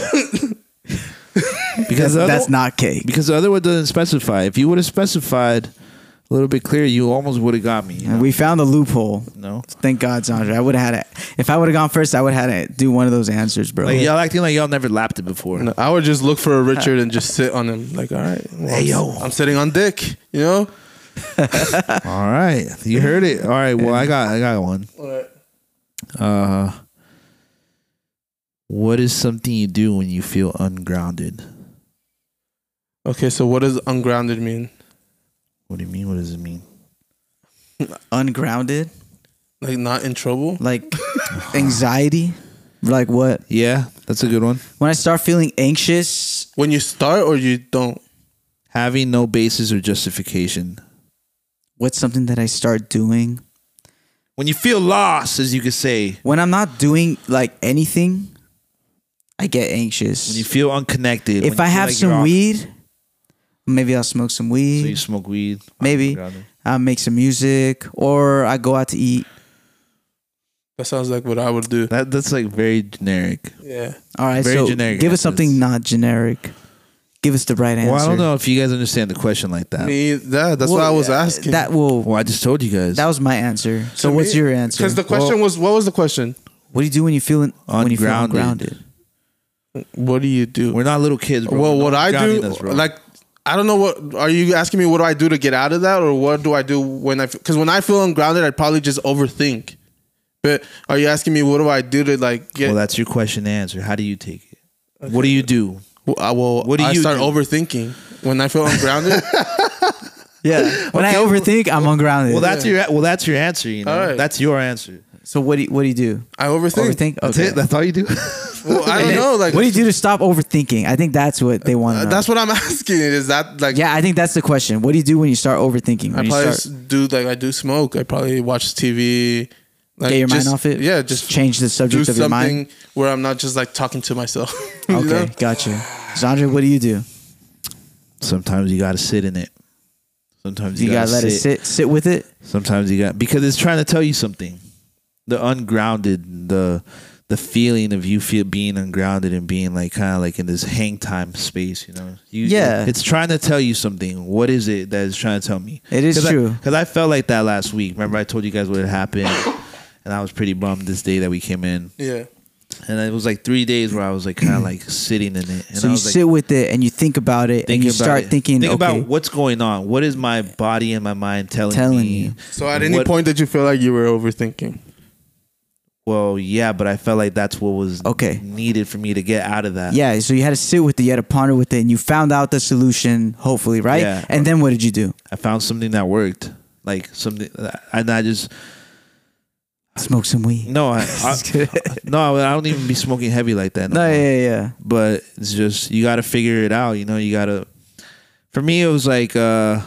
S2: because the other-
S1: That's not cake.
S2: because the other one doesn't specify. If you would have specified a little bit clearer, you almost would have got me. You know?
S1: We found the loophole.
S2: No.
S1: Thank God, Sandra. I would have had it. If I would have gone first, I would have had to do one of those answers, bro.
S2: Like, y'all acting like y'all never lapped it before.
S3: No, I would just look for a Richard and just sit on him. Like, all right, well,
S2: Hey,
S3: I'm-
S2: yo.
S3: I'm sitting on dick. You know.
S2: All right, you heard it. All right, well, I got I got one. Uh, what is something you do when you feel ungrounded?
S3: Okay, so what does ungrounded mean?
S2: What do you mean? What does it mean?
S1: Ungrounded,
S3: Like not in trouble? [LAUGHS]
S1: like anxiety, like what?
S2: Yeah, that's a good one.
S1: When I start feeling anxious,
S3: When you start or you don't?
S2: Having no basis or justification.
S1: what's something that I start doing
S2: When you feel lost, as you could say,
S1: when I'm not doing like anything? I get anxious.
S2: when you feel unconnected.
S1: if
S2: when
S1: I
S2: you feel
S1: have
S2: like you're
S1: some
S2: off-
S1: weed, maybe I'll smoke some weed.
S2: so you smoke weed.
S1: maybe
S2: Ungrounded.
S1: I make some music, or I go out to eat.
S3: That sounds like what I would do.
S2: That that's like very generic.
S3: Yeah.
S1: All right,
S2: Very
S1: so
S2: generic
S1: give
S2: answers.
S1: us something not generic. Give us the right answer.
S2: Well, I don't know if you guys understand the question like that.
S3: Me, that, that's what
S1: Well,
S3: I was
S1: uh,
S3: asking.
S1: That will.
S2: Well, I just told you guys.
S1: That was my answer. So what's your answer?
S3: Because the question was, what was the question?
S1: what do you do when you feel un- when you feel
S2: Ungrounded. [LAUGHS]
S1: ungrounded?
S3: What do you do?
S2: We're not little kids, bro.
S3: well,
S2: No
S3: what I do,
S2: grounding us, bro.
S3: like, I don't know what are you asking me? What do I do to get out of that, or what do I do when I? Because when I feel ungrounded, I probably just overthink. But are you asking me what do I do to like get?
S2: well, that's your question to answer. How do you take it? What do you do?
S3: uh, Well, I will.
S2: What do
S3: I
S2: you
S3: start
S2: do?
S3: overthinking when I feel ungrounded?
S1: Yeah. When I overthink, I'm ungrounded.
S2: Well, that's your well, that's your answer. You know,
S3: All right.
S2: that's your answer.
S1: so what do you, what do you do?
S3: I overthink.
S1: Overthink.
S2: That's
S1: Okay.
S2: it. That's all you do.
S3: Well, I [LAUGHS]
S1: [LAUGHS]
S3: don't know. Like Uh,
S1: what do you do to stop overthinking? I think that's what they want. to know.
S3: that's what I'm [LAUGHS] asking. Is that like?
S1: yeah, I think that's the question. What do you do when you start overthinking? When
S3: I
S1: you
S3: probably
S1: start
S3: s do like I do smoke. I probably watch TV. Like,
S1: get your
S3: just-
S1: mind off it.
S3: Yeah, just
S1: change the
S3: do
S1: subject of your mind.
S3: something where I'm not just like talking to myself. [LAUGHS] you
S1: Okay,
S3: know?
S1: gotcha. Zandra, what do you do?
S2: [LAUGHS] Sometimes you gotta sit in it. Sometimes
S1: Do
S2: you,
S1: you gotta let it sit, sit with it.
S2: Sometimes you got because it's trying to tell you something. The ungrounded, the the feeling of you feel being ungrounded and being like kind of like in this hang time space, you know. You,
S1: Yeah.
S2: it's trying to tell you something. What is it that is trying to tell me?
S1: It is true.
S2: Because I, felt like that last week. Remember, I told you guys what had happened, and I was pretty bummed this day that we came in,
S3: Yeah.
S2: and it was like three days where I was like kind
S1: [CLEARS THROAT]
S2: of like sitting in it. And
S1: So
S2: I
S1: you
S2: was like,
S1: sit with it and you think about it and
S2: thinking
S1: you
S2: about
S1: start
S2: it.
S1: thinking.
S2: Think
S1: okay,
S2: about what's going on. What is my body and my mind telling
S1: Telling
S2: me?
S1: you.
S3: So at any
S2: What-
S3: point did you feel like you were overthinking?
S2: Well, yeah, but I felt like that's what was
S1: Okay.
S2: needed for me to get out of that.
S1: Yeah, so you had to sit with it, you had to ponder with it, and you found out the solution, hopefully, right?
S2: Yeah.
S1: And then what did you do?
S2: I found something that worked, like something, uh, and I just
S1: Smoke some [LAUGHS] weed.
S2: no, I, I [LAUGHS] no, I don't even be smoking heavy like that.
S1: No,
S2: more.
S1: yeah, yeah.
S2: but it's just you got to figure it out. You know, you got to. For me, it was like uh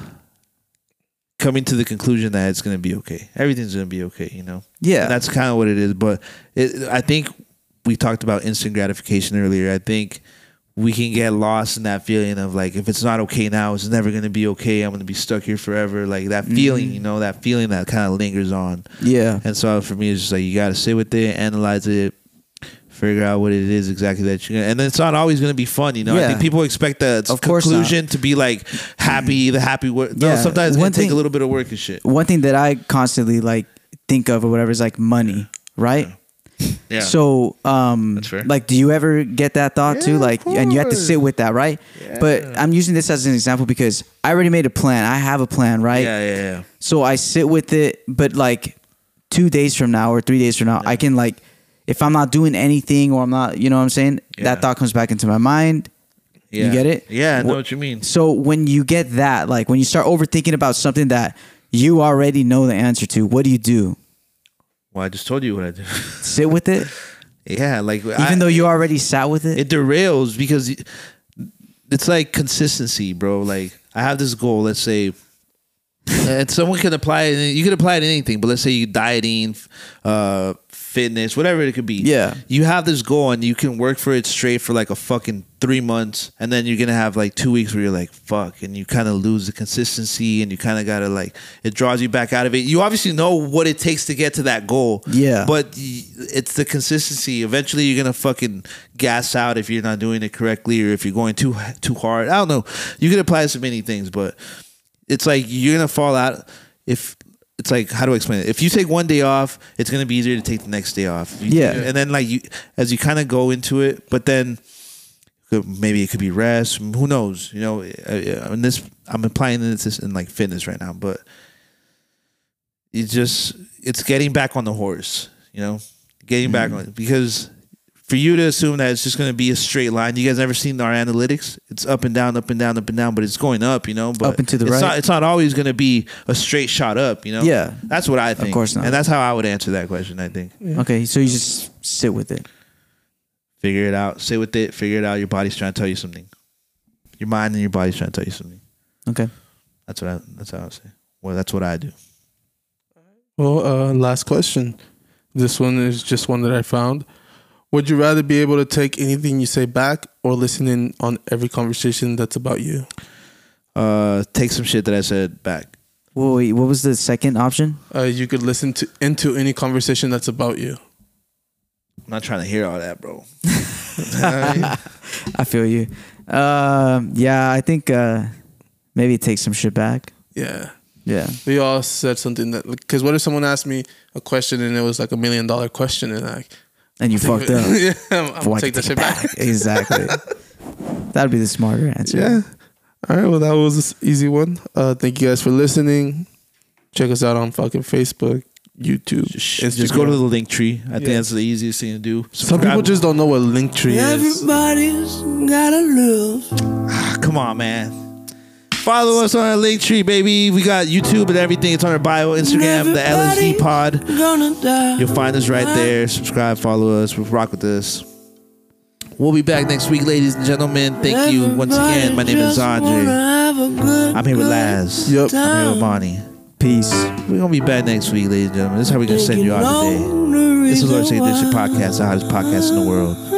S2: coming to the conclusion that it's gonna be okay. Everything's gonna be okay. You know.
S1: Yeah.
S2: And that's kind of what it is. But it, I think we talked about instant gratification earlier. I think we can get lost in that feeling of like if it's not okay now, it's never gonna be okay. I'm gonna be stuck here forever. Like that
S1: Mm-hmm.
S2: feeling, you know, that feeling that kind of lingers on.
S1: Yeah.
S2: And so for me, it's just like you got to sit with it, analyze it, figure out what it is exactly that you're. Gonna, and it's not always going to be fun, you know. I
S1: Yeah.
S2: think people expect the
S1: Of course
S2: conclusion to be like happy, the happy work. No,
S1: Yeah.
S2: sometimes it
S1: One
S2: can take
S1: thing-
S2: a little bit of work and shit.
S1: One thing that I constantly like think of or whatever is like money, right?
S2: Yeah.
S1: So, um,
S2: That's fair.
S1: like, do you ever get that thought too? Like, and you have to sit with that, right? But I'm using this as an example because I already made a plan. I have a plan, right?
S2: yeah, yeah, yeah.
S1: So I sit with it, but like two days from now or three days from now, I can like, if I'm not doing anything or I'm not, you know what I'm saying?
S2: Yeah.
S1: That thought comes back into my mind.
S2: Yeah.
S1: You get it?
S2: Yeah, I know
S1: Wh-
S2: what you mean.
S1: So when you get that, like when you start overthinking about something that you already know the answer to, what do you do?
S2: Well, I just told you what I do. [LAUGHS]
S1: Sit with it,
S2: yeah, like even
S1: even though you already sat with it.
S2: it derails because y- it's like consistency, bro. Like I have this goal, let's say, and someone can apply it. You can apply it to anything, but let's say you dieting, uh, fitness, whatever it could be.
S1: Yeah.
S2: you have this goal and you can work for it straight for like a fucking three months, and then you're gonna have like two weeks where you're like fuck, and you kind of lose the consistency, and you kind of gotta like it draws you back out of it. You obviously know what it takes to get to that goal.
S1: Yeah.
S2: but but y- it's the consistency. Eventually, you're gonna fucking gas out if you're not doing it correctly or if you're going too too hard. I don't know. You can apply so many things, but it's like you're gonna fall out if. It's like how do I explain it? If you take one day off, it's gonna be easier to take the next day off. You-
S1: Yeah.
S2: and then like you, as you kind of go into it, but then maybe it could be rest. Who knows? You know, uh, in this, I'm applying this in like fitness right now, but it's just it's getting back on the horse. You know, getting back
S1: Mm-hmm.
S2: on because for you to assume that it's just going to be a straight line. You guys never seen our analytics? It's up and down, up and down, up and down, but it's going up. You know, but
S1: Up and to the
S2: it's
S1: right.
S2: Not, it's not always going to be a straight shot up. You know.
S1: Yeah.
S2: that's what I think.
S1: course not.
S2: And that's how I would answer that question. I think
S1: Okay, so you just sit with it.
S2: figure it out. Sit with it. Figure it out. Your body's trying to tell you something. Your mind and your body's trying to tell you something.
S1: Okay.
S2: That's what I. That's how I say. Well, that's what I do.
S3: Well, uh, last question. This one is just one that I found. Would you rather be able to take anything you say back or listen in on every conversation that's about you?
S2: Uh, take some shit that I said back.
S1: Whoa, wait, what was the second option?
S3: Uh, you could listen to into any conversation that's about you.
S2: I'm not trying to hear all that, bro.
S1: I feel you. Um, yeah, I think uh, maybe take some shit back.
S3: Yeah.
S1: Yeah.
S3: We all said something that because what if someone asked me a question and it was like a million dollar question and [LAUGHS] like
S1: And you fucked
S3: [LAUGHS]
S1: up.
S3: yeah, I'm, I'm
S1: Well,
S3: gonna
S1: I
S3: take
S1: can
S3: that shit back.
S1: [LAUGHS] exactly. That'd be the smarter answer.
S3: [LAUGHS] Yeah. All right. Well, that was an easy one. Uh, thank you guys for listening. Check us out on fucking Facebook, YouTube,
S2: Just, go to the link tree. I think
S3: Yeah.
S2: that's the easiest thing to do.
S3: Some people just don't know what Linktree is.
S2: Ah, come on, man. Follow us on our link tree, baby. We got YouTube and everything. It's on our bio, Instagram, the LSD pod. You'll find us right there. Subscribe, follow us, rock with us. We'll be back next week, ladies and gentlemen. Thank you once again. My name is Andre. I'm here with Laz.
S3: Yep.
S2: I'm here with Bonnie.
S1: Peace.
S2: We're gonna be back next week, ladies and gentlemen. This is how we're gonna send you out today. This is Lord Say Edition Podcast, the hottest podcast in the world.